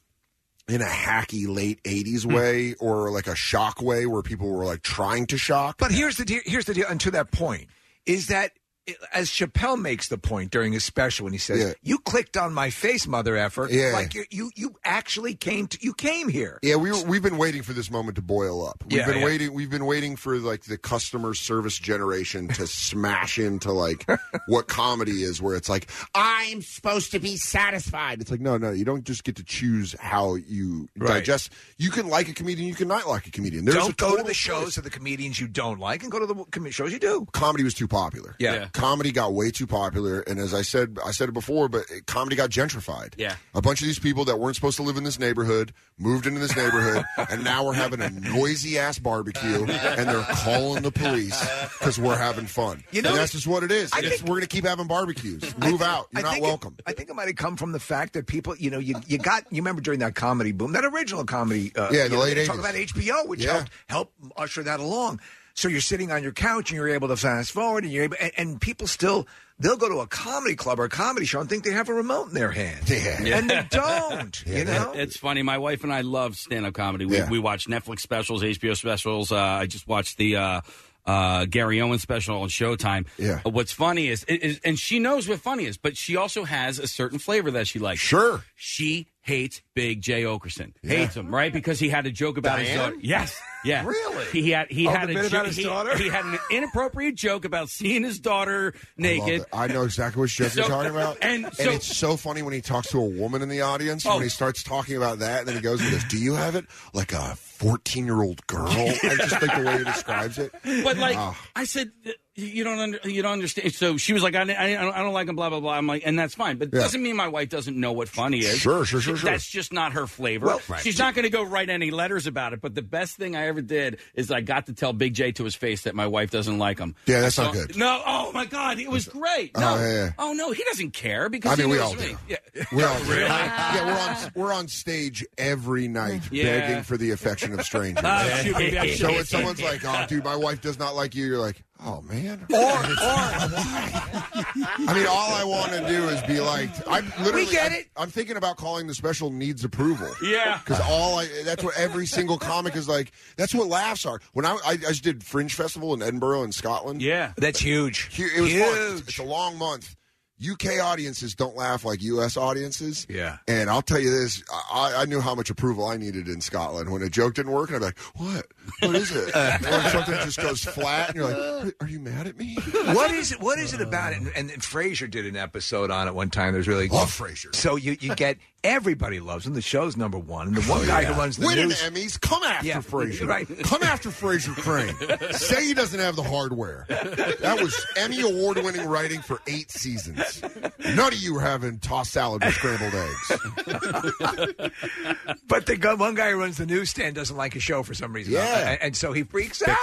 in a hacky late 80s way or like a shock way where people were like trying to shock. But here's the deal. Here's the deal. And to that point, is that eh, as Chappelle makes the point during his special when he says, Yeah. "You clicked on my face, mother effer." Yeah. Like you, you, you actually came. To, you came here. Yeah, we were, we've been waiting for this moment to boil up. We've Yeah, been yeah. waiting. We've been waiting for like the customer service generation to smash (laughs) into like what comedy is, where it's like, I'm supposed to be satisfied. it's like, no, no, you don't just get to choose how you Right. digest. You can like a comedian, you can not like a comedian. There's a don't go to total the shows of the comedians you don't like, and go to the com- shows you do. comedy was too popular. Yeah. Yeah. comedy got way too popular, and as I said, I said it before, but comedy got gentrified. Yeah. a bunch of these people that weren't supposed to live in this neighborhood moved into this neighborhood, and now we're having a noisy ass barbecue, and they're calling the police because we're having fun. You know, and that's just what it is. I It's- think- we're going to keep having barbecues. Move out. You're I not think it- welcome. I think it might have come from the fact that people, you know, you, you got, you remember during that comedy boom, that original comedy. Uh, Yeah, the you know, late they Talk 80s. about HBO, which Yeah. helped help usher that along. So you're sitting on your couch and you're able to fast forward and you're able, and, and people still, they'll go to a comedy club or a comedy show and think they have a remote in their hand. Yeah. (laughs) And they don't, you know? It's funny. My wife and I love stand up comedy. We, Yeah. we watch Netflix specials, HBO specials. Uh, I just watched the uh, uh, Gary Owen special on Showtime. Yeah. Uh, What's funny is, i- is, and she knows what funny is, but she also has a certain flavor that she likes. Sure. She hates Big Jay Okerson. Yeah. Hates him, right? Because he had a joke about his Diane? daughter. Yes. Yeah. Really? He had he Oh, had the a bit jo- about his he- daughter? He had an inappropriate joke about seeing his daughter I love naked. it. I know exactly what joke So- you're talking about. and so- it's so funny when he talks to a woman in the audience, Oh. when he starts talking about that, and then he goes and goes, Do you have it? Like a 14 year old girl. I just like the way he describes it. But like Ah. I said, y- you don't under, you don't understand. So she was like, I, I, I don't- I don't like him, blah blah blah. I'm like, and that's fine, but it Yeah. doesn't mean my wife doesn't know what funny is. Sure, sure, sure, She- sure. That's just not her flavor. Well, right. She's not going to go write any letters about it. But the best thing I ever did is I got to tell Big J to his face that my wife doesn't like him. Yeah, that's So- not good. No, oh my God, it was great. Oh, No, yeah, yeah. oh no, he doesn't care because I mean, he we knows all me. do. Yeah. We're on, Really? yeah, we're (laughs) on we're on stage every night Yeah. begging for the affection of (laughs) strangers. Oh, shoot, maybe I should- so when someone's like, "Oh, dude, my wife does not like you," you're like, "Oh man." Or, or (laughs) I mean, all I want to do is be liked. I'm literally. We get I'm, it. I'm thinking about calling the special needs approval. Yeah. Because all I, that's what every single comic is like. That's what laughs are. When I, I, I just did Fringe Festival in Edinburgh in Scotland. Yeah. That's huge. It was fun. It's- It's a long month. UK audiences don't laugh like US audiences. Yeah. And I'll tell you this, I, I knew how much approval I needed in Scotland when a joke didn't work, and I'd be like, "What? What (laughs) is it? or something just goes flat, and you're like, "Are you mad (laughs) at me?" what is it? What is it about it? And, and Frasier did an episode on it one time. There's really Love Frasier. So you, you get everybody loves him. The show's number one. And the one Oh, guy yeah. who runs the Winning news. Emmys. Come after Yeah, Fraser. right. Come after Fraser Crane. Say he doesn't have the hardware. That was Emmy award winning writing for eight seasons. None of you are having tossed salad with scrambled eggs. (laughs) But the guy, one guy who runs the newsstand doesn't like his show for some reason. Yeah. Uh, and, and so he freaks out.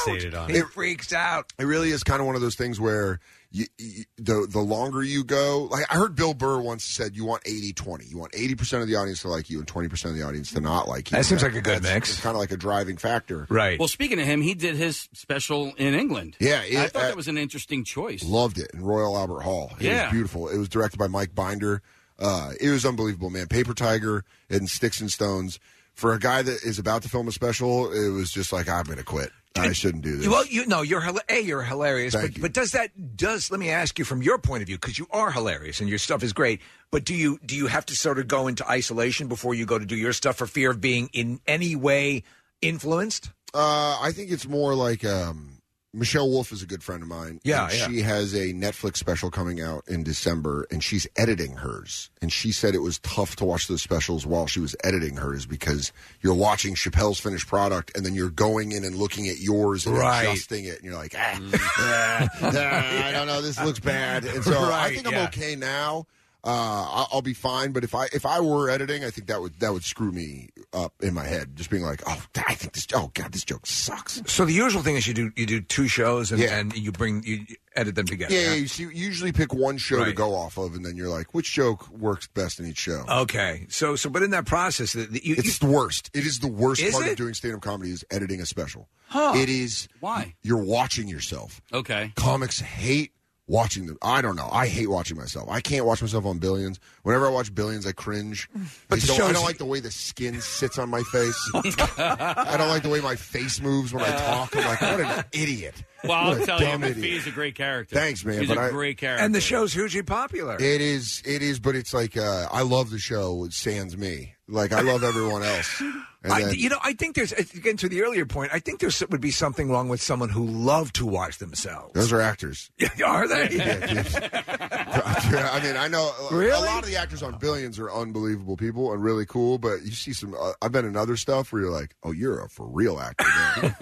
He freaks out. It really is kind of one of those things where you, you, the the longer you go, like I heard Bill Burr once said, you want 80-20. You want eighty percent of the audience to like you and twenty percent of the audience to not like you. That seems like a good mix. It's kind of like a driving factor, right? Well, speaking of him, he did his special in England. Yeah, it- I thought uh, that was an interesting choice. Loved it in Royal Albert Hall. It Yeah. was beautiful. It was directed by Mike Binder. Uh, it was unbelievable, man. Paper Tiger and Sticks and Stones. For a guy that is about to film a special, it was just like I'm going to quit. I shouldn't do this. Well, you know, you're hila- a you're hilarious, Thank but, but does that does let me ask you from your point of view because you are hilarious and your stuff is great. But do you do you have to sort of go into isolation before you go to do your stuff for fear of being in any way influenced? Uh, I think it's more like um, Michelle Wolf is a good friend of mine. Yeah, and yeah. she has a Netflix special coming out in December, and she's editing hers. And she said it was tough to watch those specials while she was editing hers because you're watching Chappelle's finished product, and then you're going in and looking at yours and Right. (laughs) adjusting it, and you're like, ah, ah, ah, I don't know, this looks bad. And so I Right, think I'm yeah. okay now. Uh, I- I'll be fine, but if I if I were editing, I think that would that would screw me up in my head. Just being like, oh, I think this, oh god, this joke sucks. So the usual thing is you do you do two shows and, Yeah. and you bring you you edit them together. Yeah, yeah, you see- you usually pick one show to Right. go off of, and then you're like, which joke works best in each show? Uh, Okay, so so but in that process, the, the, you, it's the worst. It is the worst Is part it? of doing stand-up comedy is editing a special. Huh. It is Why? you're watching yourself. Okay. Comics hate watching them. I don't know. I hate watching myself. I can't watch myself on Billions. Whenever I watch Billions, I cringe. But I the don't, show's- I (laughs) don't like the way the skin sits on my (laughs) face. I don't like the way my face moves when I talk. I'm like, what (laughs) an idiot. Well, I'll What a tell you, dumb Miss idiot. B is a great character. Thanks, man, She's but a I- great character. and the show's hugely popular. It is, it is, but it's like uh, I love the show. It stands me. Like I love everyone else. And I, then- you know, I think there's again to the earlier point. I think there would be something wrong with someone who loved to watch themselves. those are actors. (laughs) Are they? Yeah, (laughs) I mean, I know a- a Really? lot of the actors on Billions are unbelievable people and really cool, but you see some. Uh, I've been in other stuff where you're like, "Oh, you're a for real actor.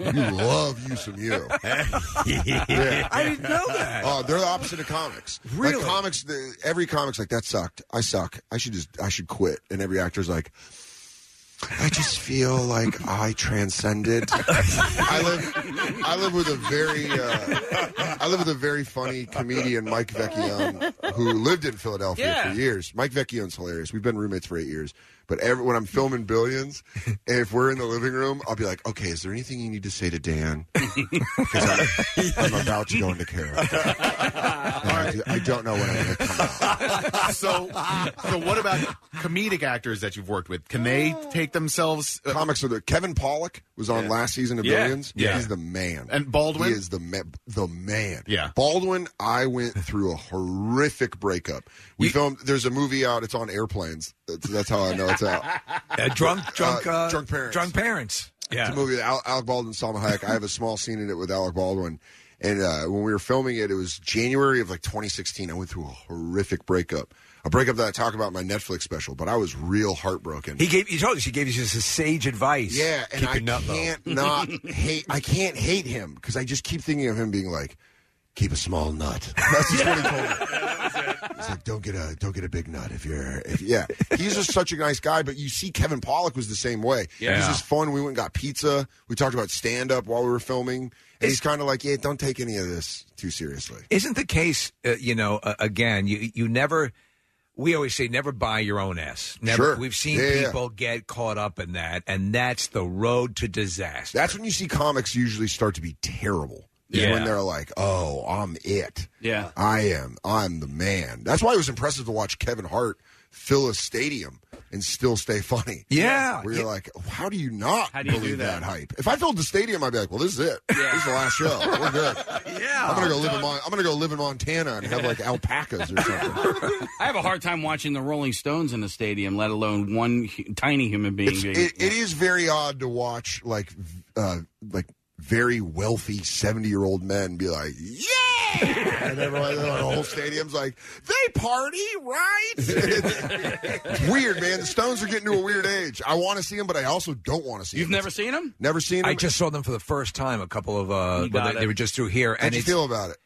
Man. (laughs) You love you some (laughs) you." I didn't know that. Oh, they're the opposite of comics. Really? Like comics, the, every comic's like that sucked. I suck. I should just I should quit. And every actor's like, I just feel like I transcended. I live I live with a very uh, I live with a very funny comedian Mike Vecchione who lived in Philadelphia Yeah. for years. Mike Vecchione's hilarious. We've been roommates for eight years. But every, when I'm filming Billions, if we're in the living room, I'll be like, "Okay, is there anything you need to say to Dan?" Because I'm about to go into character. And I do- I don't know when I'm going to come out. (laughs) so, so what about comedic actors that you've worked with? Can they Oh. take themselves? Uh, Comics are the Kevin Pollock was on Yeah. last season of Yeah. Billions. Yeah. He's the man. And Baldwin? He is the ma- the man. Yeah. Baldwin, I went through a horrific breakup. We filmed there's a movie out, it's on airplanes. That's, that's how I know it's out. Uh, drunk, drunk, Uh, uh, drunk parents. drunk parents. It's a movie with Al- Alec Baldwin, Salma Hayek. I have a small scene in it with Alec Baldwin. And uh, when we were filming it, it was January of like 2016. I went through a horrific breakup, a breakup that I talk about in my Netflix special. But I was real heartbroken. He gave. He told us he gave you just a sage advice. Yeah, and I can't not hate. I can't hate him because I just keep thinking of him being like, keep a small nut. (laughs) That's just what he told me. He's like, don't get a don't get a big nut if you're if yeah. He's just such a nice guy, but you see, Kevin Pollock was the same way. Yeah. he's just fun. We went and got pizza. We talked about stand up while we were filming, and he's kind of like, yeah, don't take any of this too seriously. Isn't the case? Uh, you know, uh, again, you you never. We always say never buy your own ass. Never. Sure. We've seen Yeah, yeah. people get caught up in that, and that's the road to disaster. That's when you see comics usually start to be terrible. Is Yeah. when they're like, oh, I'm it. Yeah. I am. I'm the man. That's why it was impressive to watch Kevin Hart fill a stadium and still stay (laughs) funny. Yeah. Where you're like, how do you not How do you do believe that? hype? If I filled the stadium, I'd be like, well, this is it. This is the last show. (laughs) We're good. Yeah. I'm gonna go live in Mon- I'm gonna go live in Montana and have like (laughs) alpacas or something. I have a hard time watching the Rolling Stones in the stadium, let alone one hu- tiny human being. It's, being it, it is very odd to watch like v- uh, like very wealthy 70 year old men be like, yeah! (laughs) and everyone, the whole stadium's like, they party, (laughs) right? it's weird, man. The Stones are getting to a weird age. I want to see them, but I also don't want to see You've them. never seen them? Never seen them. I just saw them for the first time. A couple of uh, well, You got they, it. they were just through here. How'd and you it's- feel about it?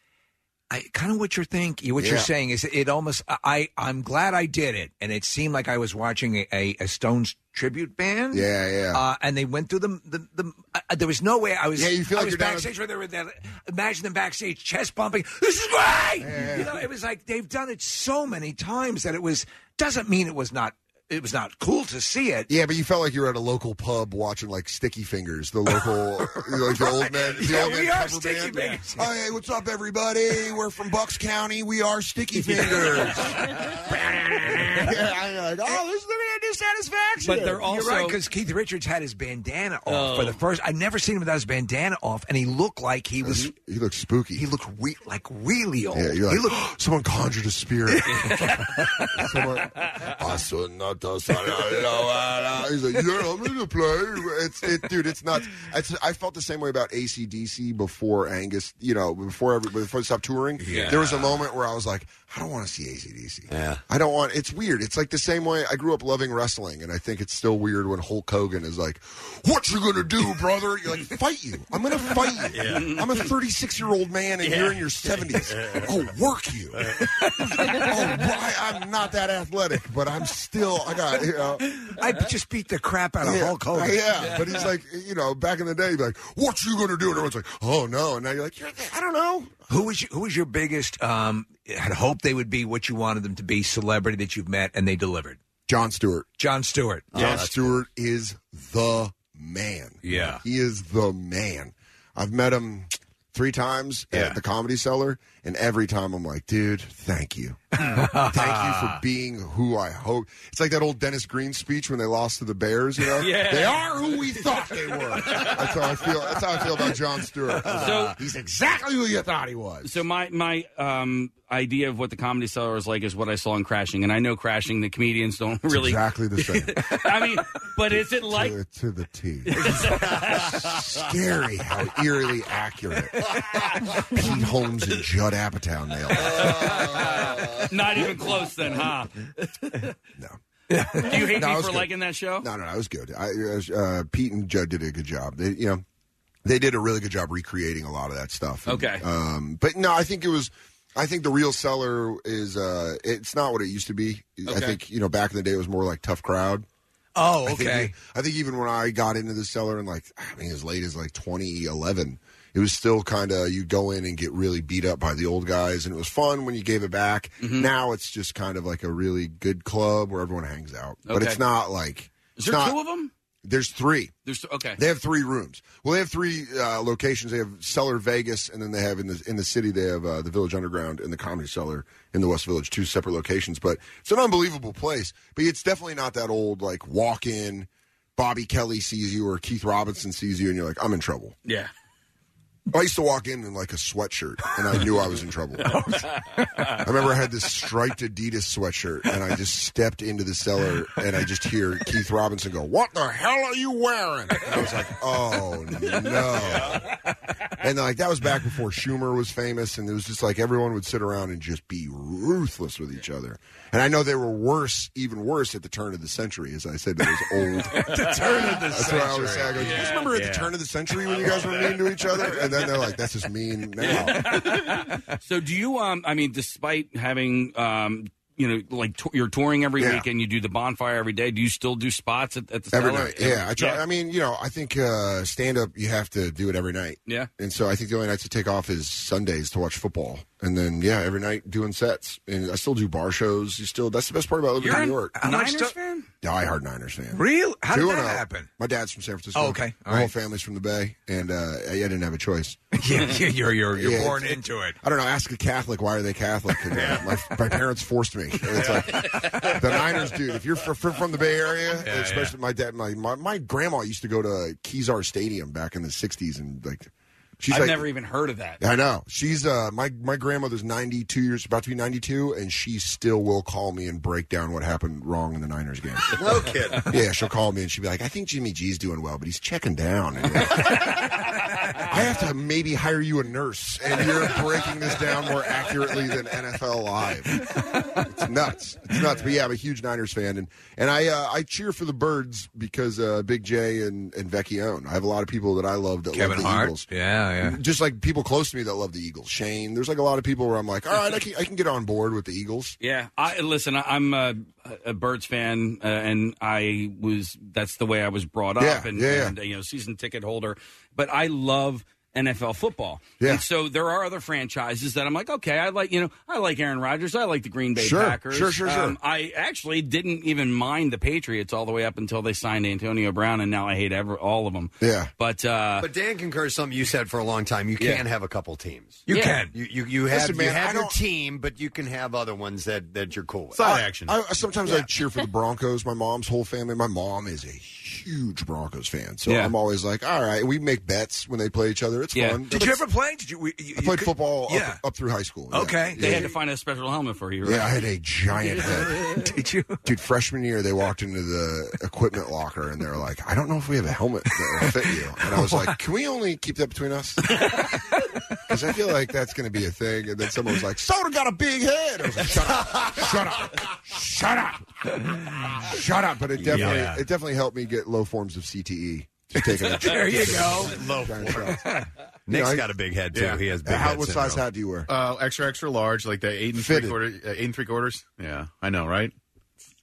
I kind of what you're thinking, what you're Yeah. saying is it almost. I I'm glad I did it, and it seemed like I was watching a, a, a Stones tribute band. Yeah, yeah. Uh, and they went through the the, the uh, there was no way I was. Yeah, you feel I like was you're down- backstage where they were there. Imagine them backstage, chest (laughs) bumping. This is great. You know, it was like they've done it so many times that it was doesn't mean it was not it was not cool to see it. Yeah, but you felt like you were at a local pub watching like Sticky Fingers, the local, like the old man, the Yeah, old man we are cover Sticky band. Fingers. Oh, hey, what's up, everybody? We're from Bucks County. We are Sticky Fingers. yeah, I know. Like, oh, this is the man new satisfaction. But they're also because Keith Richards had his bandana off Oh. for the first. I never seen him without his bandana off, and he looked like he was. He, looked spooky. He looked re- like really old. Yeah, you're he like, looked. (gasps) someone conjured a (laughs) spirit. (laughs) Someone- He's like, yeah, I'm gonna play. It's it, dude. It's nuts. It's, I felt the same way about ACDC before Angus. You know, before every before they stopped touring. Yeah. There was a moment where I was like, I don't want to see ACDC. Yeah. I don't want. It's weird. It's like the same way I grew up loving wrestling, and I think it's still weird when Hulk Hogan is like, "What you gonna do, brother?" You're like, "Fight you. I'm gonna fight you. Yeah. I'm a 36 year old man, and Yeah. you're in your 70s. I'll (laughs) work you. oh, why? I'm not that athletic, but I'm still. I got. You know, I just beat the crap out of yeah. Hulk Hogan. Yeah, but he's like, you know, back in the day, he'd be like, "What you gonna do?" And everyone's like, "Oh no!" And now you're like, you're, "I don't know." Who was your, who was your biggest? Um, had hoped they would be what you wanted them to be, celebrity that you've met, and they delivered. John Stewart. Oh, John Stewart. John Stewart is the man. Yeah. He is the man. I've met him three times at the Comedy Cellar, and every time I'm like, dude, thank (laughs) you. thank you for being who I hope. It's like that old Dennis Green speech when they lost to the Bears, (laughs) (laughs) you know? Yeah. They are who we thought they were. that's how I feel. That's how I feel about John Stewart. (laughs) So- He's exactly who you thought he was. So my my um, idea of what the comedy cellar is like is what I saw in Crashing, and I know Crashing the comedians don't It's really. exactly the same. I (laughs) mean, (laughs) but is it like? to, to the T. Scary how eerily accurate (laughs) Pete Holmes and Judd Apatow nailed. it. (laughs) Not even close, (laughs) then, huh? no. (laughs) Do you hate No, it me was for good. liking that show? No, no, no, it was good. I, uh, Pete and Judd did a good job. They, you know, they did a really good job recreating a lot of that stuff. And, Okay. um, but no, I think it was. I think the real seller is. Uh, it's not what it used to be. I Okay. think you know back in the day it was more like tough crowd. Oh, I think, okay. I think even when I got into the cellar and like I mean as late as like 2011, it was still kind of you go in and get really beat up by the old guys, and it was fun when you gave it back. Mm-hmm. Now it's just kind of like a really good club where everyone hangs out, but Okay. it's not like Is it's there not- two of them? There's three. There's okay. They have three rooms. Well, they have three uh, locations. They have Cellar Vegas, and then they have in the in the city they have uh, the Village Underground and the Comedy Cellar in the West Village. Two separate locations, but it's an unbelievable place. But it's definitely not that old. Like walk in, Bobby Kelly sees you or Keith Robinson sees you, and you're like, I'm in trouble. Yeah. I used to walk in in like a sweatshirt, and I knew I was in trouble. I remember I had this striped Adidas sweatshirt, and I just stepped into the cellar, and I just hear Keith Robinson go, "What the hell are you wearing?" And I was like, "Oh no!" And like that was back before Schumer was famous, and it was just like everyone would sit around and just be ruthless with each other. And I know they were worse, even worse at the turn of the century, as I said to those old. (laughs) The turn of the That's what I always say. I go, "Do you guys century. remember at Yeah. the turn of the century when you guys were mean to each other?" And then they're like, "That's just mean now." So do you? Um, I mean, despite having. Um, you know, like t- you're touring every Yeah. week and you do the bonfire every day. Do you still do spots at, at the every cellar? night. Yeah, I try. I mean, you know, I think uh, stand up you have to do it every night. Yeah. and so I think the only nights to take off is Sundays to watch football, and then yeah, every night doing sets. And I still do bar shows. You still that's the best part about living You're in New a York. Niners fan? diehard Niners fan. Real? How did Two that and oh. happen? My dad's from San Francisco. Oh, okay. my All whole right. family's from the Bay, and uh, I I didn't have a choice. (laughs) yeah, you're you're, you're Yeah, born it's- into it. I don't know. Ask a Catholic why are they Catholic? And, uh, my, my parents forced me. It's like the Niners, dude. If you're fr- fr- from the Bay Area, Yeah, especially my dad, my, my my grandma used to go to Kezar Stadium back in the '60s, and like she's I've like, never even heard of that. I know. She's uh my my grandmother's 92 years about to be 92 and she still will call me and break down what happened wrong in the (laughs) Niners game. No kidding. yeah, she'll call me and she'll be like, "I think Jimmy G's doing well, but he's checking down." (laughs) And, like, I have to maybe hire you a nurse (laughs) and you're breaking this down more accurately than NFL live. It's nuts. It's nuts. But yeah, I'm a huge Niners fan and and I uh, I cheer for the Birds because uh, Big J and and Vecchione. I have a lot of people that I love that Kevin love the Hart. Eagles Oh, Yeah, yeah. just like people close to me that love the Eagles. Shane, there's like a lot of people where I'm like, all right, I can, I can get on board with the Eagles. Yeah, I listen. I, I'm a, a Birds fan, uh, and I was that's the way I was brought up, Yeah, and, yeah, yeah. and uh, you know, season ticket holder. But I love NFL football, Yeah. and so there are other franchises that I'm like, okay, I like you know, I like Aaron Rodgers, I like the Green Bay Sure, Packers, sure, sure, sure. Um, I actually didn't even mind the Patriots all the way up until they signed Antonio Brown, and now I hate ever, all of them. Yeah. But uh, But Dan concurs something you said for a long time. You Yeah. can have a couple teams. You Yeah. can. You you, you have Listen, you man, I have your don't- team, but you can have other ones that that you're cool with. I- I, sometimes I cheer for the Broncos. My mom's whole family. My mom is a huge Broncos fan, so Yeah. I'm always like, all right, we make bets when they play each other. It's fun. Did you ever play? Did you? we- you I played football Yeah. up, up through high school. Okay. Yeah. they Yeah. had to find a special helmet for you. Right? Yeah, I had a (laughs) giant head. Did you? Dude, freshman year, they walked into the equipment locker and they were like, I don't know if we have a helmet that will fit you. And I was like, can we only keep that between us? Because I feel like that's going to be a thing. And then someone was like, Soda got a big head. I was like, shut up, shut up, shut up, shut up. But it definitely, Yeah. it definitely helped me get low forms of E CTE. Just (laughs) (laughs) taking a There you go. Low forms. Nick's I- got a big head too. Yeah. Uh, He has big How- head what syndrome. size hat do you wear? Uh, extra, extra large, like the eight and Fitted. three quarter, uh, eight and three quarters. Yeah, I know, right?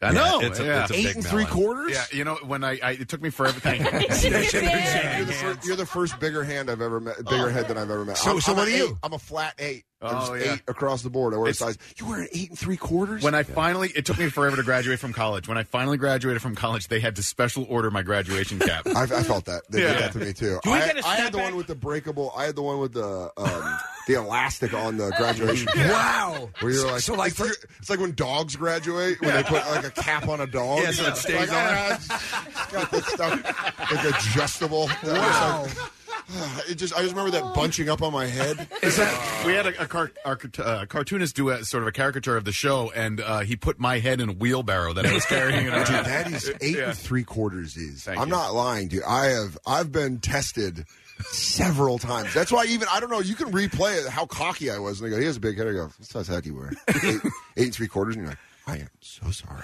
I Yeah, know. it's a- yeah. it's a Eight big and three melon. quarters? Yeah, you know when I, I it took me forever. (laughs) Thank you. You're the, first, you're the first bigger hand I've ever met, bigger head than I've ever met. So- I'm, so I'm what an are you? eight. I'm a flat eight. I'm Oh, just yeah. eight across the board. I wear a It's- size. You wear an eight and three quarters? When I finally, it took me forever to graduate from college. When I finally graduated from college, they had to special order my graduation cap. (laughs) I, I felt that. They did that to me too. Do we I, get a I had the one with the breakable. I had the one with the um, the elastic on the graduation. Yeah. (laughs) Wow. Where you're So- like, so, like, it's, it's like when dogs graduate when they put like a cap on a dog. Yeah, so it stays Like, ah, got this stuff, like adjustable. Wow. (sighs) it just I just remember that bunching up on my head. Is that we had a, a car, our, uh, cartoonist do a sort of a caricature of the show, and uh, he put my head in a wheelbarrow that I was carrying it around. (laughs) Dude, that (laughs) is eight Yeah. and three quarters is. Thank I'm you. not lying, dude. I have I've been tested several times. That's why even I don't know. You can replay it, how cocky I was, and they go, "He has a big head." I go, "What size hat do you wear?" eight, eight and three quarters, and you're like, "I am (laughs) so sorry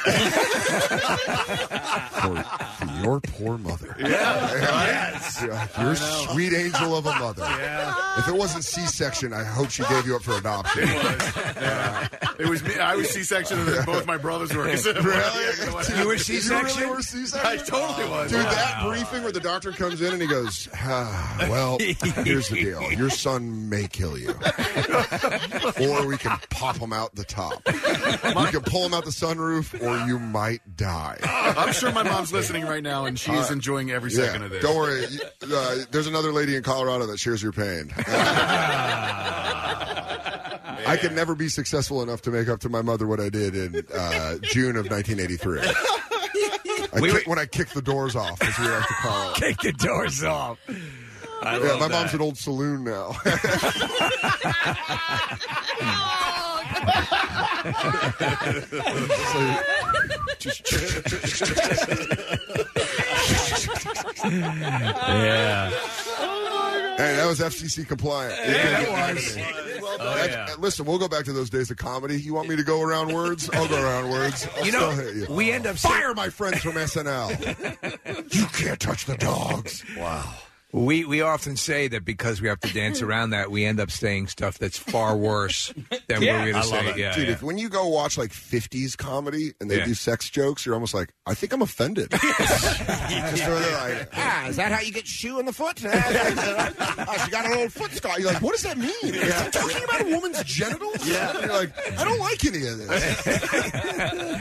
for, for your poor mother." (laughs) Yeah, Yes. your sweet angel of a mother. Yeah. If it wasn't C-section, I hope she gave you up for adoption. It was me. I was C-section, and then both my brothers were. Really? (laughs) You were You really were C-section? I totally was. Oh, Dude, that briefing where the doctor comes in and he goes, ah, (laughs) "Well, here's the deal. Your son may kill you, or we can pop him out the top. We can pull him out the sunroof, or you might die." I'm sure my mom's listening right now, and she is Uh, enjoying every Yeah, second of this. Don't worry. You- Uh, there's another lady in Colorado that shares your pain. I could never be successful enough to make up to my mother what I did in uh, June of 1983. I kick- when I kicked the doors off, as we like to call it. Kick the doors off. I yeah, love my that. mom's an old saloon now. yeah. Hey, that was FCC compliant. You Yeah, can't that get was. mad at me. Well done. That's- Oh, uh, Listen, we'll go back to those days of comedy. You want me to go around words? I'll go around words. I'll You know, still hit you. we end up fire my friends from SNL. you can't touch the dogs. Wow. We we often say that because we have to (laughs) dance around that, we end up saying stuff that's far worse than we're going to say. Yeah, Dude, yeah. If, when you go watch like 50s comedy and they Yeah. do sex jokes, you're almost like, I think I'm (laughs) offended. (laughs) (laughs) Just sort of like, ah, is that how you get shoe in the (laughs) foot? Ah, she got an old foot scar. You're like, what does that mean? Is he talking about a woman's genitals? Yeah. You're like, I don't like any of this.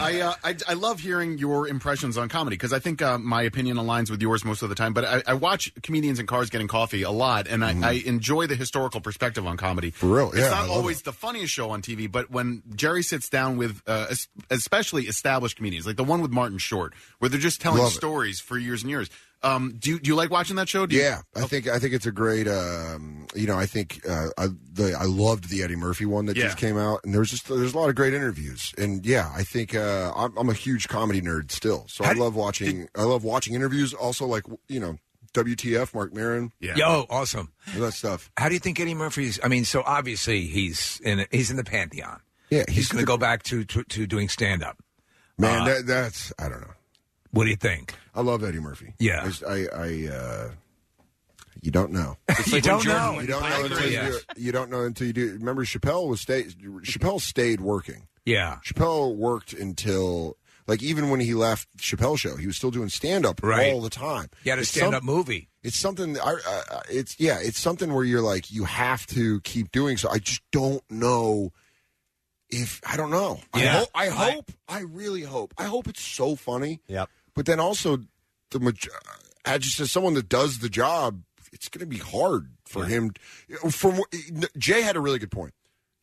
I, uh, I I love hearing your impressions on comedy because I think uh, my opinion aligns with yours most of the time. But I, I watch comedians in cars getting coffee a lot, and I, I enjoy the historical perspective on comedy. For Mm-hmm. real, yeah, it's I not love always the funniest show on TV, but when Jerry sits down with uh, es- especially established comedians, like the one with Martin Short, where they're just telling Love it. stories for years and years. Um, do you, do you like watching that show? Do you- Yeah, I think I think it's a great. Um, you know, I think uh, I the, I loved the Eddie Murphy one that Yeah. just came out, and there's just there's a lot of great interviews, and yeah, I think uh, I'm, I'm a huge comedy nerd still, so I love watching I love watching interviews. Also, like you know, WTF, Mark Maron, Yo, awesome. that stuff. How do you think Eddie Murphy's? I mean, so obviously he's in he's in the pantheon. Yeah, he's, going to go back to to, to doing stand up. man, that, that's I don't know. What do you think? I love Eddie Murphy. Yeah. I, just- I, I uh, you don't know. you don't know. You don't know until you do. it. You don't know until you do. it. Remember, Chappelle was stay. Chappelle stayed working. Yeah. Chappelle worked until like even when he left Chappelle show, he was still doing stand up Right. all the time. He had a It's stand-up some- movie. It's something. I, I- I- it's yeah. It's something where you're like you have to keep doing. So I just don't know. If I don't know, Yeah. I, ho- I hope, I really hope, I hope it's so funny. Yep. But then also, the maj- I just as someone that does the job, it's going to be hard for him. From wh- Jay had a really good point.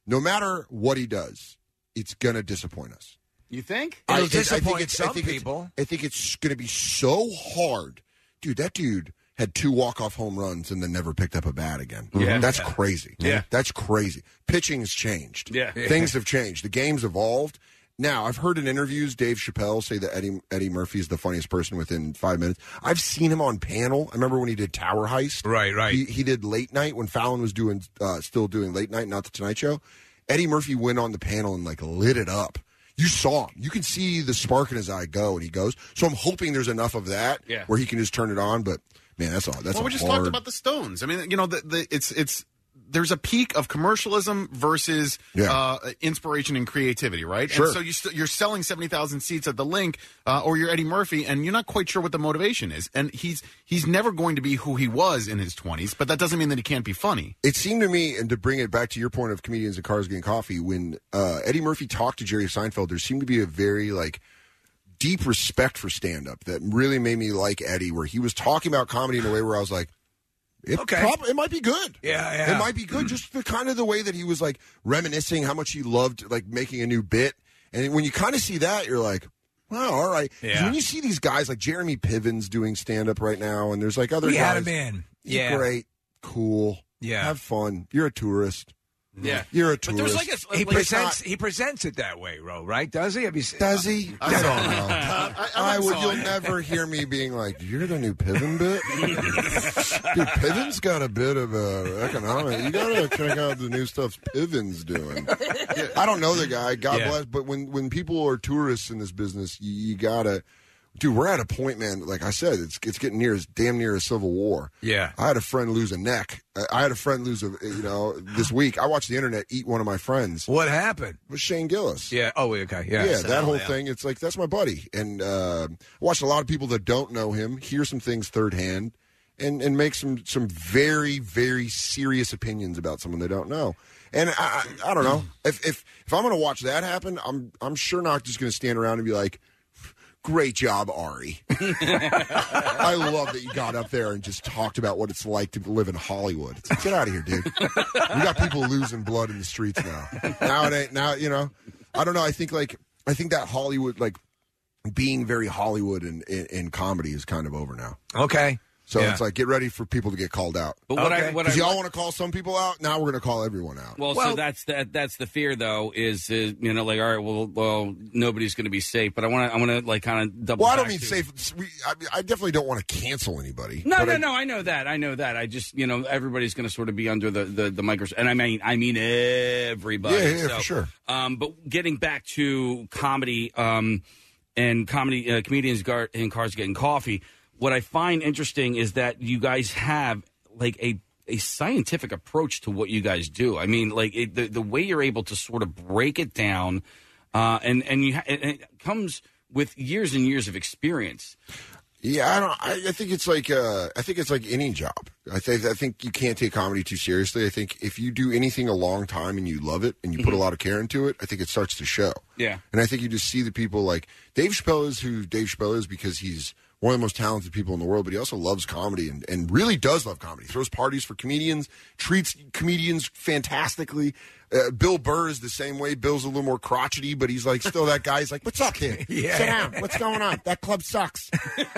No matter what he does, it's going to disappoint us. You think I- I- I think it's- I think it's- I think it's going to be so hard, dude. That dude had two walk-off home runs and then never picked up a bat again. Yeah. that's crazy. Yeah. that's crazy. Pitching's changed. Yeah. (laughs) things have changed. The game's evolved. Now, I've heard in interviews Dave Chappelle say that Eddie Eddie Murphy is the funniest person within five minutes. I've seen him on panel. I remember when he did Tower Heist. Right, right. He, he did late night when Fallon was doing uh, still doing late night, not the Tonight Show. Eddie Murphy went on the panel and like lit it up. You saw him. You can see the spark in his eye go, and he goes. So I'm hoping there's enough of that Yeah. where he can just turn it on. But man, that's all. That's well, a we just hard- talked about the Stones. I mean, you know, the, the, it's it's there's a peak of commercialism versus Yeah. uh, inspiration and creativity, right? Sure. And so you st- you're selling seventy thousand seats at the Link, uh, or you're Eddie Murphy, and you're not quite sure what the motivation is. And he's he's never going to be who he was in his twenties, but that doesn't mean that he can't be funny. It seemed to me, and to bring it back to your point of comedians and cars getting coffee, when uh, Eddie Murphy talked to Jerry Seinfeld, there seemed to be a very like deep respect for stand up that really made me like Eddie, where he was talking about comedy in a way where I was like, it, Okay. prob- it might be good. Yeah, yeah. It might be good. Just the kind of the way that he was like reminiscing how much he loved like making a new bit. And when you kind of see that, you're like, wow, all right. 'Cause Yeah. When you see these guys like Jeremy Piven's doing stand up right now, and there's like other We guys. had him in. He's Yeah. Great. Cool. Yeah. Have fun. You're a tourist. Yeah. You're a But there's tourist. like a, he presents he presents it that way, Ro. Right? Does he? Have you seen, Does he? I (laughs) don't know. I, (laughs) I would. You'll never hear me being like, "You're the new Piven bit." (laughs) Dude, Piven's got a bit of a economic. You gotta check out the new stuff Piven's (laughs) doing. I don't know the guy. God Yeah. bless. But when when people are tourists in this business, you, you gotta. Dude, we're at a point, man. Like I said, it's it's getting near, it's damn near a civil war. Yeah. I had a friend lose a neck. I- I had a friend lose a, you know, this week. I watched the internet eat one of my friends. What happened? Was Shane Gillis? (laughs) Yeah. Oh, okay. Yeah. that whole thing. It's like that's my buddy, and uh, I watched a lot of people that don't know him hear some things third hand, and and make some some very very serious opinions about someone they don't know. And I I, I don't know if if if I'm going to watch that happen, I'm I'm sure not just going to stand around and be like. Great job, Ari. (laughs) I love that you got up there and just talked about what it's like to live in Hollywood. It's like, get out of here, dude. We got people losing blood in the streets now. Now it ain't now, you know. I don't know. I think like I think that Hollywood like being very Hollywood in, in, in comedy is kind of over now. Okay. So Yeah. it's like get ready for people to get called out. But what I- what I- 'Cause y'all want to call some people out, now we're going to call everyone out. Well, so that's that. That's the fear, though. Is, is you know, like, all right, well, well, nobody's going to be safe. But I want to, I want to, like, kind of double. Well, I don't back mean to- safe. We, I, mean, I definitely don't want to cancel anybody. No, but no, I- no. I know that. I know that. I just, you know, everybody's going to sort of be under the the, the microscope, and I mean, I mean, everybody. Yeah, yeah, So, for sure. Um, but getting back to comedy, um, and comedy uh, comedians gar- in cars getting coffee. what I find interesting is that you guys have like a a scientific approach to what you guys do. I mean, like it, the the way you're able to sort of break it down, uh, and and you ha- and it comes with years and years of experience. Yeah, I don't. I, I think it's like uh, I think it's like any job. I think I think you can't take comedy too seriously. I think if you do anything a long time and you love it and you put a lot of care into it, I think it starts to show. Yeah. And I think you just see the people like Dave Chappelle is who Dave Chappelle is because he's one of the most talented people in the world, but he also loves comedy and, and really does love comedy. Throws parties for comedians, treats comedians fantastically. Uh, Bill Burr is the same way. Bill's a little more crotchety, but he's like still that guy. He's like, "What's up, kid? Yeah. Sit down. What's going on? That club sucks.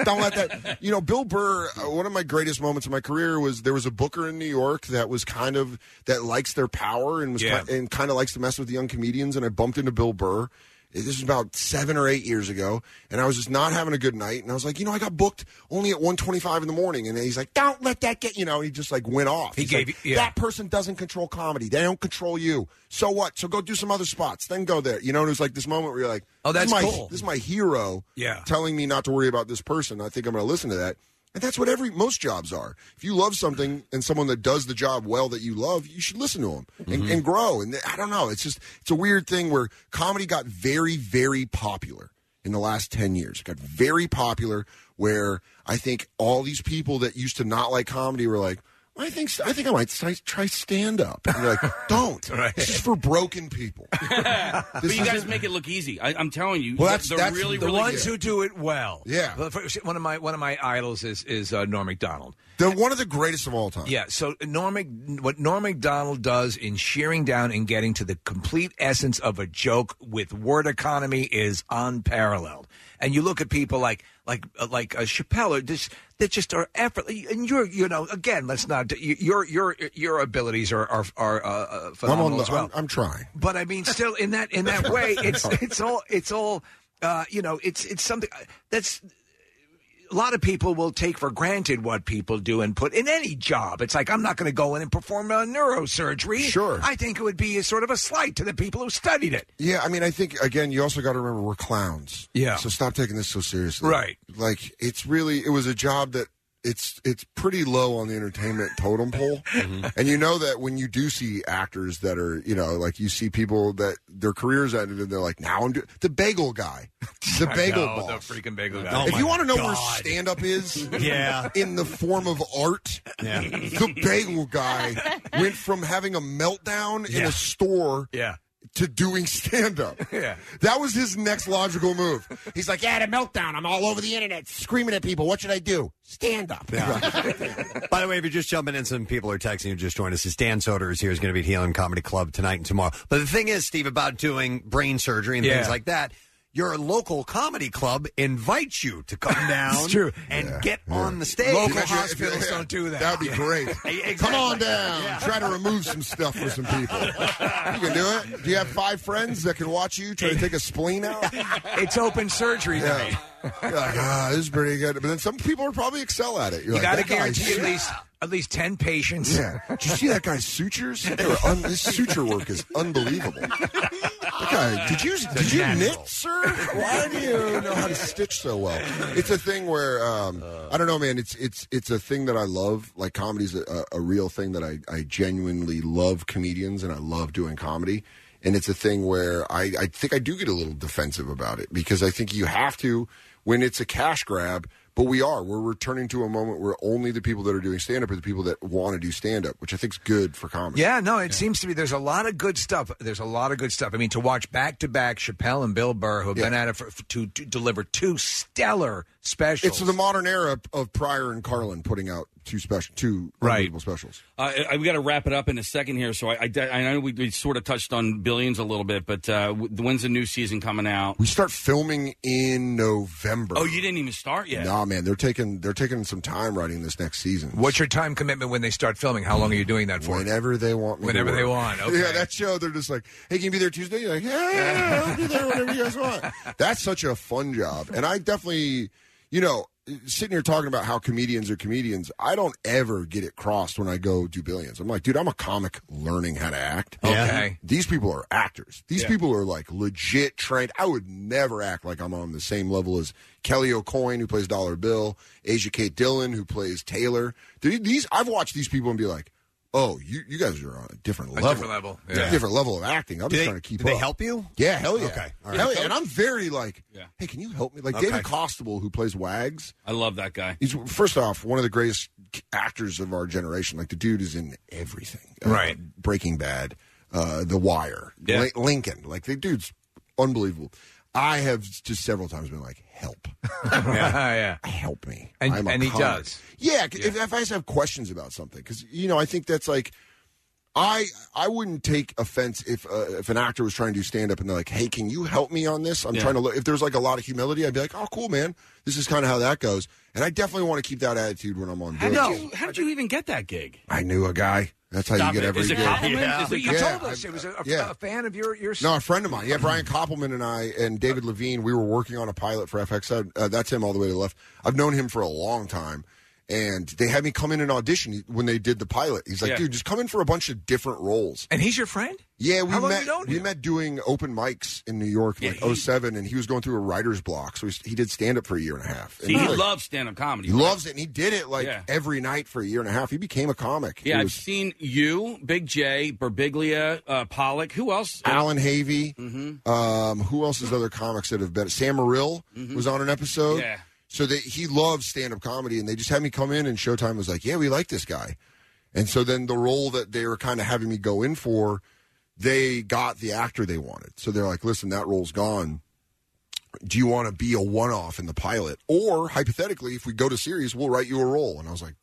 Don't let that." You know, Bill Burr. uh, One of my greatest moments in my career was there was a booker in New York that was kind of that likes their power and was Yeah. ki- and kind of likes to mess with the young comedians. And I bumped into Bill Burr. This was about seven or eight years ago, and I was just not having a good night. And I was like, you know, I got booked only at 1.25 in the morning, and he's like, "Don't let that get you know." He just like went off. He He's gave like, you- yeah. that person doesn't control comedy. They don't control you. So what? So go do some other spots. Then go there. You know, and it was like this moment where you're like, Oh, this is that's my, cool. This is my hero. Yeah. telling me not to worry about this person. I think I'm going to listen to that. And that's what every most jobs are. If you love something and someone that does the job well that you love, you should listen to them and, Mm-hmm. Mhm. and grow. And I don't know, it's just it's a weird thing where comedy got very very popular in the last 10 years. It got very popular where I think all these people that used to not like comedy were like I think I think I might try- try stand up. And you're (laughs) like, don't. This is for broken people. (laughs) but you guys make it look easy. I, I'm telling you, Well, that's, they're that's really the really ones good. who do it well. Yeah. Well, for- One of my one of my idols is is uh, Norm Macdonald. They're one of the greatest of all time. Yeah. So Norm, Mac- what Norm Macdonald does in shearing down and getting to the complete essence of a joke with word economy is unparalleled. And you look at people like like uh, like uh, Chappelle, or just that just are effort. And you're you know again, let's not you- your your your abilities are are, are uh, uh, I'm phenomenal on the, as well. I'm, I'm trying. But I mean, still in that in that (laughs) way, it's it's all it's all uh, you know, it's it's something that's a lot of people will take for granted what people do and put in any job. It's like I'm not going to go in and perform a neurosurgery. Sure, I think it would be a sort of a slight to the people who studied it. Yeah, I mean, I think again, you also got to remember we're clowns. Yeah. So stop taking this so seriously. Right. Like it's really it was a job that it's it's pretty low on the entertainment (laughs) totem pole, Mm-hmm. and you know that when you do see actors that are you know like you see people that their careers ended and they're like now I'm do-. the (laughs) bagel guy, the I bagel know, boss. the freaking bagel guy. if you want to know where stand up is, Yeah. in the form of art, Yeah. the bagel guy went from having a meltdown in Yeah. a store yeah. to doing stand up. (laughs) Yeah. That was his next logical move. He's like, yeah, I had a meltdown. I'm all over the internet screaming at people. What should I do? Stand up. By the way, if you're just jumping in, some people are texting you just joined us. It's Dan Soder is here. He's going to be at Healing Comedy Club tonight and tomorrow. But the thing is, Steve, about doing brain surgery and things Yeah. like that, your local comedy club invites you to (laughs) come down true. and Yeah, get yeah. on the stage. Local hospitals don't do that. That'd (laughs) be great. Come on down. Try to remove some stuff for some people. You can do it. Do you have five friends that can watch you try to take a spleen out? (laughs) It's open surgery yeah. You're like, ah, this is pretty good. But then some people would probably excel at it. You're you like, got to "That guy guarantee at sucks." least at least ten patients. (laughs) Yeah. Did you see that guy's sutures? They were un- his suture work is unbelievable. That guy, did you did you knit, sir? Why do you know how to stitch so well? It's a thing where um, I don't know, man. It's it's it's a thing that I love. Like comedy's a, a real thing that I I genuinely love comedians and I love doing comedy. And it's a thing where I, I think I do get a little defensive about it because I think you have to when it's a cash grab. But we are. We're returning to a moment where only the people that are doing stand up are the people that want to do stand up, which I think is good for comedy. Yeah, no, it seems to be. There's a lot of good stuff. There's a lot of good stuff. I mean, to watch back to back Chappelle and Bill Burr, who have been at it for, to, to deliver two stellar specials. It's the modern era of Pryor and Carlin putting out two special, two Right. unbelievable specials. Uh, I, we got to wrap it up in a second here. So I, I, de- I know we, we sort of touched on billions a little bit, but uh, w- when's the new season coming out? We start filming in November. Oh, you didn't even start yet. Nah, man, they're taking they're taking some time writing this next season. What's your time commitment when they start filming? How long are you doing that for? (laughs) Whenever they want. me to Whenever they work. (laughs) want. Okay. Yeah, that show they're just like, hey, can you be there Tuesday? You're like, yeah, I'll be there whenever you guys want. That's such a fun job, and I definitely, you know, sitting here talking about how comedians are comedians, I don't ever get it crossed when I go do billions. I'm like, dude, I'm a comic learning how to act. Yeah. Okay. These people are actors. These Yeah. people are like legit trained. I would never act like I'm on the same level as Kelly O'Coin, who plays Dollar Bill, Asia Kate Dillon, who plays Taylor. Dude, these I've watched these people and be like, oh, you, you guys are on a different A level. different level, yeah. Different level of acting. I'm Do just they- trying to keep do they up. help you? Yeah, hell yeah. Okay. All right. Hell yeah. And I'm very like, hey, can you help me? Like Okay. David Costable, who plays Wags, I love that guy. He's first off one of the greatest actors of our generation. Like the dude is in everything. Uh, Right. Breaking Bad, uh, The Wire, Yeah. Lin- Lincoln. Like the dude's unbelievable. I have just several times been like, help. yeah, Help me. And, I'm a and he comic. does. Yeah, c- If, if I just have questions about something, because you know, I think that's like, I I wouldn't take offense if uh, if an actor was trying to do stand up and they're like, hey, can you help me on this? I'm Yeah. trying to look. If there's like a lot of humility, I'd be like, oh, cool, man. This is kind of how that goes. And I definitely want to keep that attitude when I'm on. How Did did you, how did you even get that gig? I knew a guy. That's how Stop you get it. every Is it gig. compliment? Yeah. Is it- But you Yeah, told us I- it was a, a- yeah. a fan of your your. no, a friend of mine. Yeah, Brian Koppelman and I and David Levine, we were working on a pilot for FX. Uh, that's him all the way to the left. I've known him for a long time. And they had me come in and audition when they did the pilot. He's like, Yeah. dude, just come in for a bunch of different roles. And he's your friend. Yeah, we How long met. you known we met doing open mics in New York in like 07, and he was going through a writer's block, so he, he did stand up for a year and a half. And See, he like, loves stand up comedy. he right? loves it, and he did it like Yeah. every night for a year and a half. He became a comic. Yeah, He I've was seen you, Big J, Berbiglia, uh, Pollock. Who else? Alan Havey. Um, who else is other comics that have been? Sam Morrill was on an episode. Yeah. So they, he loves stand up comedy, and they just had me come in, and Showtime was like, "Yeah, we like this guy." And so then the role that they were kind of having me go in for, they got the actor they wanted. So they're like, "Listen, that role's gone. Do you want to be a one off in the pilot, or hypothetically, if we go to series, we'll write you a role?" And I was like.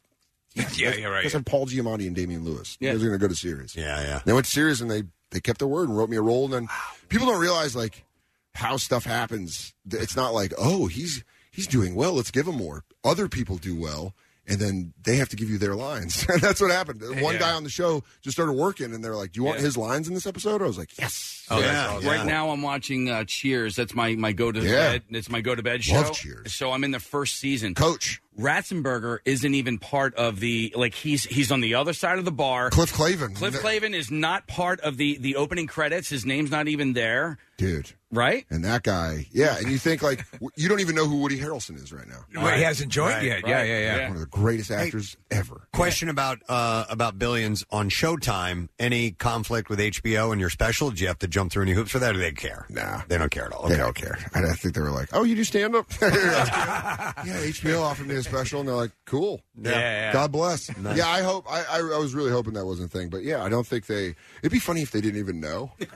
(laughs) Yeah, yeah, right. Because I'm Paul Giamatti and Damian Lewis. Yeah. Yeah. Those are going to go to series. Yeah, yeah. They went to series and they they kept their word and wrote me a role. And then people don't realize like how stuff happens. Th- It's not like oh he's he's doing well. Let's give him more. Other people do well. And then they have to give you their lines. (laughs) And that's what happened. One Yeah. guy on the show just started working, and they're like, "Do you want Yeah. his lines in this episode?" I was like, "Yes." Oh, yeah. that's awesome. Right now, I'm watching uh, Cheers. That's my my go to Yeah. bed. It's my go to bed show. Love Cheers. So I'm in the first season. Coach Ratzenberger isn't even part of the like he's he's on the other side of the bar. Cliff Clavin. Cliff Clavin is not part of the the opening credits. His name's not even there. dude. Right? And that guy, yeah. And you think like (laughs) w- you don't even know who Woody Harrelson is right now. Well, he hasn't joined Right, yet. right. Yeah, yeah, yeah. Yeah. One of the greatest actors ever. Question about uh, about billions on Showtime. Any conflict with HBO and your special? Do you have to jump through any hoops for that? Or they care? Nah, they don't care at all. They don't care. I, I think they were like, "Oh, you do stand (laughs) up?" (laughs) yeah, HBO offered me a special, and they're like, "Cool, Yeah, yeah. God bless." Nice. Yeah, I hope. I, I I was really hoping that wasn't a thing, but yeah, I don't think they. It'd be funny if they didn't even know. They were-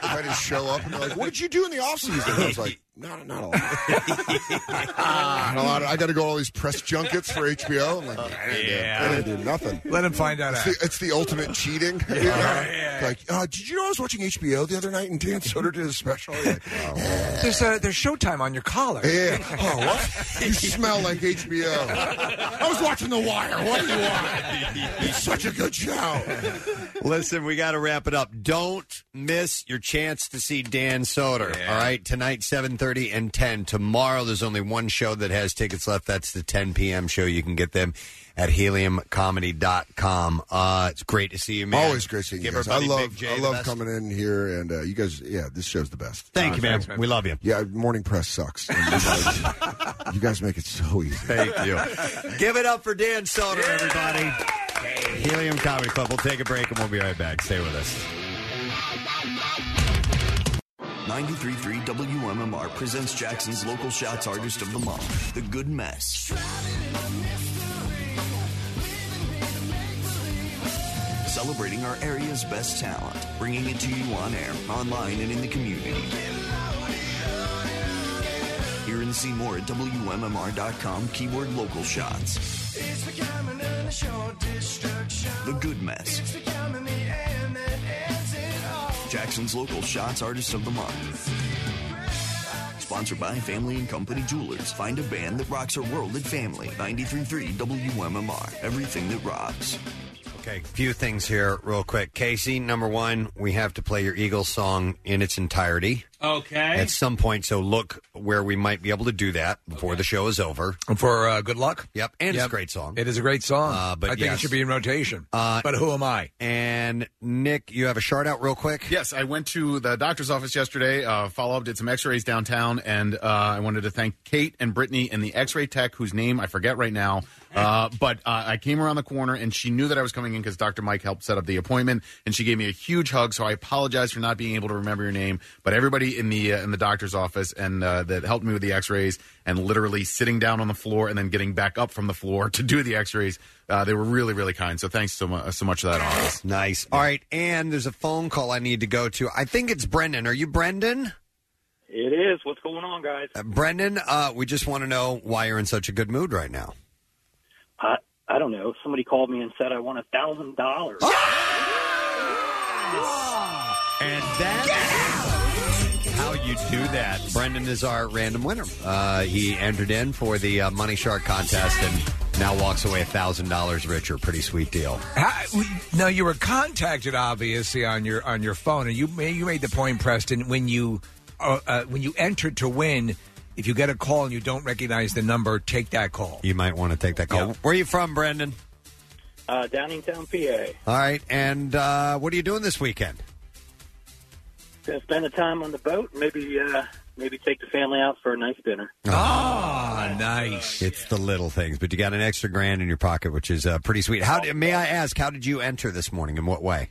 if I didn't show up and they're like, "What did you do in the off season?" I was like, "Not not a lot. (laughs) (laughs) not a lot. I got to go to all these press junkets for HBO." I'm like, Uh, "I didn't, Yeah. do, I didn't do nothing." Let him find out It's (laughs) the, it's the ultimate cheating. you know? Like, uh, did you know I was watching HBO the other night and Dan Soder did a special? You're like, There's uh, there's Showtime on your collar. Yeah. Oh, what? You smell like HBO. I was watching The Wire. What do you want? It's such a good show. (laughs) Listen, we got to wrap it up. Don't miss your chance to see Dan Soder. All right, tonight seven thirty and ten. Tomorrow there's only one show that has tickets left. That's the ten p.m. show. You can get them at heliumcomedy.com. Uh, it's great to see you, man. Always great seeing Give you guys. our I buddy love, Big J I the love best. coming in here, and uh, you guys, yeah, this show's the best. Thank you, man. Thanks, man. We love you. Yeah, morning press sucks. And you, guys, you guys make it so easy. Thank you. (laughs) Give it up for Dan Soder, everybody. Helium Comedy Club. We'll take a break and we'll be right back. Stay with us. 93.3 WMMR presents Jackson's Local Shots Artist of the Month, The Good Mess. Celebrating our area's best talent, bringing it to you on air, online, and in the community. Hear and see more at WMMR.com, keyword local shots. It's becoming an assured destruction. The Good Mess. It's becoming the end that ends it all. Jackson's local shots artist of the month. Sponsored by Family and Company Jewelers. Find a band that rocks our world at Family. 93.3 WMMR. Everything that rocks. Okay, few things here, real quick. Casey, number one, we have to play your Eagles song in its entirety. Okay. at some point. So look where we might be able to do that before the show is over. For uh, good luck. Yep, and it's Yep. a great song. It is a great song. Uh, but I think yes. it should be in rotation. Uh, but who am I? And Nick, you have a shout out real quick. Yes, I went to the doctor's office yesterday, uh, follow up, did some x rays downtown, and uh, I wanted to thank Kate and Brittany and the x ray tech, whose name I forget right now. Uh, but uh, I came around the corner and she knew that I was coming in because Dr. Mike helped set up the appointment, and she gave me a huge hug. So I apologize for not being able to remember your name, but everybody in the uh, in the doctor's office and uh, that helped me with the x rays and literally sitting down on the floor and then getting back up from the floor (laughs) to do the x rays, uh, they were really, really kind. So thanks so, mu- so much to that office. Nice. All right, and there's a phone call I need to go to. I think it's Brendan. Are you Brendan? It is. What's going on, guys? Uh, Brendan, uh, we just want to know why you're in such a good mood right now. I I don't know. Somebody called me and said I won a thousand dollars. And that's how you do that. Brendan is our random winner. Uh, he entered in for the uh, Money Shark contest and now walks away $1,000 richer. Pretty sweet deal. How, now you were contacted obviously on your on your phone, and you ma- you made the point, Preston, when you uh, uh, when you entered to win. If you get a call and you don't recognize the number, take that call. You might want to take that call. Where are you from, Brendan? Uh, Downingtown, PA. All right, and uh, what are you doing this weekend? Gonna spend the time on the boat. Maybe uh, maybe take the family out for a nice dinner. Ah, nice. It's the little things, but you got an extra grand in your pocket, which is uh, pretty sweet. How did, may I ask? How did you enter this morning? In what way?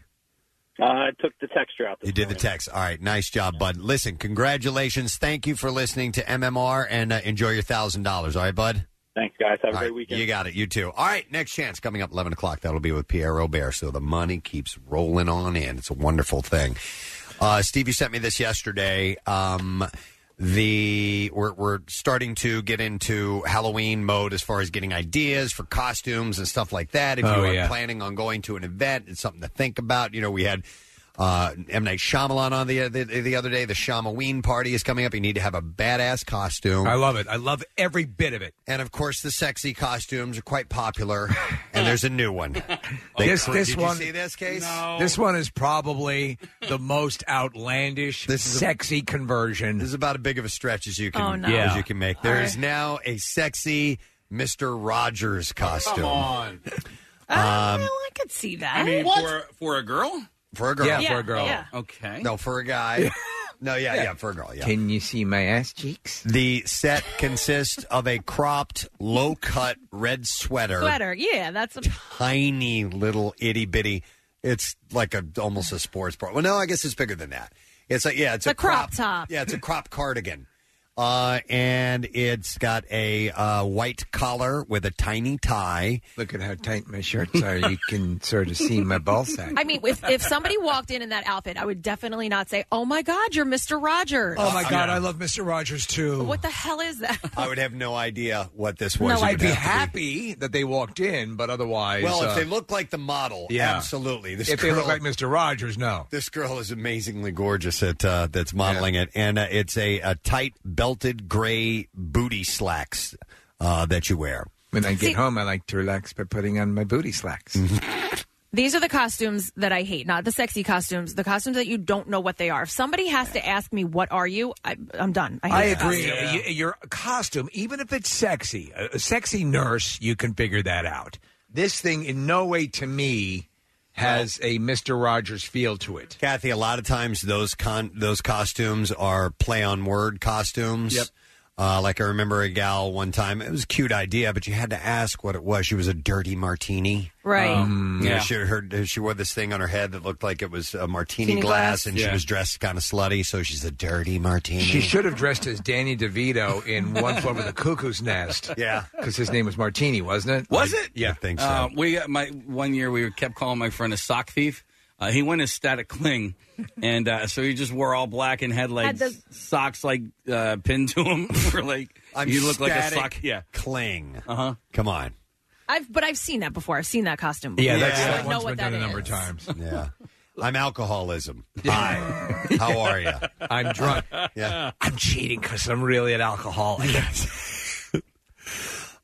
Uh, I took the texture out. You did the text. All right, nice job, bud. Listen, congratulations. Thank you for listening to MMR and uh, enjoy your thousand dollars. All right, bud. Thanks, guys. Have a All great right, weekend. You got it. You too. All right, next chance coming up eleven o'clock. That'll be with Pierre Robert. So the money keeps rolling on in. It's a wonderful thing. Uh, Steve, you sent me this yesterday. Um, the we're, we're starting to get into Halloween mode as far as getting ideas for costumes and stuff like that. If Oh, you are yeah. planning on going to an event, it's something to think about. You know, we had uh, M Night Shyamalan on the, the the other day. The Shamaween party is coming up. You need to have a badass costume. I love it. I love every bit of it. And of course, the sexy costumes are quite popular. and there's a new (laughs) one. They this cre- this Did you one see this case? This one is probably the most outlandish, sexy conversion. This is about as big of a stretch as you can Oh, no. as you can make. There is All right. now a sexy Mister Rogers costume. Come on. Oh, Um, (laughs) I could see that. I mean, What? for for a girl? for a girl, Yeah, for a girl. yeah. Okay. No, for a guy. no, yeah, yeah, for a girl. Yeah. Can you see my ass cheeks? The set consists of a cropped, low-cut red sweater, Sweater. Yeah, that's a, tiny little itty bitty. It's like a almost a sports bra. Well, no, I guess it's bigger than that. It's like yeah, it's a, a crop top. Yeah, it's a crop cardigan. Uh, and it's got a uh, white collar with a tiny tie. Look at how tight my shirts are. You can sort of see my ball sack. I mean, if, if somebody walked in in that outfit, I would definitely not say, "Oh my God, you're Mr. Rogers." Oh my God, I love Mister Rogers too. What the hell is that? (laughs) I would have no idea what this was. It I'd would be have to happy that they walked in, but otherwise, Well, if uh, they look like the model, Yeah. absolutely. This if they look like Mister Rogers, no. This girl is amazingly gorgeous at uh, that's modeling it, and uh, it's a, a tight belted gray booty slacks uh, that you wear. When I get See- home, I like to relax by putting on my booty slacks. Mm-hmm. These are the costumes that I hate, not the sexy costumes, the costumes that you don't know what they are. If somebody has to ask me, what are you? I, I'm done. I, hate I that agree. costume. Y- Your costume, even if it's sexy, a a sexy nurse, you can figure that out. This thing, in no way to me, has a Mister Rogers feel to it. Kathy, a lot of times those con- those costumes are play on word costumes. Yep. Uh, like I remember a gal one time. It was a cute idea, but you had to ask what it was. She was a dirty martini, Right. Mm, Um, yeah. Yeah. She her, she wore this thing on her head that looked like it was a martini Martini glass, glass. and she Yeah. was dressed kind of slutty. So she's a dirty martini. She should have dressed as Danny DeVito in One Flew Over the Cuckoo's Nest. (laughs) Yeah, because his name was Martini, wasn't it? Was it? Yeah, Uh, we my one year we kept calling my friend a sock thief. Uh, he went as (laughs) static cling, and uh, so he just wore all black and had like Had the- socks like uh, pinned to him (laughs) for like I'm you look like a Static sock. Yeah, Uh-huh. cling. Uh huh. Come on. I've but I've seen that before. I've seen that costume. Before. Yeah, that's- I that know one's what been that done a is. number of times. Yeah. I'm alcoholism. Hi. How are you? I'm drunk. Yeah. (laughs) I'm cheating because I'm really an alcoholic.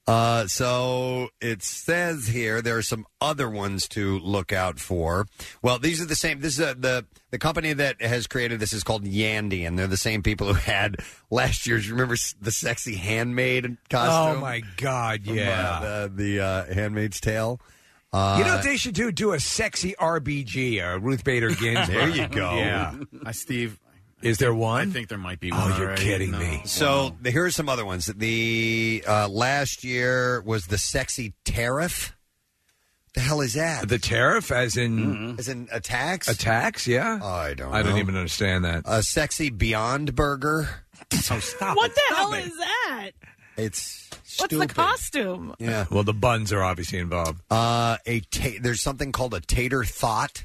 Uh, so it says here there are some other ones to look out for. Well, these are the same. This is uh the the company that has created this is called Yandy, and they're the same people who (laughs) had last year's. Remember s- the sexy handmaid (laughs) costume? Oh my God! From, uh, Yeah. the, the uh, Handmaid's Tale. Uh, you know what they should do? Do a sexy RBG, uh, (laughs) Ruth Bader Ginsburg. There you go. Yeah. Hi, Steve. Is there one? I think there might be Oh, one. you're already. kidding No. me. So the, here are some other ones. The uh, last year was the sexy tariff. The hell is that? Mm-hmm. The tariff, as in as in attacks. attacks. Yeah, I don't. I don't know. even understand that. A sexy Beyond Burger. So stop. what the hell is that? It's What's stupid. the costume? Yeah. Well, the buns are obviously involved. Uh, a ta- there's something called a tater thought.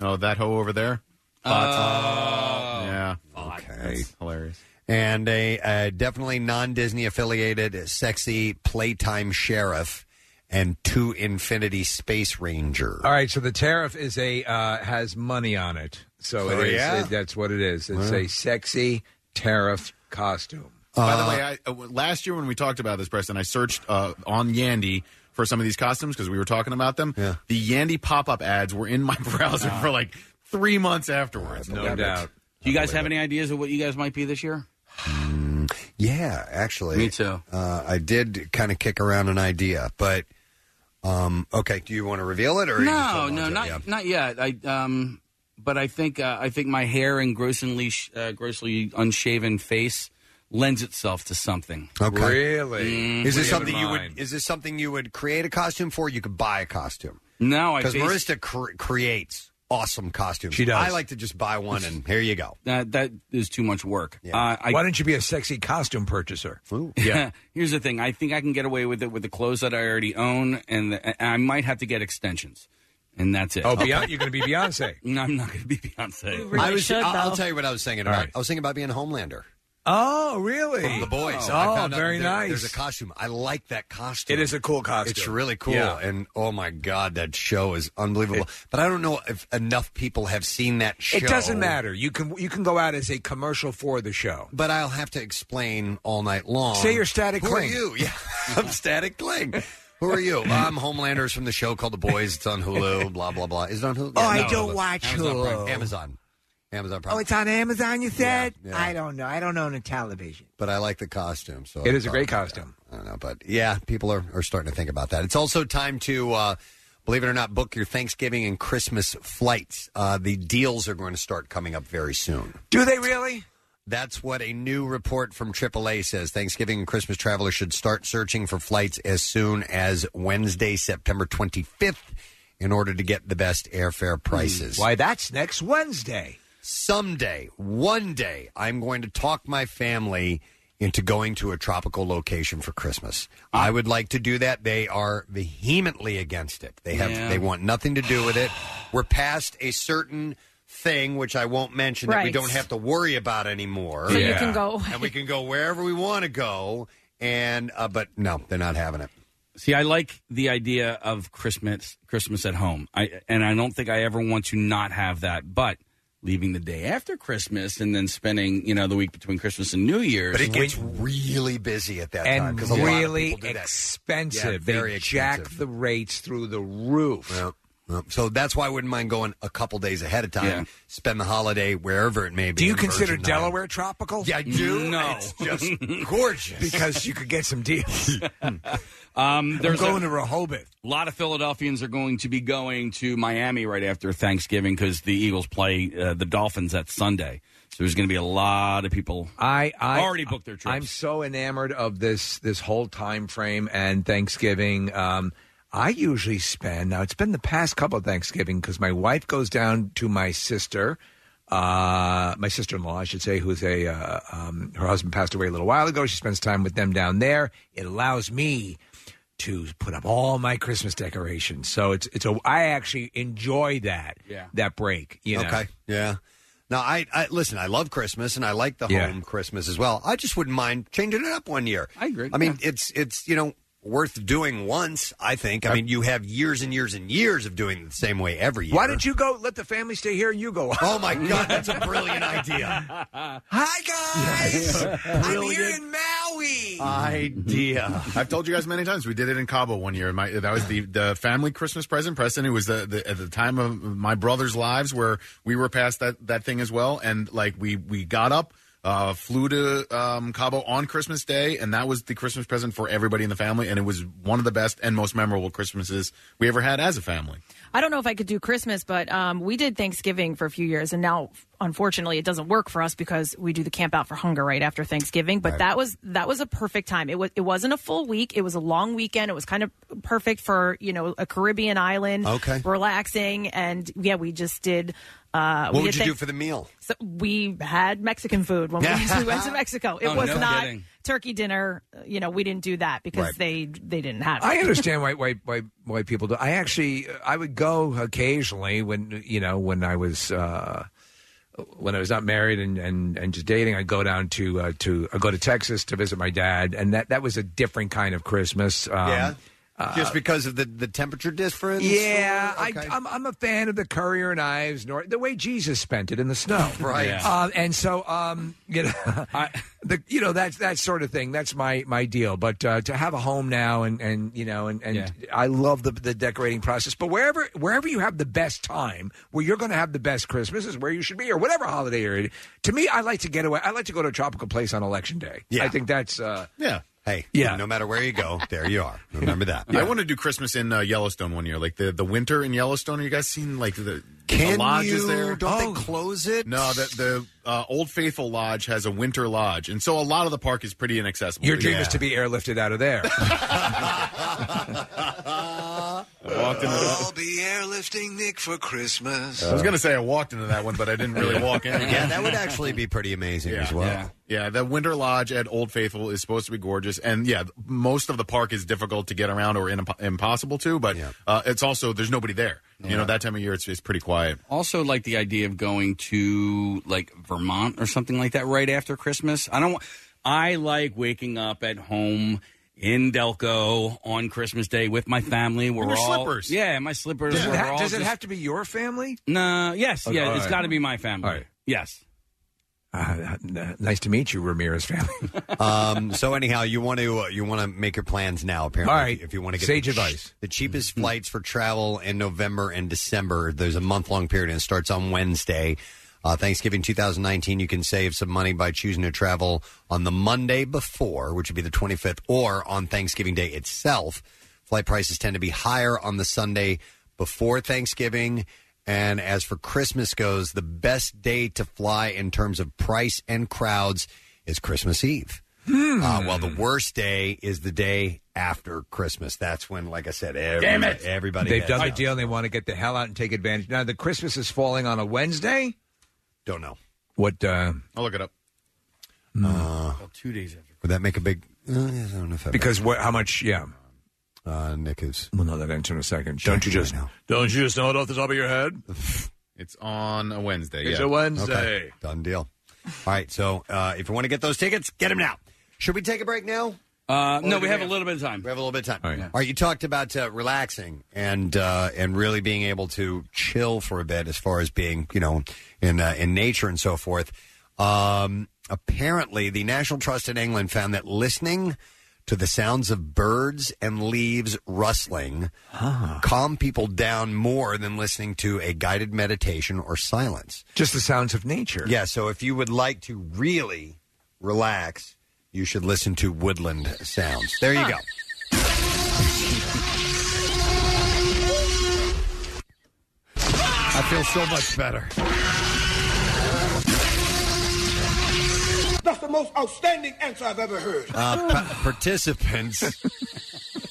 Oh, that hoe over there. Thought. yeah. Oh. Okay. That's hilarious. And a, a definitely non-Disney affiliated sexy playtime sheriff and two infinity space ranger. All right, so the tariff is a uh, has money on it. So Oh, it is. yeah? it- that's what it is. It's Wow. a sexy tariff costume. By the way, I, uh, last year when we talked about this, Preston, I searched uh, on Yandy for some of these costumes because we were talking about them. The Yandy pop-up ads were in my (laughs) browser Ah. for like three months afterwards. No doubt. Do you guys have any ideas of what you guys might be this year? Mm, Yeah, actually, Me too. Uh, I did kind of kick around an idea, but um, okay. Do you want to reveal it or you just no, hold on no, to it? not Yeah. not yet. I um, but I think uh, I think my hair and grossly sh- uh, grossly unshaven face lends itself to something. Okay. Mm, Is what do have in this something you mind? would? Is this something you would create a costume for? You could buy a costume. No, Oh, I because base- Marista cr- creates awesome costumes. She does. I like to just buy one, and here you go. That that is too much work. Uh, I, Why don't you be a sexy costume purchaser? Yeah. (laughs) Here's the thing. I think I can get away with it with the clothes that I already own, and, the, and I might have to get extensions, and that's it. Oh, Beyonce, you're going to be Beyonce. (laughs) No, I'm not going to be Beyonce. I was, I'll, I'll tell you what I was thinking All about. right. I was thinking about being a Homelander. Oh, really? From the boys. Oh, I found out very there- nice. There's a costume. I like that costume. It is a cool costume. It's really cool. Yeah. And oh my God, that show is unbelievable. but I don't know if enough people have seen that show. It doesn't matter. You can you can go out as a commercial for the show. But I'll have to explain all night long. Say you're Static Who Kling. are you? (laughs) Yeah, I'm Static Kling. Who are you? I'm Homelanders from the show called The Boys. It's on Hulu. Blah blah blah. Is it on Hulu? Oh, I don't watch Amazon Prime. Hulu. Amazon. Amazon Prime. Oh, it's on Amazon. You said? Yeah, yeah. I don't know. I don't own a television. but I like the costume. So It is a I great thought- costume. I don't know, but yeah, people are, are starting to think about that. It's also time to, uh, believe it or not, book your Thanksgiving and Christmas flights. Uh, the deals are going to start coming up very soon. Do they really? That's what a new report from AAA says. Thanksgiving and Christmas travelers should start searching for flights as soon as Wednesday, September 25th, in order to get the best airfare prices. Why, that's next Wednesday. Someday, one day, I'm going to talk my family into going to a tropical location for Christmas. I would like to do that. They are vehemently against it. They have Yeah. they want nothing to do with it. We're past a certain thing which I won't mention that we Right. don't have to worry about anymore. So you can go And we can go wherever we want to go and uh, but no, they're not having it. See, I like the idea of Christmas Christmas at home. I and I don't think I ever want to not have that, but leaving the day after Christmas and then spending, you know, the week between Christmas and New Year's. But it gets really busy at that time and because really Yeah, expensive. very they jack expensive. the rates through the roof. Well, So that's why I wouldn't mind going a couple days ahead of time, Yeah. spend the holiday wherever it may be. Do you in Virgin consider Islands. Delaware tropical? Yeah, I do. No. It's just (laughs) gorgeous. because you could get some deals. Um, I'm there's a- going to Rehoboth. A lot of Philadelphians are going to be going to Miami right after Thanksgiving because the Eagles play uh, the Dolphins that Sunday. So there's going to be a lot of people. I, I already booked their trips. I'm so enamored of this this whole time frame and Thanksgiving. Um, I usually spend now. It's been the past couple of Thanksgiving because my wife goes down to my sister, uh, my sister in law, I should say, who's a uh, um, her husband passed away a little while ago. She spends time with them down there. It allows me to put up all my Christmas decorations. So it's it's a I actually enjoy that Yeah. that break. You know? Okay. Yeah. Now I, I listen. I love Christmas and I like the Yeah. home Christmas as well. I just wouldn't mind changing it up one year. I agree. I mean, it's it's you know worth doing once. I think. I mean, you have years and years and years of doing it the same way every year. Why don't you go? Let the family stay here, and you go. Oh my (laughs) (laughs) God, that's a brilliant idea. Hi guys, I'm here in Maui. Halloween. idea. (laughs) I've told you guys many times. We did it in Cabo one year. My that was the, the family Christmas present. Preston, it was the, the at the time of my brother's lives where we were past that that thing as well. And like we we got up, uh, flew to um, Cabo on Christmas Day, and that was the Christmas present for everybody in the family. And it was one of the best and most memorable Christmases we ever had as a family. I don't know if I could do Christmas, but um, we did Thanksgiving for a few years, and now unfortunately it doesn't work for us because we do the camp out for hunger right after Thanksgiving. But that was that was a perfect time. It was it wasn't a full week; it was a long weekend. It was kind of perfect for you know a Caribbean island, Okay. relaxing, and yeah, we just did. Uh, What we would did you do Thanks- for the meal? So we had Mexican food when we, (laughs) we went to Mexico. It Oh, was no not kidding. turkey dinner. You know, we didn't do that because Right. they they didn't have. It. I understand why why why why people do. I actually I would go occasionally when you know when I was uh, when I was not married and, and, and just dating. I'd go down to uh, to I go to Texas to visit my dad, and that that was a different kind of Christmas. Um, yeah. uh, Just because of the, the temperature difference? Yeah, Or- I, I'm, I'm a fan of the Courier and Ives, nor, the way Jesus spent it in the (laughs) snow, Right. Uh, and so, um, you know, (laughs) the you know that's that sort of thing. That's my my deal. But uh, to have a home now, and and you know, and and Yeah. I love the the decorating process. But wherever wherever you have the best time, where you're going to have the best Christmas is where you should be, or whatever holiday you're in. To me, I like to get away. I like to go to a tropical place on election day. Yeah. I think that's uh, (laughs) Yeah. Hey, yeah. No matter where you go, there you (laughs) are. Remember that. I want to do Christmas in uh, Yellowstone one year, like the, the winter in Yellowstone. Have you guys seen like the, Can the lodges you- there? Oh. don't they close it? No, the the uh, Old Faithful Lodge has a winter lodge, and so a lot of the park is pretty inaccessible. your dream is to be airlifted out of there. walked into that. I'll be airlifting Nick for Christmas. I was going to say I walked into that one, but I didn't really walk in. Yeah, that would actually be pretty amazing as well. Yeah. Yeah, the Winter Lodge at Old Faithful is supposed to be gorgeous, and yeah, most of the park is difficult to get around or in, impossible to. But uh, it's also there's nobody there. You know, that time of year it's, it's pretty quiet. Also, like the idea of going to like Vermont or something like that right after Christmas. I don't. wa- I like waking up at home in Delco on Christmas Day with my family. We're your all slippers. Yeah, my slippers. Does, it, we're ha- all does it just- have to be your family? No. Yes. Okay, yeah. all It's right. got to be my family. All right. Yes. Uh, n- nice to meet you, Ramirez family. (laughs) um, so anyhow, you want to uh, you want to make your plans now. Apparently, All right. if you want to get Sage the, advice. Mm-hmm. the cheapest flights for travel in November and December. There's a month long period and it starts on Wednesday. Uh, Thanksgiving 2019, you can save some money by choosing to travel on the Monday before, which would be the 25th, or on Thanksgiving Day itself. Flight prices tend to be higher on the Sunday before Thanksgiving. And as for Christmas goes, the best day to fly in terms of price and crowds is Christmas Eve. Hmm. Hmm. Uh, well, the worst day is the day after Christmas. That's when, like I said, everybody, Damn it. everybody They've heads done the out. deal and they want to get the hell out and take advantage. Now, the Christmas is falling on a Wednesday? Don't know. What? Uh, hmm. I'll look it up. Uh, two days after. Would that make a big? Uh, I don't know if that because what, how much? Yeah. Uh, Nick is. We'll know that answer in a second. Don't you just don't you just know it off the top of your head? It's on a Wednesday. It's yeah. a Wednesday. Okay. Done deal. All right. So uh, if you want to get those tickets, get them now. Should we take a break now? Uh, Or no, do we have a little bit of time. We have a little bit of time. All right. you talked about uh, relaxing and uh, and really being able to chill for a bit, as far as being you know in uh, in nature and so forth. Um, apparently, the National Trust in England found that listening to the sounds of birds and leaves rustling calm people down more than listening to a guided meditation or silence. Just the sounds of nature. Yeah. So if you would like to really relax, you should listen to woodland sounds. There you go. I feel so much better. That's the most outstanding answer I've ever heard. Uh, pa- participants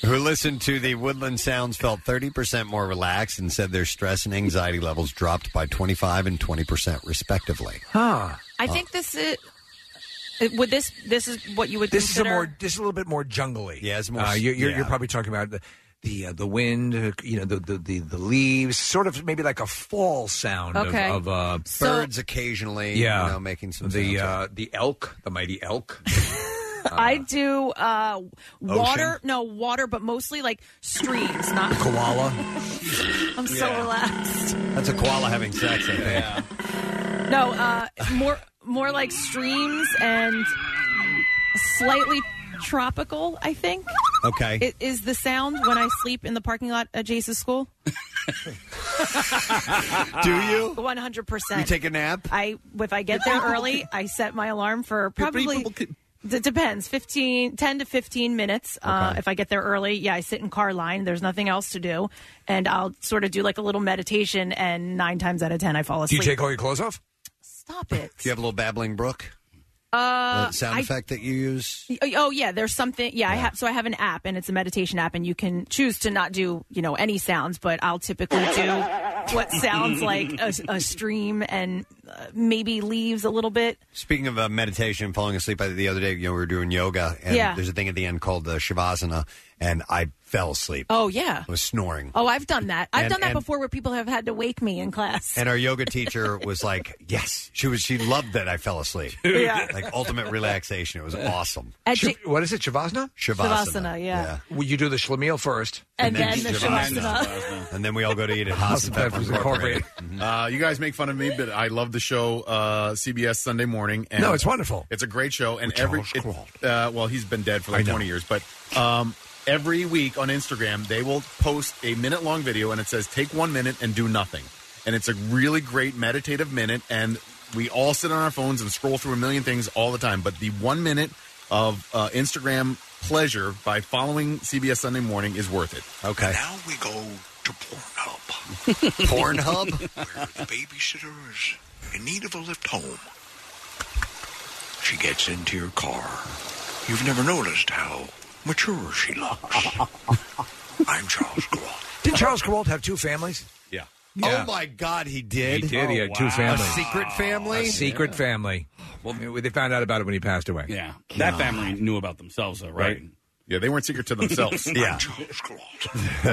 who listened to the woodland sounds felt 30% more relaxed and said their stress and anxiety levels dropped by 25 and 20% respectively. Huh. I think this is. it- Would this this is what you would This is a consider? more this is a little bit more jungly. Yeah, it's more- Uh, you're, you're, yeah. you're probably talking about the the, uh, the wind, uh, you know, the, the the the leaves, sort of maybe like a fall sound Okay. of, of uh, So- Birds occasionally, yeah, you know, making some the sounds. uh, the elk, the mighty elk. I do uh, water. No water, but mostly like (laughs) streams. Not koala. I'm so Yeah. relaxed. That's a koala having sex, I think. No, uh, more more like streams and slightly tropical, I think. Okay. It is the sound when I sleep in the parking lot at Jace's school. (laughs) Do you? One hundred percent. You take a nap? I if I get there early, I set my alarm for probably. It depends. 15, 10 to 15 minutes. Uh, if I get there early, yeah, I sit in car line. There's nothing else to do. And I'll sort of do like a little meditation, and nine times out of 10, I fall Do you asleep. take all your clothes off? Stop it. (laughs) Do you have a little babbling brook? Uh, that sound I- effect that you use? Oh yeah, there's something. Yeah, I have. So I have an app, and it's a meditation app, and you can choose to not do you know any sounds, but I'll typically do what sounds like a, a stream and uh, maybe leaves a little bit. Speaking of uh, meditation, falling asleep, I, the other day, you know, we were doing yoga, and Yeah. there's a thing at the end called the Shavasana, and I fell asleep. Oh yeah. I was snoring. Oh, I've done that. I've And- done that and- before, where people have had to wake me in class. (laughs) And our yoga teacher was like, "Yes, she was. She loved that I fell asleep. Yeah. like ultimate relaxation. It was awesome. At Shiv- J- what is it, Shavasana? Shavasana. Shavasana, yeah. Well, you do the shlemiel first. And then the (laughs) Shavasana. and then we all go to eat at House House of and Peppers Pepper Incorporated. Incorporated. (laughs) Mm-hmm. Uh, you guys make fun of me, but I love the show uh, CBS Sunday Morning. And No, it's wonderful. It's a great show, and every it, uh, well, he's been dead for like I know. twenty years, but um, every week on Instagram they will post a minute long video, and it says take one minute and do nothing, and it's a really great meditative minute, and we all sit on our phones and scroll through a million things all the time, but the one minute of uh, Instagram pleasure by following CBS Sunday Morning is worth it. Okay. Now we go to Pornhub. Pornhub, where the babysitter is in need of a lift home. She gets into your car. You've never noticed how mature she looks. I'm Charles (laughs) Gawalt. Did Charles Kowalt have two families? Yeah. Yeah. Oh my God, he did. He did. he Oh, had two wow. families. A secret family. A secret family. Well, they found out about it when he passed away. Yeah. That family knew about themselves, though, right? Yeah, they weren't secret (laughs) to (laughs) themselves. Yeah. (laughs)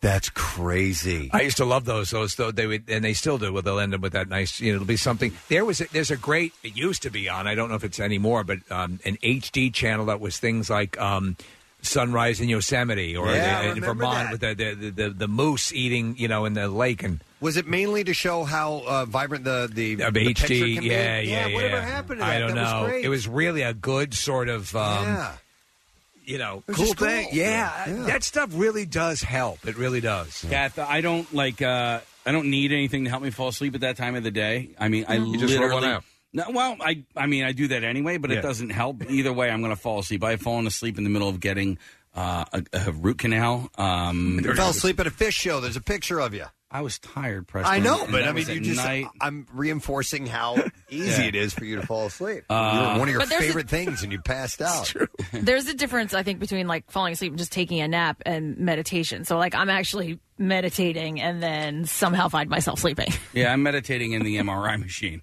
That's crazy. I used to love those. Those though they would, and they still do. Well, they'll end up with that nice. You know, it'll be something. There was a, there's a great. It used to be on. I don't know if it's anymore, but um, an HD channel that was things like. Um, Sunrise in Yosemite or uh, Yeah, I in remember Vermont with the the, the the the moose eating you know in the lake and Was it mainly to show how uh, vibrant the the, of the picture HD. can be? Yeah, yeah, yeah. Whatever happened to that? I don't That was know. great. It was really a good sort of, um, Yeah. you know, was cool just (laughs) cool. thing. Yeah, Yeah. that stuff really does help. It really does. Kath, I don't like. Uh, I don't need anything to help me fall asleep at that time of the day. I mean, I Mm-hmm. You literally. just roll one out. No, well, I I mean, I do that anyway, but Yeah. it doesn't help either way. I'm going to fall asleep. I've fallen asleep in the middle of getting uh, a, a root canal. (laughs) Um, You fell asleep at a fish show. There's a picture of you. I was tired, Preston. I know, and but that I mean, was you at just. night. I'm reinforcing how easy Yeah. it is for you to fall asleep. Uh, You're one of your But there's a- favorite things, and you passed out. There's a difference, I think, between like falling asleep and just taking a nap and meditation. So, like, I'm actually meditating and then somehow find myself sleeping. Yeah, I'm meditating in the MRI machine,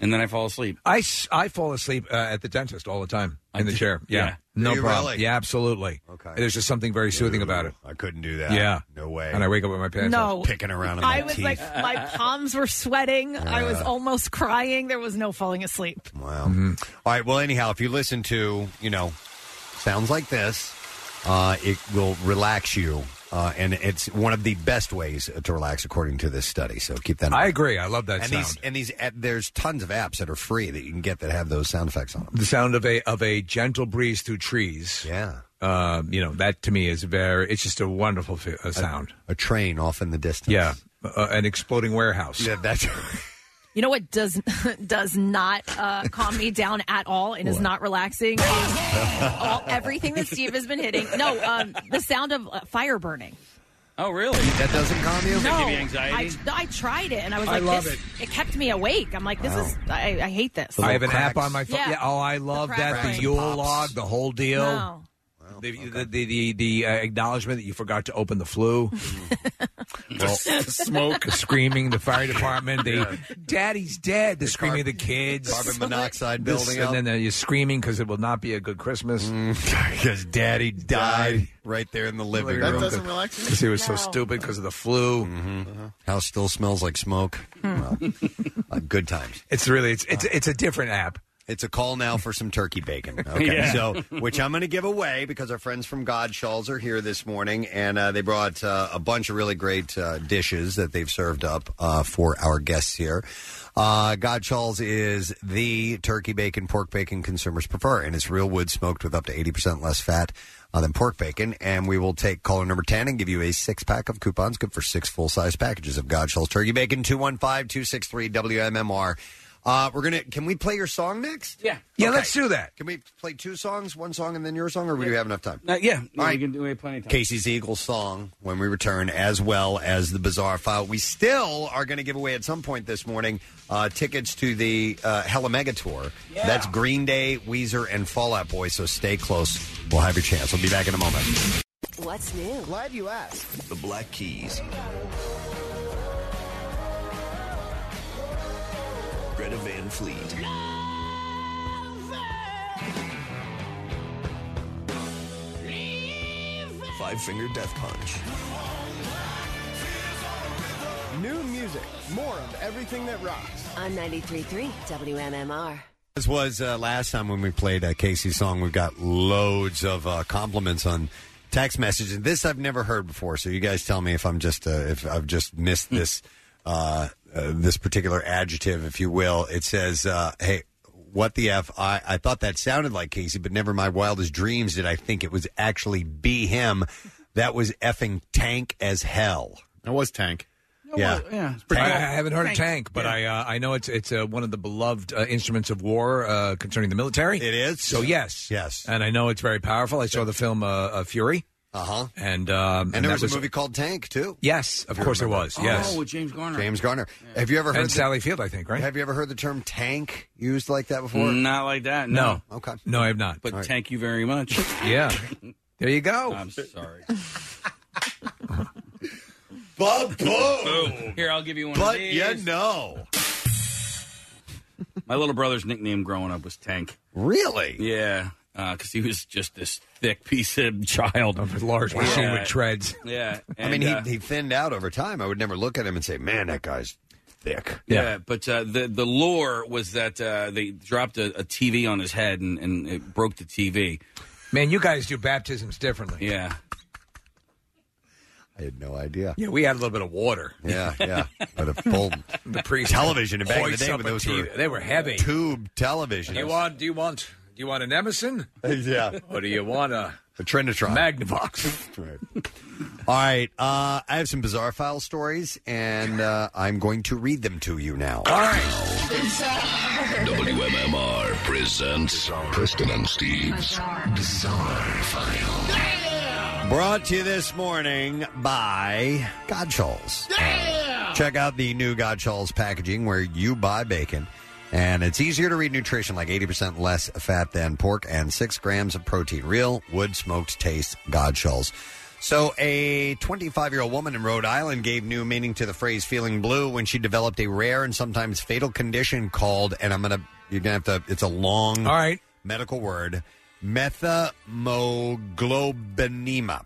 and then I fall asleep. I, s- I fall asleep uh, at the dentist all the time in the chair. Yeah, yeah. no Do you problem. really? Yeah, absolutely. Okay, there's just something very soothing about it. I couldn't do that. Yeah, no way. And I wake up with my pants no, off. (laughs) I was like, my palms were sweating. I was Yeah. almost crying. There was no falling asleep. (laughs) Wow. Mm-hmm. All right. Well, anyhow, if you listen to, you know, sounds like this, uh, it will relax you. Uh, and it's one of the best ways to relax, according to this study. So keep that. In I mind. agree. I love that and sound. these and these uh, there's tons of apps that are free that you can get that have those sound effects on them. the sound of a of a gentle breeze through trees. Yeah, um, you know that to me is very. It's just a wonderful fe- uh, sound. A, train off in the distance. Yeah, uh, an exploding warehouse. Yeah, that's. You know what does (laughs) does not uh, calm me down at all and is not relaxing? all, everything that Steve has been hitting. No, um, the sound of uh, fire burning. Oh, really? That doesn't calm you? Does no, that give you anxiety? I, no, I tried it and I was I like, love this, it. kept me awake. I'm like, this Wow. is, I, I hate this. I have an app on my phone. Yeah. Oh, (laughs) I love that. crackling. The Yule Pops. log, the whole deal. No. The, the the the, the uh, acknowledgement that you forgot to open (laughs) the flu, the smoke, the (laughs) screaming, the fire department, the (laughs) Yeah. daddy's dead, the screaming of the kids, carbon monoxide This- building and up. Mm. then uh, you're screaming because it will not be a good Christmas (laughs) because daddy died right there in the living room. relax because he was so stupid because of the flu. Mm-hmm. House still smells like smoke. Well, uh, good times. It's really it's it's it's a different app. Uh. It's a call now for some turkey (laughs) bacon. Okay, Yeah. so (laughs) which I'm going to give away because our friends from Godshalls are here this morning, and uh, they brought uh, a bunch of really great uh, dishes that they've served up uh, for our guests here. Uh, Godshalls is the turkey bacon, pork bacon consumers prefer, and it's real wood smoked with up to 80% less fat uh, than pork bacon. And we will take caller number 10 and give you a six pack of coupons, good for six full size packages of Godshalls turkey bacon, 215 263 WMMR. Uh, we're gonna. Can we play your song next? Yeah. Yeah, let's do that. Can we play two songs, one song and then your song, or we do have enough time? Uh, yeah, no, All you right. can do it plenty of time. Casey's Eagles song when we return, as well as the Bizarre File. We still are going to give away at some point this morning uh, tickets to the uh, Hella Mega Tour. That's Green Day, Weezer, and Fallout Boy. So stay close. We'll have your chance. We'll be back in a moment. What's new? Glad you asked. The Black Keys. Greta Van Fleet. Five Finger Death Punch. New music, more of everything that rocks. On 93.3 WMMR. As was uh, last time when we played uh, Casey's song, we got loads of uh, compliments on text messages. This I've never heard before, so you guys tell me if I'm just uh, if I've just missed this uh, uh, this particular adjective, if you will. It says, uh, "Hey, what the f? I I thought that sounded like Casey, but never in my wildest dreams did I think it was actually be him. That was effing tank as hell. That was tank. Yeah, yeah. pretty I, I cool. haven't heard Tank. of tank, but I uh, I know it's it's uh, one of the beloved uh, instruments of war uh, concerning the military. It is. So yes, yes, and I know it's very powerful. I saw the film uh, uh, Fury. Uh huh. And um, And there that was a movie called Tank too. Yes, of If you course there remember. was. Yes. Oh, with James Garner. James Garner. Have you ever heard and the- Sally Field? I think right. Have you ever heard the term tank used like that before? Not like that. No. Okay. No, I have not. But thank you very much. (laughs) Yeah. There you go. I'm sorry. (laughs) Bob Boom. Here, I'll give you one. But of these. you know. My little brother's nickname growing up was Tank. Really? Yeah, because he was just this thick piece of child, of large machine with treads. Yeah, I mean, and, he, uh, he thinned out over time. I would never look at him and say, man, that guy's thick. Yeah, but uh, the the lore was that uh, they dropped a, a TV on his head and, and it broke the TV. Man, you guys do baptisms differently. Yeah. I had no idea. Yeah, we had a little bit of water. Yeah, yeah. But a full (laughs) the priest television back in the hoists day up when a those TV. were they were heavy tube television. Do you want? Do you want? Do you want an Emerson? (laughs) Yeah. Or do you want a a Trinitron? (laughs) Magnavox? All right. Uh, I have some bizarre file stories, and uh, I'm going to read them to you now. All right. WMMR presents Kristen and Steve's Bizarre, File. Brought to you this morning by Godshalls. Check out the new Godshalls packaging where you buy bacon. And it's easier to read nutrition, like 80% less fat than pork and 6 grams of protein. Real wood smoked taste Godshalls. So, a 25 year old woman in Rhode Island gave new meaning to the phrase feeling blue when she developed a rare and sometimes fatal condition called, and I'm going to, you're going to have to, it's a long All right. medical word, methemoglobinema.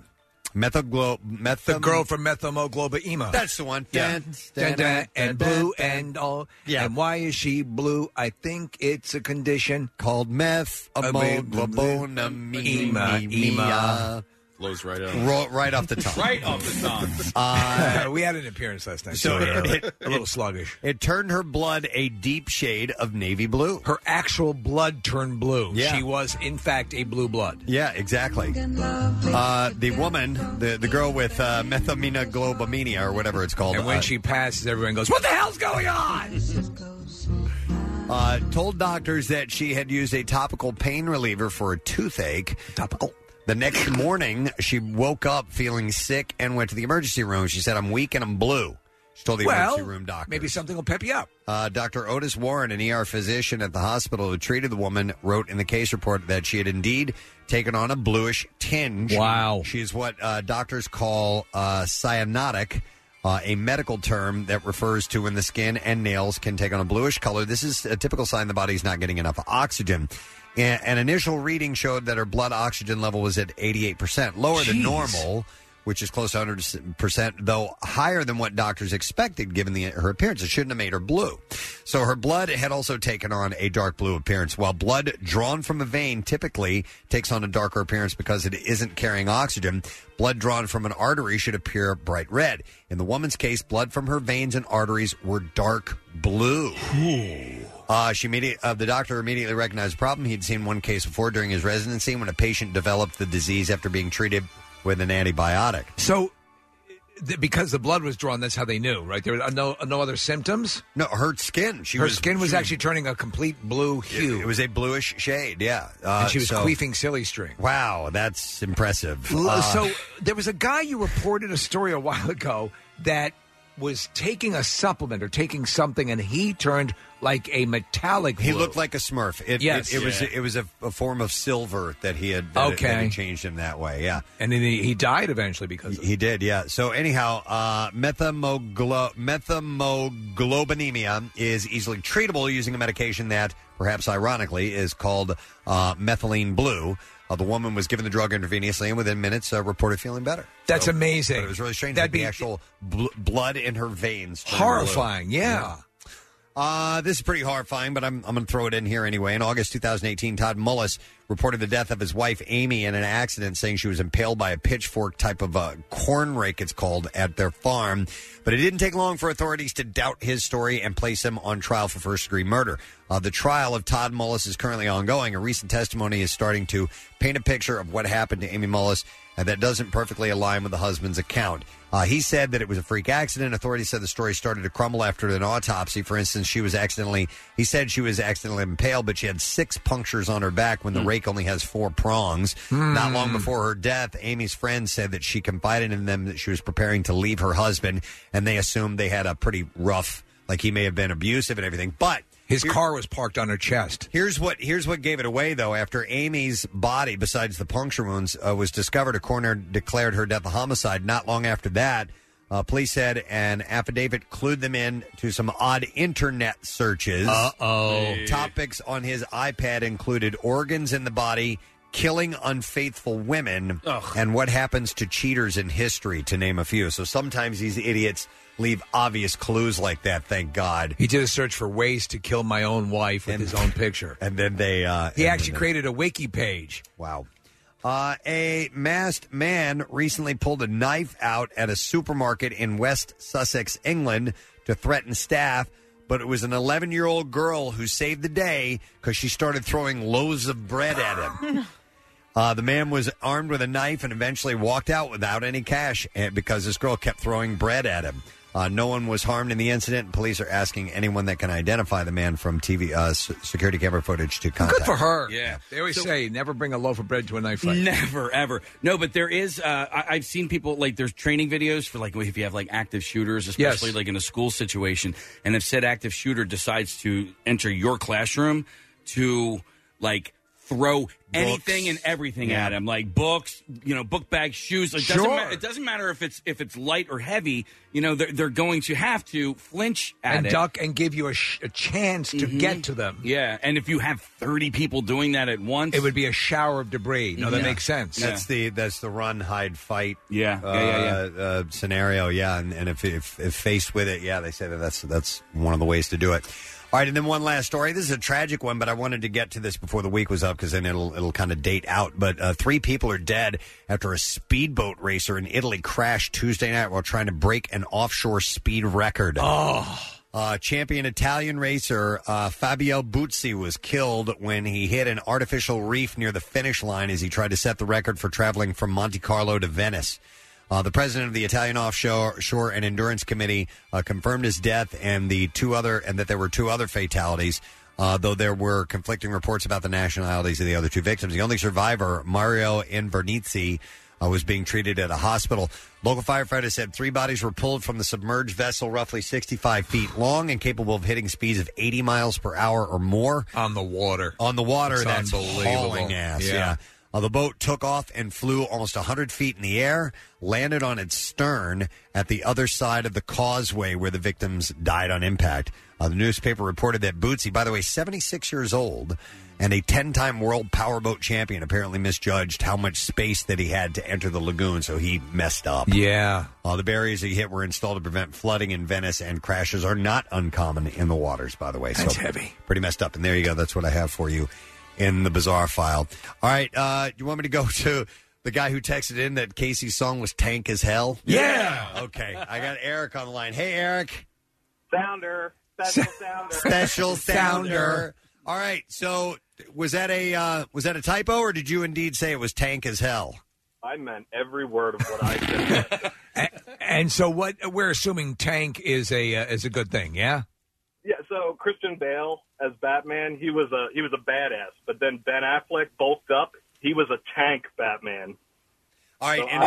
Methaglo, methem- the girl from Methamoglobinema. That's the one. Yeah. Dun, dun, Dun, dun, dun, and dun, blue and all. Yeah. And why is she blue? I think it's a condition called methamoglobinema. methamoglobinema. Blows right up. Ro- uh, (laughs) right off the top. Right off the top. Uh, we had an appearance last night. So So it- a little sluggish. It turned her blood a deep shade of navy blue. Her actual blood turned blue. Yeah. She was, in fact, a blue blood. Yeah, exactly. Uh, the woman, the, the girl with uh, methamoglobinema or whatever it's called, And when uh, she passes, everyone goes, "What the hell's going on?" uh, told doctors that she had used a topical pain reliever for a toothache. Topical. The next morning, she woke up feeling sick and went to the emergency room. She said, "I'm weak and I'm blue." She told the well, emergency room doctor. maybe something will pep you up. Uh, Dr. Otis Warren, an ER physician at the hospital who treated the woman, wrote in the case report that she had indeed taken on a bluish tinge. Wow. She is what uh, doctors call uh, cyanotic. Uh, a medical term that refers to when the skin and nails can take on a bluish color. This is a typical sign the body's not getting enough oxygen. A- An initial reading showed that her blood oxygen level was at 88%, lower than Jeez. normal, which is close to 100%, though higher than what doctors expected given the, her appearance. It shouldn't have made her blue. So her blood had also taken on a dark blue appearance, while blood drawn from a vein typically takes on a darker appearance because it isn't carrying oxygen. Blood drawn from an artery should appear bright red. In the woman's case, blood from her veins and arteries were dark blue. Uh, she immediate, uh, the doctor immediately recognized the problem. He'd seen one case before during his residency when a patient developed the disease after being treated with an antibiotic. So, th- because the blood was drawn, that's how they knew, right? There were uh, no no other symptoms. No, her skin. She her was- skin was she- actually turning a complete blue hue. It was a bluish shade, yeah. Uh, and she was so- queefing silly string. Wow, that's impressive. L- Uh, so there was a guy you reported a story a while ago that was taking a supplement or taking something, and he turned like a metallic. he blue. looked like a Smurf. It, Yes. it, it was Yeah. it was a, a form of silver that he had that, Okay. that had changed him that way. Yeah, and then he, he died eventually because he, did. Yeah. So anyhow, uh, methemoglo- methemoglobinemia is easily treatable using a medication that, perhaps ironically, is called uh, methylene blue. Uh, the woman was given the drug intravenously and within minutes uh, reported feeling better. That's amazing. but it was really strange. That'd That'd be be- the actual bl- blood in her veins. turned Horrifying, blue. yeah. Uh, this is pretty horrifying, but I'm, I'm going to throw it in here anyway. In August 2018, Todd Mullis reported the death of his wife, Amy, in an accident, saying she was impaled by a pitchfork type of uh, corn rake, it's called, at their farm. But it didn't take long for authorities to doubt his story and place him on trial for first degree murder. Uh, the trial of Todd Mullis is currently ongoing. A recent testimony is starting to paint a picture of what happened to Amy Mullis and that doesn't perfectly align with the husband's account. Uh, he said that it was a freak accident. Authorities said the story started to crumble after an autopsy. For instance, she was accidentally, he said she was accidentally impaled, but she had six punctures on her back when the rake only has four prongs. Not long before her death, Amy's friends said that she confided in them that she was preparing to leave her husband, and they assumed they had a pretty rough, like he may have been abusive and everything. But his car was parked on her chest. Here's what here's what gave it away though. After Amy's body, besides the puncture wounds, uh, was discovered, a coroner declared her death a homicide. Not long after that, uh, police said an affidavit clued them in to some odd internet searches. Uh-oh. Hey. Topics on his iPad included organs in the body. Killing unfaithful women and what happens to cheaters in history, to name a few. So sometimes these idiots leave obvious clues like that. Thank God. He did a search for ways to kill my own wife with his own picture. (laughs) And then they. Uh, he and actually then they- created a wiki page. Wow. Uh, a masked man recently pulled a knife out at a supermarket in West Sussex, England, to threaten staff. But it was an 11 year old girl who saved the day because she started throwing loaves of bread at him. Uh, the man was armed with a knife and eventually walked out without any cash eh, because this girl kept throwing bread at him. Uh, no one was harmed in the incident. Police are asking anyone that can identify the man from TV uh, s- security camera footage to contact. Good for her. Yeah. They always say never bring a loaf of bread to a knife fight. Never ever. No, but there is. Uh, I, I've seen people like there's training videos for like if you have like active shooters, especially Yes. like in a school situation, and if said active shooter decides to enter your classroom to like throw anything and everything Yeah. at him, like books, you know, book bags, shoes. It doesn't Sure. ma- it doesn't matter if it's if it's light or heavy. You know, they're, they're going to have to flinch at and it. duck and give you a, sh- a chance to Mhm. get to them. Yeah, and if you have thirty people doing that at once, It would be a shower of debris. No, that makes sense. That's the that's the run hide fight. Yeah, uh, yeah, yeah, yeah. Uh, scenario. Yeah, and, and if, if if faced with it, yeah, they say that that's that's one of the ways to do it. All right, and then one last story. This is a tragic one, but I wanted to get to this before the week was up because then it'll it'll kind of date out. But uh, three people are dead after a speedboat racer in Italy crashed Tuesday night while trying to break an offshore speed record. Oh. Uh, champion Italian racer uh, Fabio Buzzi was killed when he hit an artificial reef near the finish line as he tried to set the record for traveling from Monte Carlo to Venice. Uh, the president of the Italian Offshore Shore and Endurance Committee uh, confirmed his death and the two other and that there were two other fatalities. Uh, though there were conflicting reports about the nationalities of the other two victims, the only survivor, Mario Invernizzi, uh, was being treated at a hospital. Local firefighters said three bodies were pulled from the submerged vessel, roughly 65 feet long and capable of hitting speeds of 80 miles per hour or more. On the water. On the water, It's that's unbelievable. hauling ass. Yeah. Yeah. Uh, the boat took off and flew almost 100 feet in the air, landed on its stern at the other side of the causeway where the victims died on impact. Uh, the newspaper reported that Bootsy, by the way, 76 years old and a 10 time world powerboat champion, apparently misjudged how much space that he had to enter the lagoon, so he messed up. Yeah. Uh, the barriers he hit were installed to prevent flooding in Venice, and crashes are not uncommon in the waters, by the way. That's heavy. Pretty messed up. And there you go. That's what I have for you in the bizarre file. All right. Uh, you want me to go (laughs) to the guy who texted in that Casey's song was Tank as Hell? Okay. I got Eric on the line. Hey, Eric. Sounder. (laughs) Special sounder. (laughs) Special sounder. All right. So was that a uh, was that a typo, or did you indeed say it was Tank as Hell? I meant every word of what I said. And so what we're assuming tank is a uh, is a good thing, yeah? Yeah, so Christian Bale as Batman, he was a he was a badass, but then Ben Affleck bulked up. He was a tank Batman. All right, and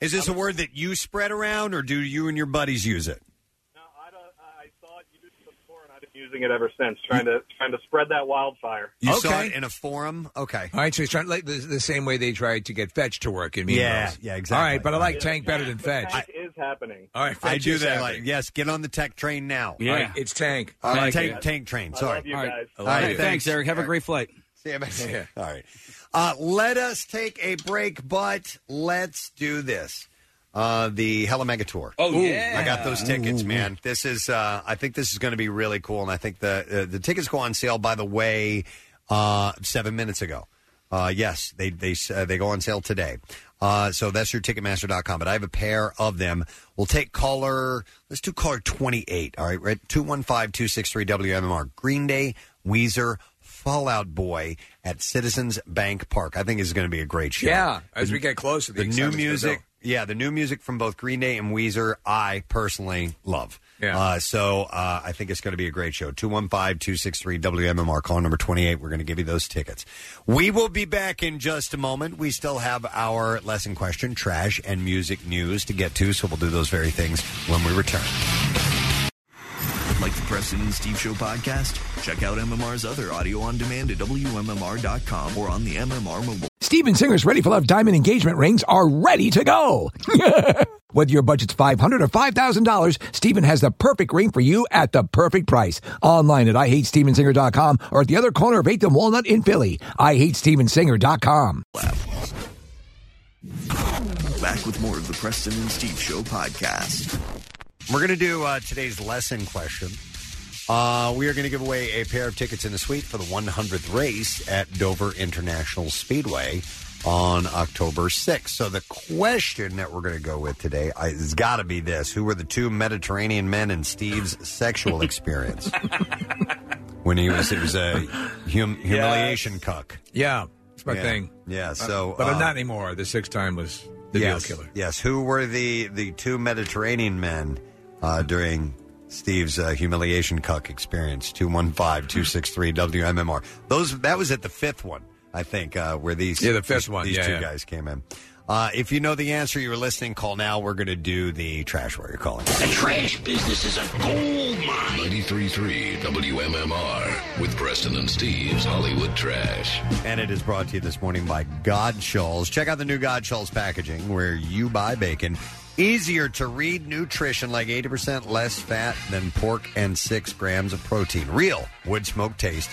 is, is this a word that you spread around, or do you and your buddies use it? I've been using it ever since, trying to trying to spread that wildfire. You saw it in a forum. Okay. All right, so he's trying like the, the same way they tried to get Fetch to work in Mean Yeah, Girls. yeah, exactly. All right, but I like Tank better than The Fetch. Tank is happening. All right, Fetch I do is that. happening. Like, yes, get on the tech train now. Yeah. All right, it's Tank. All I right, like tank, it. tank train. I Sorry. love you All right. guys. I All love right, you. thanks, Eric. Have a great flight. See you, man. All right. Uh, let us take a break, but let's do this. Uh, the Hella Mega Tour. Oh, yeah. I got those tickets, man. This is. Uh, I think this is going to be really cool, and I think the uh, the tickets go on sale. By the way, uh, seven minutes ago. Uh, yes, they they uh, they go on sale today. Uh, so that's your Ticketmaster.com. But I have a pair of them. We'll take caller. Let's do caller twenty eight. All right, right. Two one five two six three WMMR. Green Day, Weezer, Fallout Boy at Citizens Bank Park. I think is going to be a great show. Yeah, as The- we get closer, the, the new excitement's gonna music. Yeah, the new music from both Green Day and Weezer, I personally love. Yeah. Uh, so uh, I think it's going to be a great show. 215 263 WMMR, call number 28. We're going to give you those tickets. We will be back in just a moment. We still have our lesson question, trash, and music news to get to, so we'll do those very things when we return. Like the Preston and Steve Show podcast? Check out MMR's other audio on demand at WMMR.com or on the MMR mobile. Steven Singer's Ready for Love diamond engagement rings are ready to go. (laughs) Whether your budget's $500 or $5,000, Steven has the perfect ring for you at the perfect price. Online at IHateStevenSinger.com or at the other corner of 8th and Walnut in Philly. IHateStevenSinger.com. Back with more of the Preston and Steve Show podcast. We're going to do uh, today's lesson question. Uh, we are going to give away a pair of tickets in a suite for the 100th race at Dover International Speedway on October 6th. So the question that we're going to go with today I- has got to be this: Who were the two Mediterranean men in Steve's (laughs) sexual experience when he was it was a hum- humiliation cuck? Yeah, it's my Yeah. thing. Yeah, Uh, so, but uh, I'm not anymore. The sixth time was the yes, deal killer. Yes. Who were the the two Mediterranean men uh, during Steve's uh, humiliation cuck experience? 215-263-WMMR. Those that was at the fifth one, I think, uh, where these Yeah, the fifth these- one. these Yeah, two yeah. guys came in. Uh, if you know the answer, you were listening. Call now. We're going to do the trash where you're calling. The trash business is a gold mine. 93.3 WMMR with Preston and Steve's Hollywood Trash. And it is brought to you this morning (laughs) by God Shawls. Check out the new God Shawls packaging where you buy bacon. Easier to read nutrition, like 80% less fat than pork and six grams of protein. Real wood smoke taste.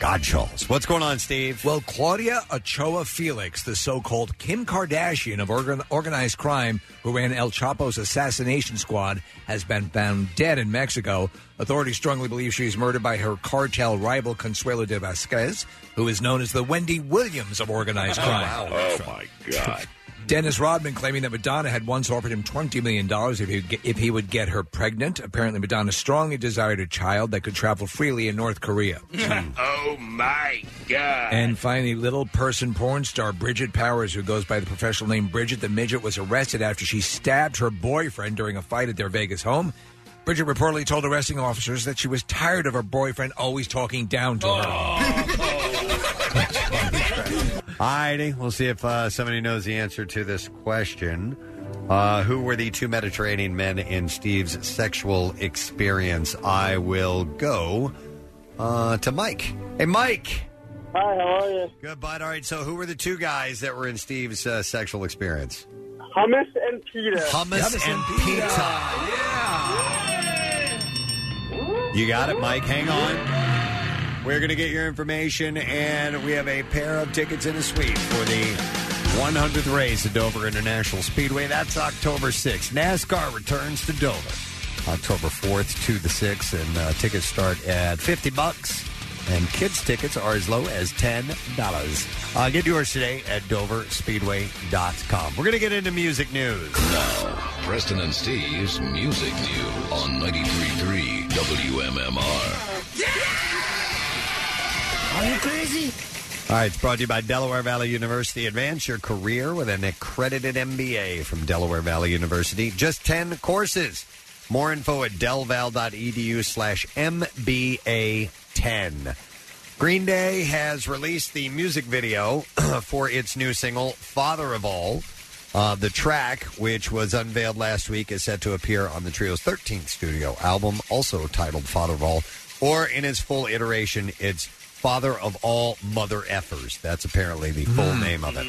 God Shawls. What's going on, Steve? Well, Claudia Ochoa Felix, the so called Kim Kardashian of organ- organized crime who ran El Chapo's assassination squad, has been found dead in Mexico. Authorities strongly believe she was murdered by her cartel rival Consuelo de Vasquez, who is known as the Wendy Williams of organized crime. Oh, my God. Dennis Rodman claiming that Madonna had once offered him $20 million if he, would get, if he would get her pregnant. Apparently, Madonna strongly desired a child that could travel freely in North Korea. oh my God. And finally, little person porn star Bridget Powers, who goes by the professional name Bridget the Midget, was arrested after she stabbed her boyfriend during a fight at their Vegas home. Bridget reportedly told arresting officers that she was tired of her boyfriend always talking down to Oh. her. Alrighty, we'll see if uh, somebody knows the answer to this question. Uh, who were the two Mediterranean men in Steve's sexual experience? I will go uh, to Mike. Hey, Mike. Hi, how are you? Good, bud. All right, so who were the two guys that were in Steve's uh, sexual experience? Hummus and pita. Hummus, and pizza. Yeah. You got it, Mike. Hang on. We're going to get your information, and we have a pair of tickets in a suite for the 100th race at Dover International Speedway. That's October 6th. NASCAR returns to Dover October 4th to the 6th, and uh, tickets start at 50 bucks. And kids' tickets are as low as $10. Uh, get yours today at doverspeedway.com. We're going to get into music news. Now, Preston and Steve's Music News on 93.3 WMMR. Are you crazy? All right, it's brought to you by Delaware Valley University. Advance your career with an accredited MBA from Delaware Valley University. Just 10 courses. More info at delval.edu slash MBA 10. Green Day has released the music video (clears throat) for its new single, Father of All. Uh, the track, which was unveiled last week, is set to appear on the trio's 13th studio album, also titled Father of All, or in its full iteration, it's Father of All Mother Effers. That's apparently the full name of it.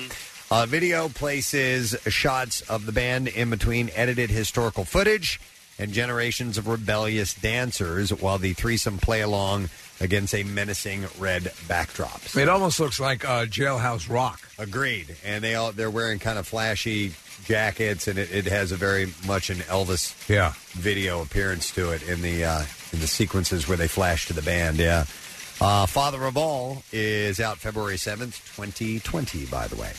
Uh, video places shots of the band in between edited historical footage and generations of rebellious dancers while the threesome play along against a menacing red backdrop. It almost looks like uh, Jailhouse Rock. Agreed. And they all they're wearing kind of flashy jackets, and it, it has a very much an Elvis Yeah. video appearance to it in the uh, in the sequences where they flash to the band. Yeah, uh, Father of All is out February seventh, twenty twenty. By the way.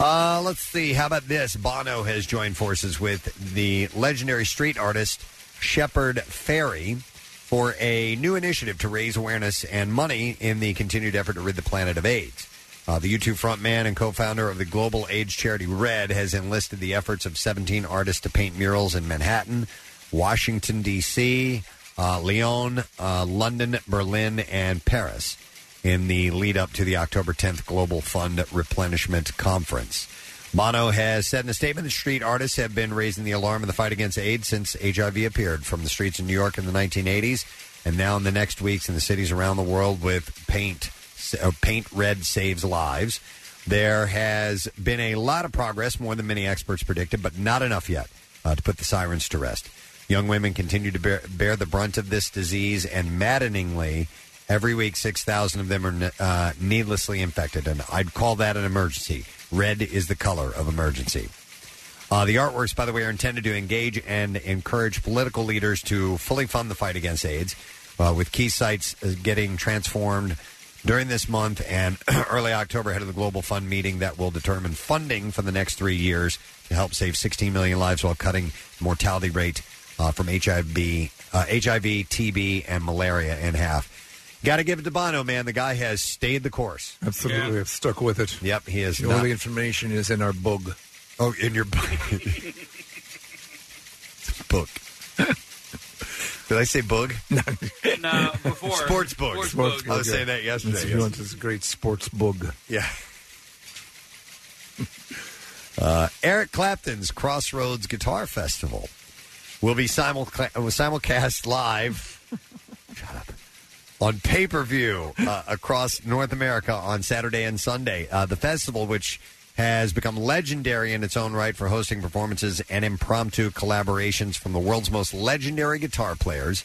Uh, let's see. How about this? Bono has joined forces with the legendary street artist Shepard Ferry for a new initiative to raise awareness and money in the continued effort to rid the planet of AIDS. Uh, the YouTube frontman and co-founder of the global AIDS charity Red has enlisted the efforts of 17 artists to paint murals in Manhattan, Washington D.C., uh, Lyon, uh, London, Berlin, and Paris in the lead up to the October 10th Global Fund Replenishment Conference. Bono has said in a statement that street artists have been raising the alarm in the fight against AIDS since HIV appeared from the streets in New York in the 1980s and now in the next weeks in the cities around the world with paint. uh, Paint Red Saves Lives. There has been a lot of progress, more than many experts predicted, but not enough yet uh, to put the sirens to rest. Young women continue to bear, bear the brunt of this disease, and maddeningly, every week 6,000 of them are ne- uh, needlessly infected. And I'd call that an emergency. Red is the color of emergency. Uh, the artworks, by the way, are intended to engage and encourage political leaders to fully fund the fight against AIDS, uh, with key sites uh, getting transformed during this month and (clears throat) early October ahead of the Global Fund meeting that will determine funding for the next three years to help save 16 million lives while cutting mortality rate uh, from HIV, uh, HIV, TB, and malaria in half. Got to give it to Bono, man. The guy has stayed the course. Absolutely. I've stuck with it. Yep, he is. All not- the information is in our bug. Oh, in your bug. (laughs) (laughs) book. Did I say bug? No. No, before Sports book. I was saying that yesterday. It's, yes. a great sports bug. Yeah. (laughs) Uh, Eric Clapton's Crossroads Guitar Festival will be simulca- uh, simulcast live on pay per view uh, across North America on Saturday and Sunday. Uh, the festival, which has become legendary in its own right for hosting performances and impromptu collaborations from the world's most legendary guitar players,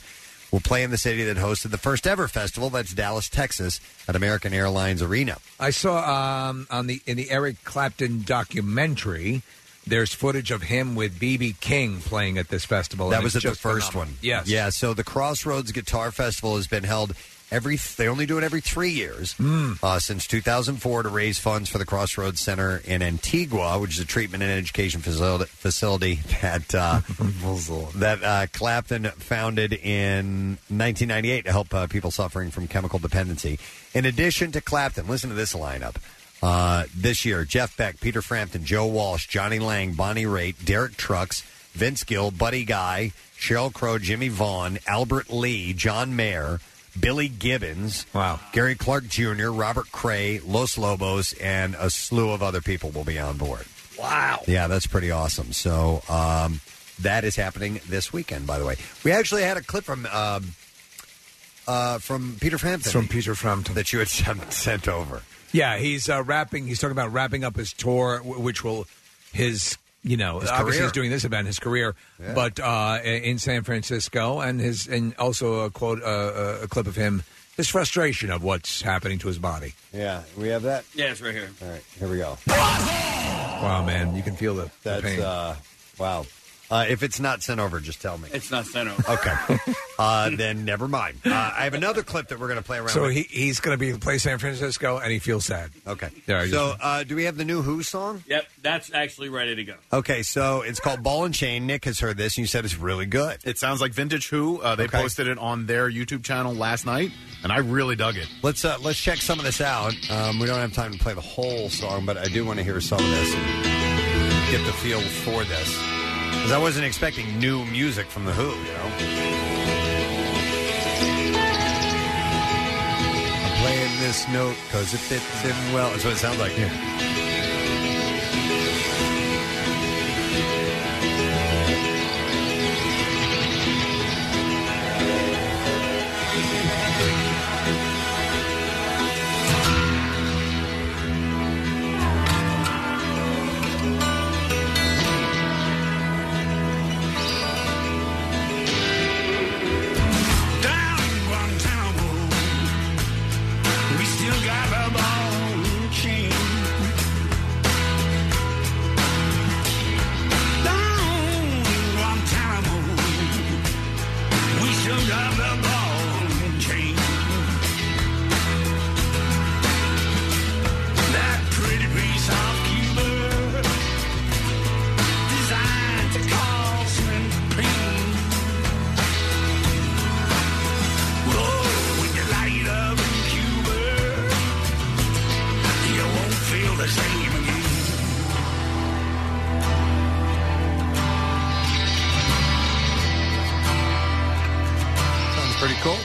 will play in the city that hosted the first ever festival. That's Dallas, Texas, at American Airlines Arena. I saw um, on the in the Eric Clapton documentary. There's footage of him with BB King playing at this festival. That and was at it's the just first phenomenal. one. Yes. Yeah. So the Crossroads Guitar Festival has been held every. They only do it every three years Hmm. uh, since 2004 to raise funds for the Crossroads Center in Antigua, which is a treatment and education facility, facility (laughs) that uh, that uh, Clapton founded in 1998 to help uh, people suffering from chemical dependency. In addition to Clapton, listen to this lineup. Uh, this year, Jeff Beck, Peter Frampton, Joe Walsh, Johnny Lang, Bonnie Raitt, Derek Trucks, Vince Gill, Buddy Guy, Cheryl Crow, Jimmy Vaughn, Albert Lee, John Mayer, Billy Gibbons, wow, Gary Clark Jr., Robert Cray, Los Lobos, and a slew of other people will be on board. Wow, yeah, that's pretty awesome. So um, that is happening this weekend. By the way, we actually had a clip from um uh, from Peter Frampton. From Peter Frampton that you had (laughs) sent, sent over. Yeah, he's uh, wrapping. He's talking about wrapping up his tour, w- which will his you know, His obviously career. he's doing this event, his career, Yeah. but uh, in San Francisco, and his and also a quote, uh, a clip of him, his frustration of what's happening to his body. Yeah, we have that. Yeah, it's right here. All right, here we go. Wow, man, you can feel the, That's pain. uh, wow. Uh, if it's not sent over, just tell me. It's not sent over. Okay, uh, then never mind. Uh, I have another clip that we're going to play around. So with. he, he's going to be play San Francisco, and he feels sad. Okay, yeah, I just- so uh, do we have the new Who song? Yep, that's actually ready to go. Okay, so it's called Ball and Chain. Nick has heard this, and you said it's really good. It sounds like Vintage Who. Uh, they Okay. posted it on their YouTube channel last night, and I really dug it. Let's uh, let's check some of this out. Um, we don't have time to play the whole song, but I do want to hear some of this and get the feel for this because I wasn't expecting new music from the Who. You know, I'm playing this note because it fits in well. That's what it sounds like. Down in Guantanamo, we still got a ball and chain. Down in Guantanamo, we still got a ball and chain. That pretty piece of Cuba, designed to cause pain. When you light up in Cuba, you won't feel the same again. Sounds pretty cool.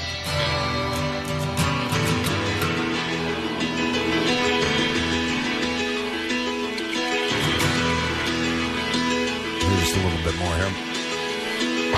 Just a little bit more here.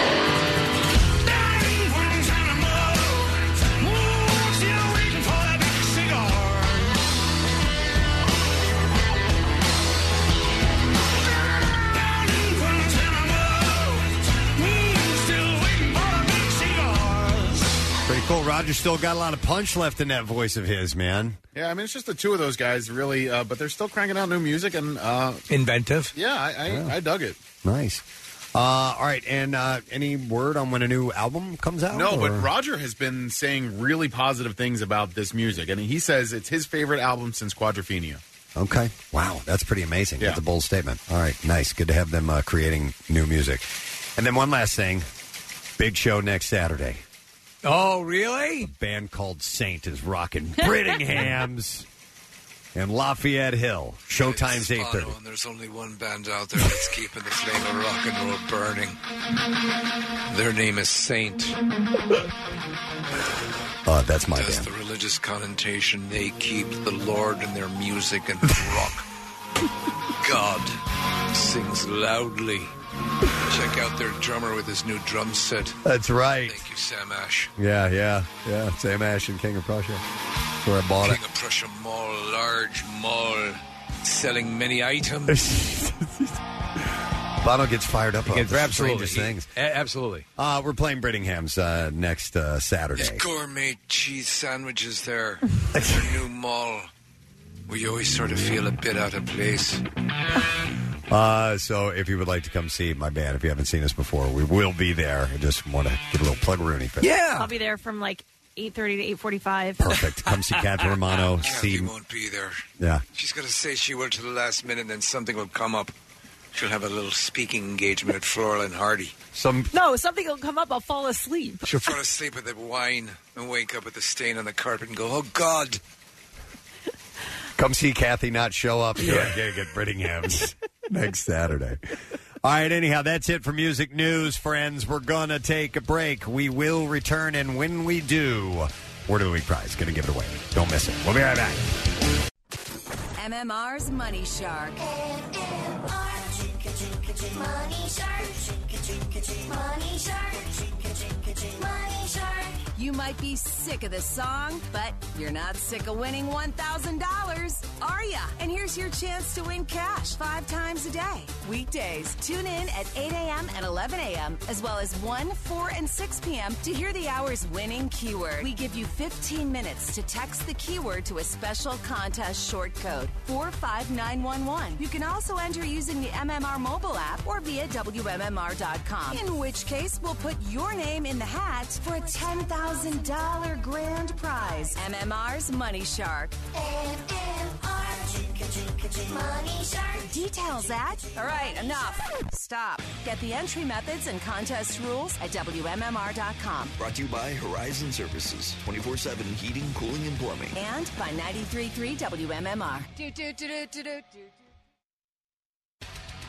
Pretty cool. Roger still got a lot of punch left in that voice of his, man. Yeah, I mean, it's just the two of those guys, really, uh, but they're still cranking out new music, and uh, Inventive. yeah, I, I, I dug it. Nice. Uh, all right, and uh, any word on when a new album comes out? No, but or- Roger has been saying really positive things about this music, and he says it's his favorite album since Quadrophenia. Okay. Wow, that's pretty amazing. Yeah. That's a bold statement. All right, nice. Good to have them uh, creating new music. And then one last thing big show next Saturday. Oh, really? band called Saint is rocking (laughs) Brittingham's and Lafayette Hill. Showtime's eight thirty. Bono, and there's only one band out there that's keeping the flame of rock and roll burning. Their name is Saint. Uh, that's my That's band. the religious connotation. They keep the Lord in their music and (laughs) rock. God sings loudly. Check out their drummer with his new drum set. That's right. Thank you, Sam Ash. Yeah, yeah, yeah. Sam Ash and King of Prussia. That's where I bought King of Prussia Mall, large mall, selling many (laughs) items. Bono gets fired up on It's the absolutely, strangest things. A- absolutely. Uh, we're playing Brittingham's uh, next uh, Saturday. Gourmet cheese sandwiches (laughs) there. their new mall. We always sort of feel a bit out of place. Uh, so if you would like to come see my band, if you haven't seen us before, we will be there. I just want to get a little plug Rooney. for it. I'll be there from like 8:30 to (laughs) 8:45. Perfect. Come (laughs) see Kathy Romano. Kathy See, won't be there. yeah. She's going to say she will to the last minute, and then something will come up. She'll have a little speaking engagement at Floral and Hardy. Some No, something will come up. I'll fall asleep. She'll fall asleep with the wine and wake up with the stain on the carpet and go, "Oh God!" come see Kathy not show up. You're Yeah. like, "Yeah, get Brittingham's next Saturday. All right. Anyhow, that's it for music news, friends. We're gonna take a break. We will return, and when we do, word of the week prize. Gonna give it away. Don't miss it. We'll be right back. MMR's Money Shark. Money shark. You might be sick of the song, but you're not sick of winning $1,000, are ya? And here's your chance to win cash five times a day. Weekdays, tune in at 8 a.m. and 11 a.m., as well as 1, 4, and 6 p.m. to hear the hour's winning keyword. We give you 15 minutes to text the keyword to a special contest short code 45911. You can also enter using the MMR mobile app or via WMMR.com, in which case we'll put your name in the hat for a $10,000 grand prize. MMR's Money Shark. Money Shark. Details at. All right, enough. Stop. Get the entry methods and contest rules at WMMR.com Brought to you by Horizon Services, 24 7 heating, cooling, and plumbing. and by 93.3 WMMR.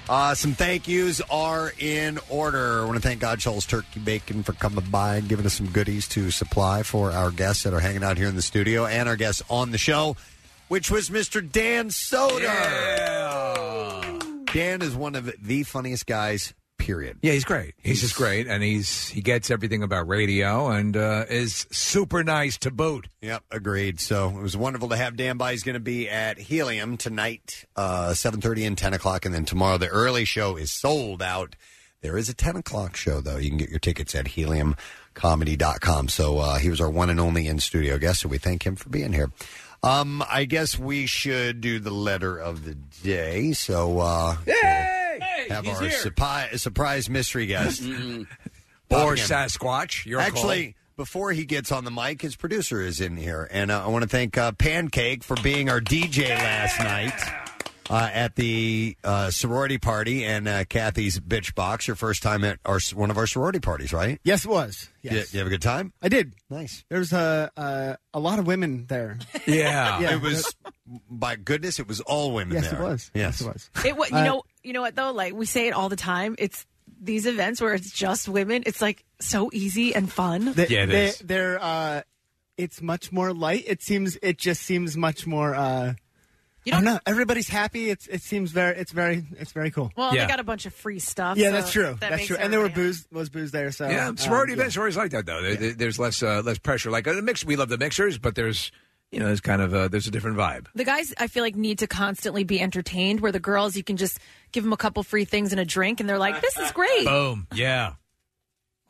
Uh, some thank yous are in order. I want to thank God Shoals Turkey Bacon for coming by and giving us some goodies to supply for our guests that are hanging out here in the studio and our guests on the show, which was Mr. Dan Soder. Dan is one of the funniest guys, period. Yeah, he's great. He's, just great, and he's he gets everything about radio and uh, is super nice to boot. Yep, agreed. So it was wonderful to have Dan by. He's going to be at Helium tonight, uh, seven thirty and ten o'clock, and then tomorrow the early show is sold out. There is a ten o'clock show though. You can get your tickets at heliumcomedy.com. So uh, he was our one and only in studio guest, so we thank him for being here. Um, I guess we should do the letter of the day. So uh, Yay! have our surprise surprise mystery guest Mm-hmm. or Popping in. Sasquatch. Your call. Actually, before he gets on the mic, his producer is in here, and uh, I want to thank uh, Pancake for being our DJ last night. Uh, at the uh, sorority party and uh, Kathy's bitch box, your first time at our one of our sorority parties, right? Yes, it was. Yes. You, you have a good time. I did. Nice. There was a a, a lot of women (laughs) there. Yeah. it was. By goodness, it was all women. Yes, it there. was. Yes, it was. It was, you Uh, know, you know what though? Like we say it all the time. It's these events where it's just women. It's like so easy and fun. They- they, They're uh, it's much more light. It seems. It just seems much more. Uh, you don't, know. Everybody's happy. It's it seems very. It's very. It's very cool. Well, they got a bunch of free stuff. yeah, so that's true. that that's makes true. And there were everybody- booze was booze there. So yeah, um, sorority yeah. events are always like that though. There- there- There's less uh, less pressure. Like uh, the mix, we love the mixers, but there's you know there's kind of uh, there's a different vibe. The guys, I feel like, need to constantly be entertained. Where the girls, you can just give them a couple free things and a drink, and they're like, "This is (laughs) great." What Boom. Yeah.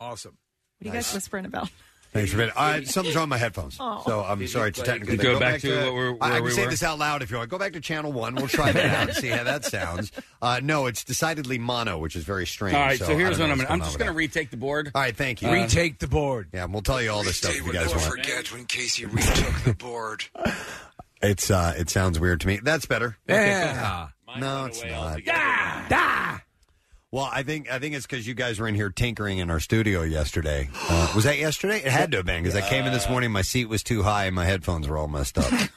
Awesome. are you guys whispering about? Thanks for being. Uh, something's wrong with my headphones, Oh. so I'm sorry. It's like- technically Go back to what we're- I, I where can we say were? this out loud if you want. Go back to channel one. We'll try that out and see how (laughs) that sounds. Uh, no, it's decidedly mono, which is very strange. All right, so, I don't here's know what I'm what's gonna. I'm going on just with gonna retake the board. All right, thank you. Uh, Retake the board. Yeah, and we'll tell you all this stuff if you guys Don't want. forget when Casey retook the (laughs) board. It's uh, it sounds weird to me. That's better. Yeah. No, it's not. Well, I think I think it's because you guys were in here tinkering in our studio yesterday. Uh, was that yesterday? It had to have been because I came in this morning. My seat was too high and my headphones were all messed up. (laughs) I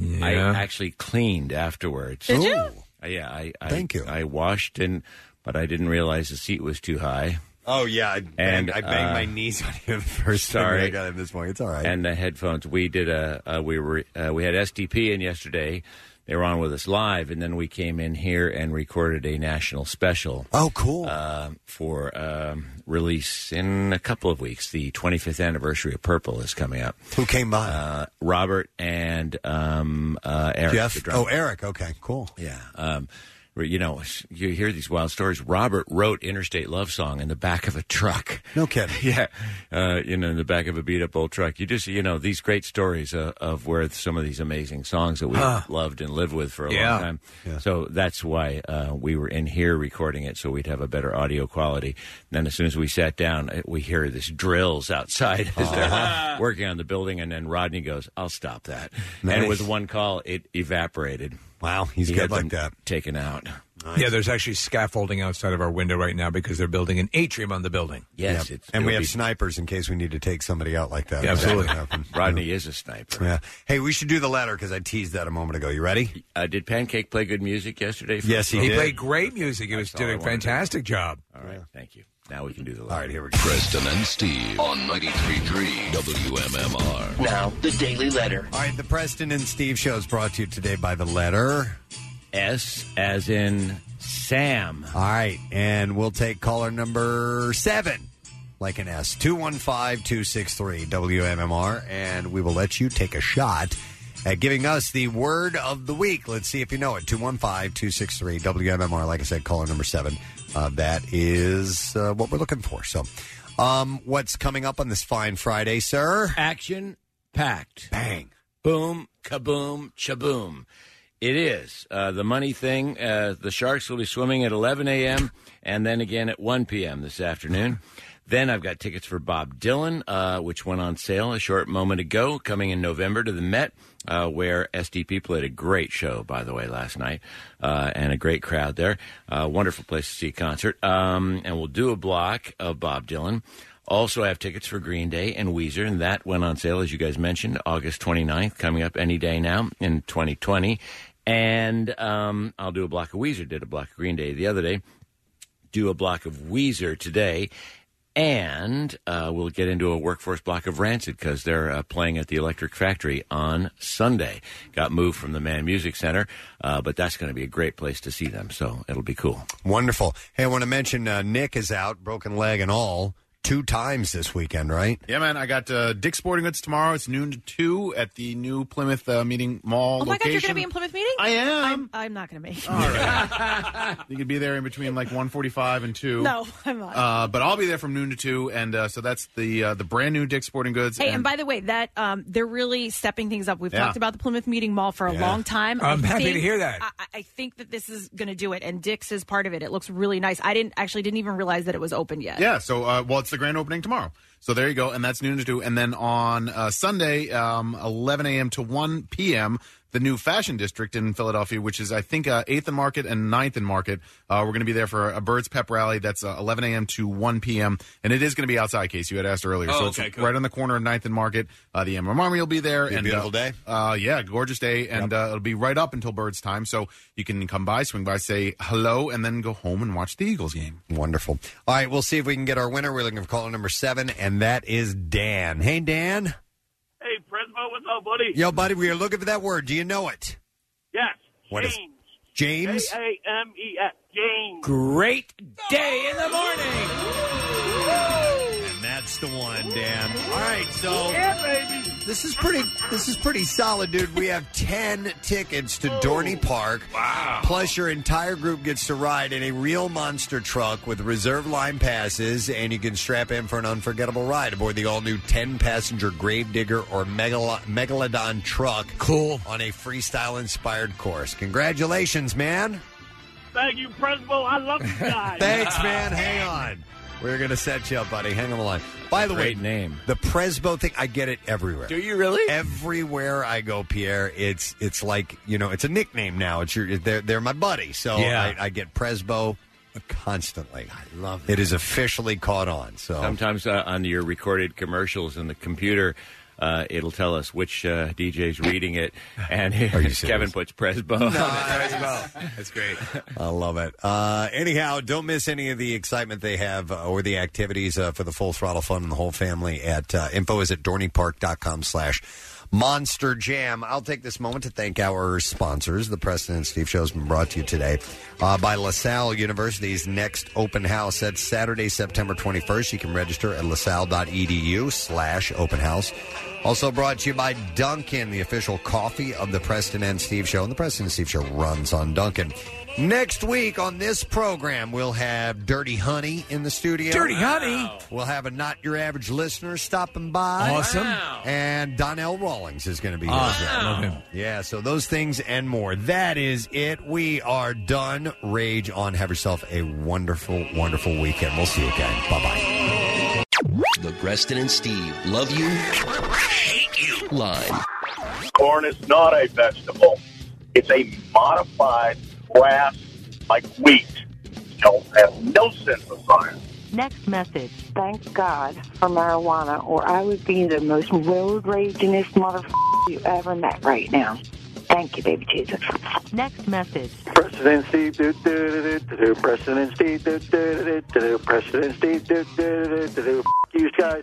Mm. Yeah. actually cleaned afterwards. Did you? Uh, Yeah, I, I Thank you. I washed and, but I didn't realize the seat was too high. Oh yeah, I banged, And, I banged uh, my knees on him first. thing sorry. when I got him this morning. It's all right. And the headphones. We did a, uh we were uh, we had SDP in yesterday. They were on with us live, and then we came in here and recorded a national special. Oh, cool! Uh, for um, release in a couple of weeks, the 25th anniversary of Purple is coming up. Who came by? Uh, Robert and um, uh, Eric. the Jeff. drummer. Oh, Eric. Okay, cool. Yeah. Um, where, you know, you hear these wild stories. Robert wrote Interstate Love Song in the back of a truck. No kidding. (laughs) yeah. Uh, you know, in the back of a beat up old truck. You just, you know, these great stories uh, of where some of these amazing songs that we Huh. loved and lived with for a Yeah. long time. So that's why uh, we were in here recording it so we'd have a better audio quality. And then as soon as we sat down, uh, we hear this drills outside as they're (laughs) working on the building. And then Rodney goes, I'll stop that. Nice. And with one call, it evaporated. Wow, he's He good had like them that. Taken out. Yeah, there's actually scaffolding outside of our window right now because they're building an atrium on the building. Yeah. and we have snipers in case we need to take somebody out like that. Yeah, absolutely. Rodney is a sniper. Yeah. Hey, we should do the letter because I teased that a moment ago. You ready? Uh, did Pancake play good music yesterday? for Yes, us? he, did. played great music. He was all I doing a wanted to do. fantastic job. All right, thank you. Now we can do the. All right, here we go. Preston and Steve on 93.3 WMMR. Now, the Daily Letter. All right, the Preston and Steve show is brought to you today by the letter S as in Sam. All right, and we'll take caller number seven. like an S. 215 263 WMMR, and we will let you take a shot at giving us the word of the week. Let's see if you know it. 215 263 WMMR. Like I said, caller number seven. Uh, that is uh, what we're looking for. So, um, what's coming up on this fine Friday, sir? Action packed. Bang. Boom, kaboom, chaboom. It is uh, the money thing. Uh, the Sharks will be swimming at 11 a.m. and then again at 1 p.m. this afternoon. Then I've got tickets for Bob Dylan, uh, which went on sale a short moment ago, coming in November to the Met, uh, where SDP played a great show, by the way, last night, uh, and a great crowd there. Uh, wonderful place to see a concert. Um, and we'll do a block of Bob Dylan. Also, I have tickets for Green Day and Weezer, and that went on sale, as you guys mentioned, August 29th, coming up any day now in 2020. And um, I'll do a block of Weezer, did a block of Green Day the other day, do a block of Weezer today. And uh, we'll get into a workforce block of Rancid because they're uh, playing at the Electric Factory on Sunday. Got moved from the Man Music Center, uh, but that's going to be a great place to see them, so it'll be cool. Wonderful. Hey, I want to mention uh, Nick is out, broken leg and all, two times this weekend, right? Yeah, man. I got uh, Dick's Sporting Goods tomorrow. It's noon to two at the new Plymouth uh, Meeting Mall. Oh my God, you're going location. to be in Plymouth Meeting? I am. I'm, I'm not going to make it. You could be there in between like one forty-five and (laughs) two. No, I'm not. Uh, but I'll be there from noon to two, and uh, so that's the uh, the brand new Dick's Sporting Goods. Hey, and by the way, that um, they're really stepping things up. We've Yeah. talked about the Plymouth Meeting Mall for a Yeah. long time. I'm I happy to think- hear that. I, I- I think that this is going to do it, and Dick's is part of it. It looks really nice. I didn't actually didn't even realize that it was open yet. Yeah. So, uh, well, it's the grand opening tomorrow. So there you go, and that's noon to two. And then on uh, Sunday, um, 11 a.m. to 1 p.m., the new Fashion District in Philadelphia, which is I think uh, Eighth and Market and 9th and Market. Uh, we're going to be there for a Birds Pep Rally. That's uh, 11 a.m. to 1 p.m. And it is going to be outside. Case you had asked earlier, Oh, so it's okay, cool. right on the corner of 9th and Market. Uh, the MM Army will be there. Be a and beautiful uh, day. Uh, yeah, gorgeous day, and uh, it'll be right up until Birds time. So you can come by, swing by, say hello, and then go home and watch the Eagles game. Wonderful. All right, we'll see if we can get our winner. We're looking for caller number seven, and that is Dan. Hey, Dan. Hey, Presbo, what's up, buddy? Yo, buddy, we are looking for that word. Do you know it? Yes. What is James. James? A-A-M-E-S. E James. Great. Day in the morning. And that's the one, Dan. All right, so baby. this is pretty. This is pretty solid, dude. We have ten tickets to Dorney Park. Oh. Wow! Plus, your entire group gets to ride in a real monster truck with reserve line passes, and you can strap in for an unforgettable ride aboard the all-new ten-passenger Gravedigger or Megalo- Megalodon truck. Cool. On a freestyle-inspired course. Congratulations, man. Thank you, Presbo. I love you guys. Thanks, man. Hang on. We're gonna set you up, buddy. Hang on the line. By the Great way, name. the Presbo thing, I get it everywhere. Do you really? Everywhere I go, Pierre, it's it's like you know, it's a nickname now. It's your they're they're my buddy, so Yeah. I, I get Presbo constantly. I love it. It is officially caught on. So Sometimes uh, on your recorded commercials in the computer, uh, it'll tell us which uh, DJ's reading it, (laughs) and (laughs) Kevin puts Presbo. (laughs) on it. That's great. I love it. Uh, anyhow, don't miss any of the excitement they have uh, or the activities uh, for the Full Throttle Fun and the whole family at uh, info is at dorneypark.com slash Monster Jam. I'll take this moment to thank our sponsors. The Preston and Steve Show has been brought to you today uh, by LaSalle University's next open house. That's Saturday, September 21st. You can register at lasalle.edu slash open house. Also brought to you by Duncan, the official coffee of the Preston and Steve Show. And the Preston and Steve Show runs on Duncan. Next week on this program, we'll have Dirty Honey in the studio. Dirty Honey? We'll have a Not Your Average Listener stopping by. Awesome. And Donnell Rawlings is going to be here. as well. Awesome. Love him. Yeah, so those things and more. That is it. We are done. Rage on. Have yourself a wonderful, wonderful weekend. We'll see you again. Bye bye. The Preston and Steve Love You Line. Corn is not a vegetable. It's a modified grass like wheat. Don't have no sense of science. Next message. Thank God for marijuana, Uh, or I would be the most road ragingest motherfucker you ever met right now. Thank you, baby Jesus. Next message. President Steve, do do do do do. President Steve, do do do do do. President Steve, do do do do do. F- you guys.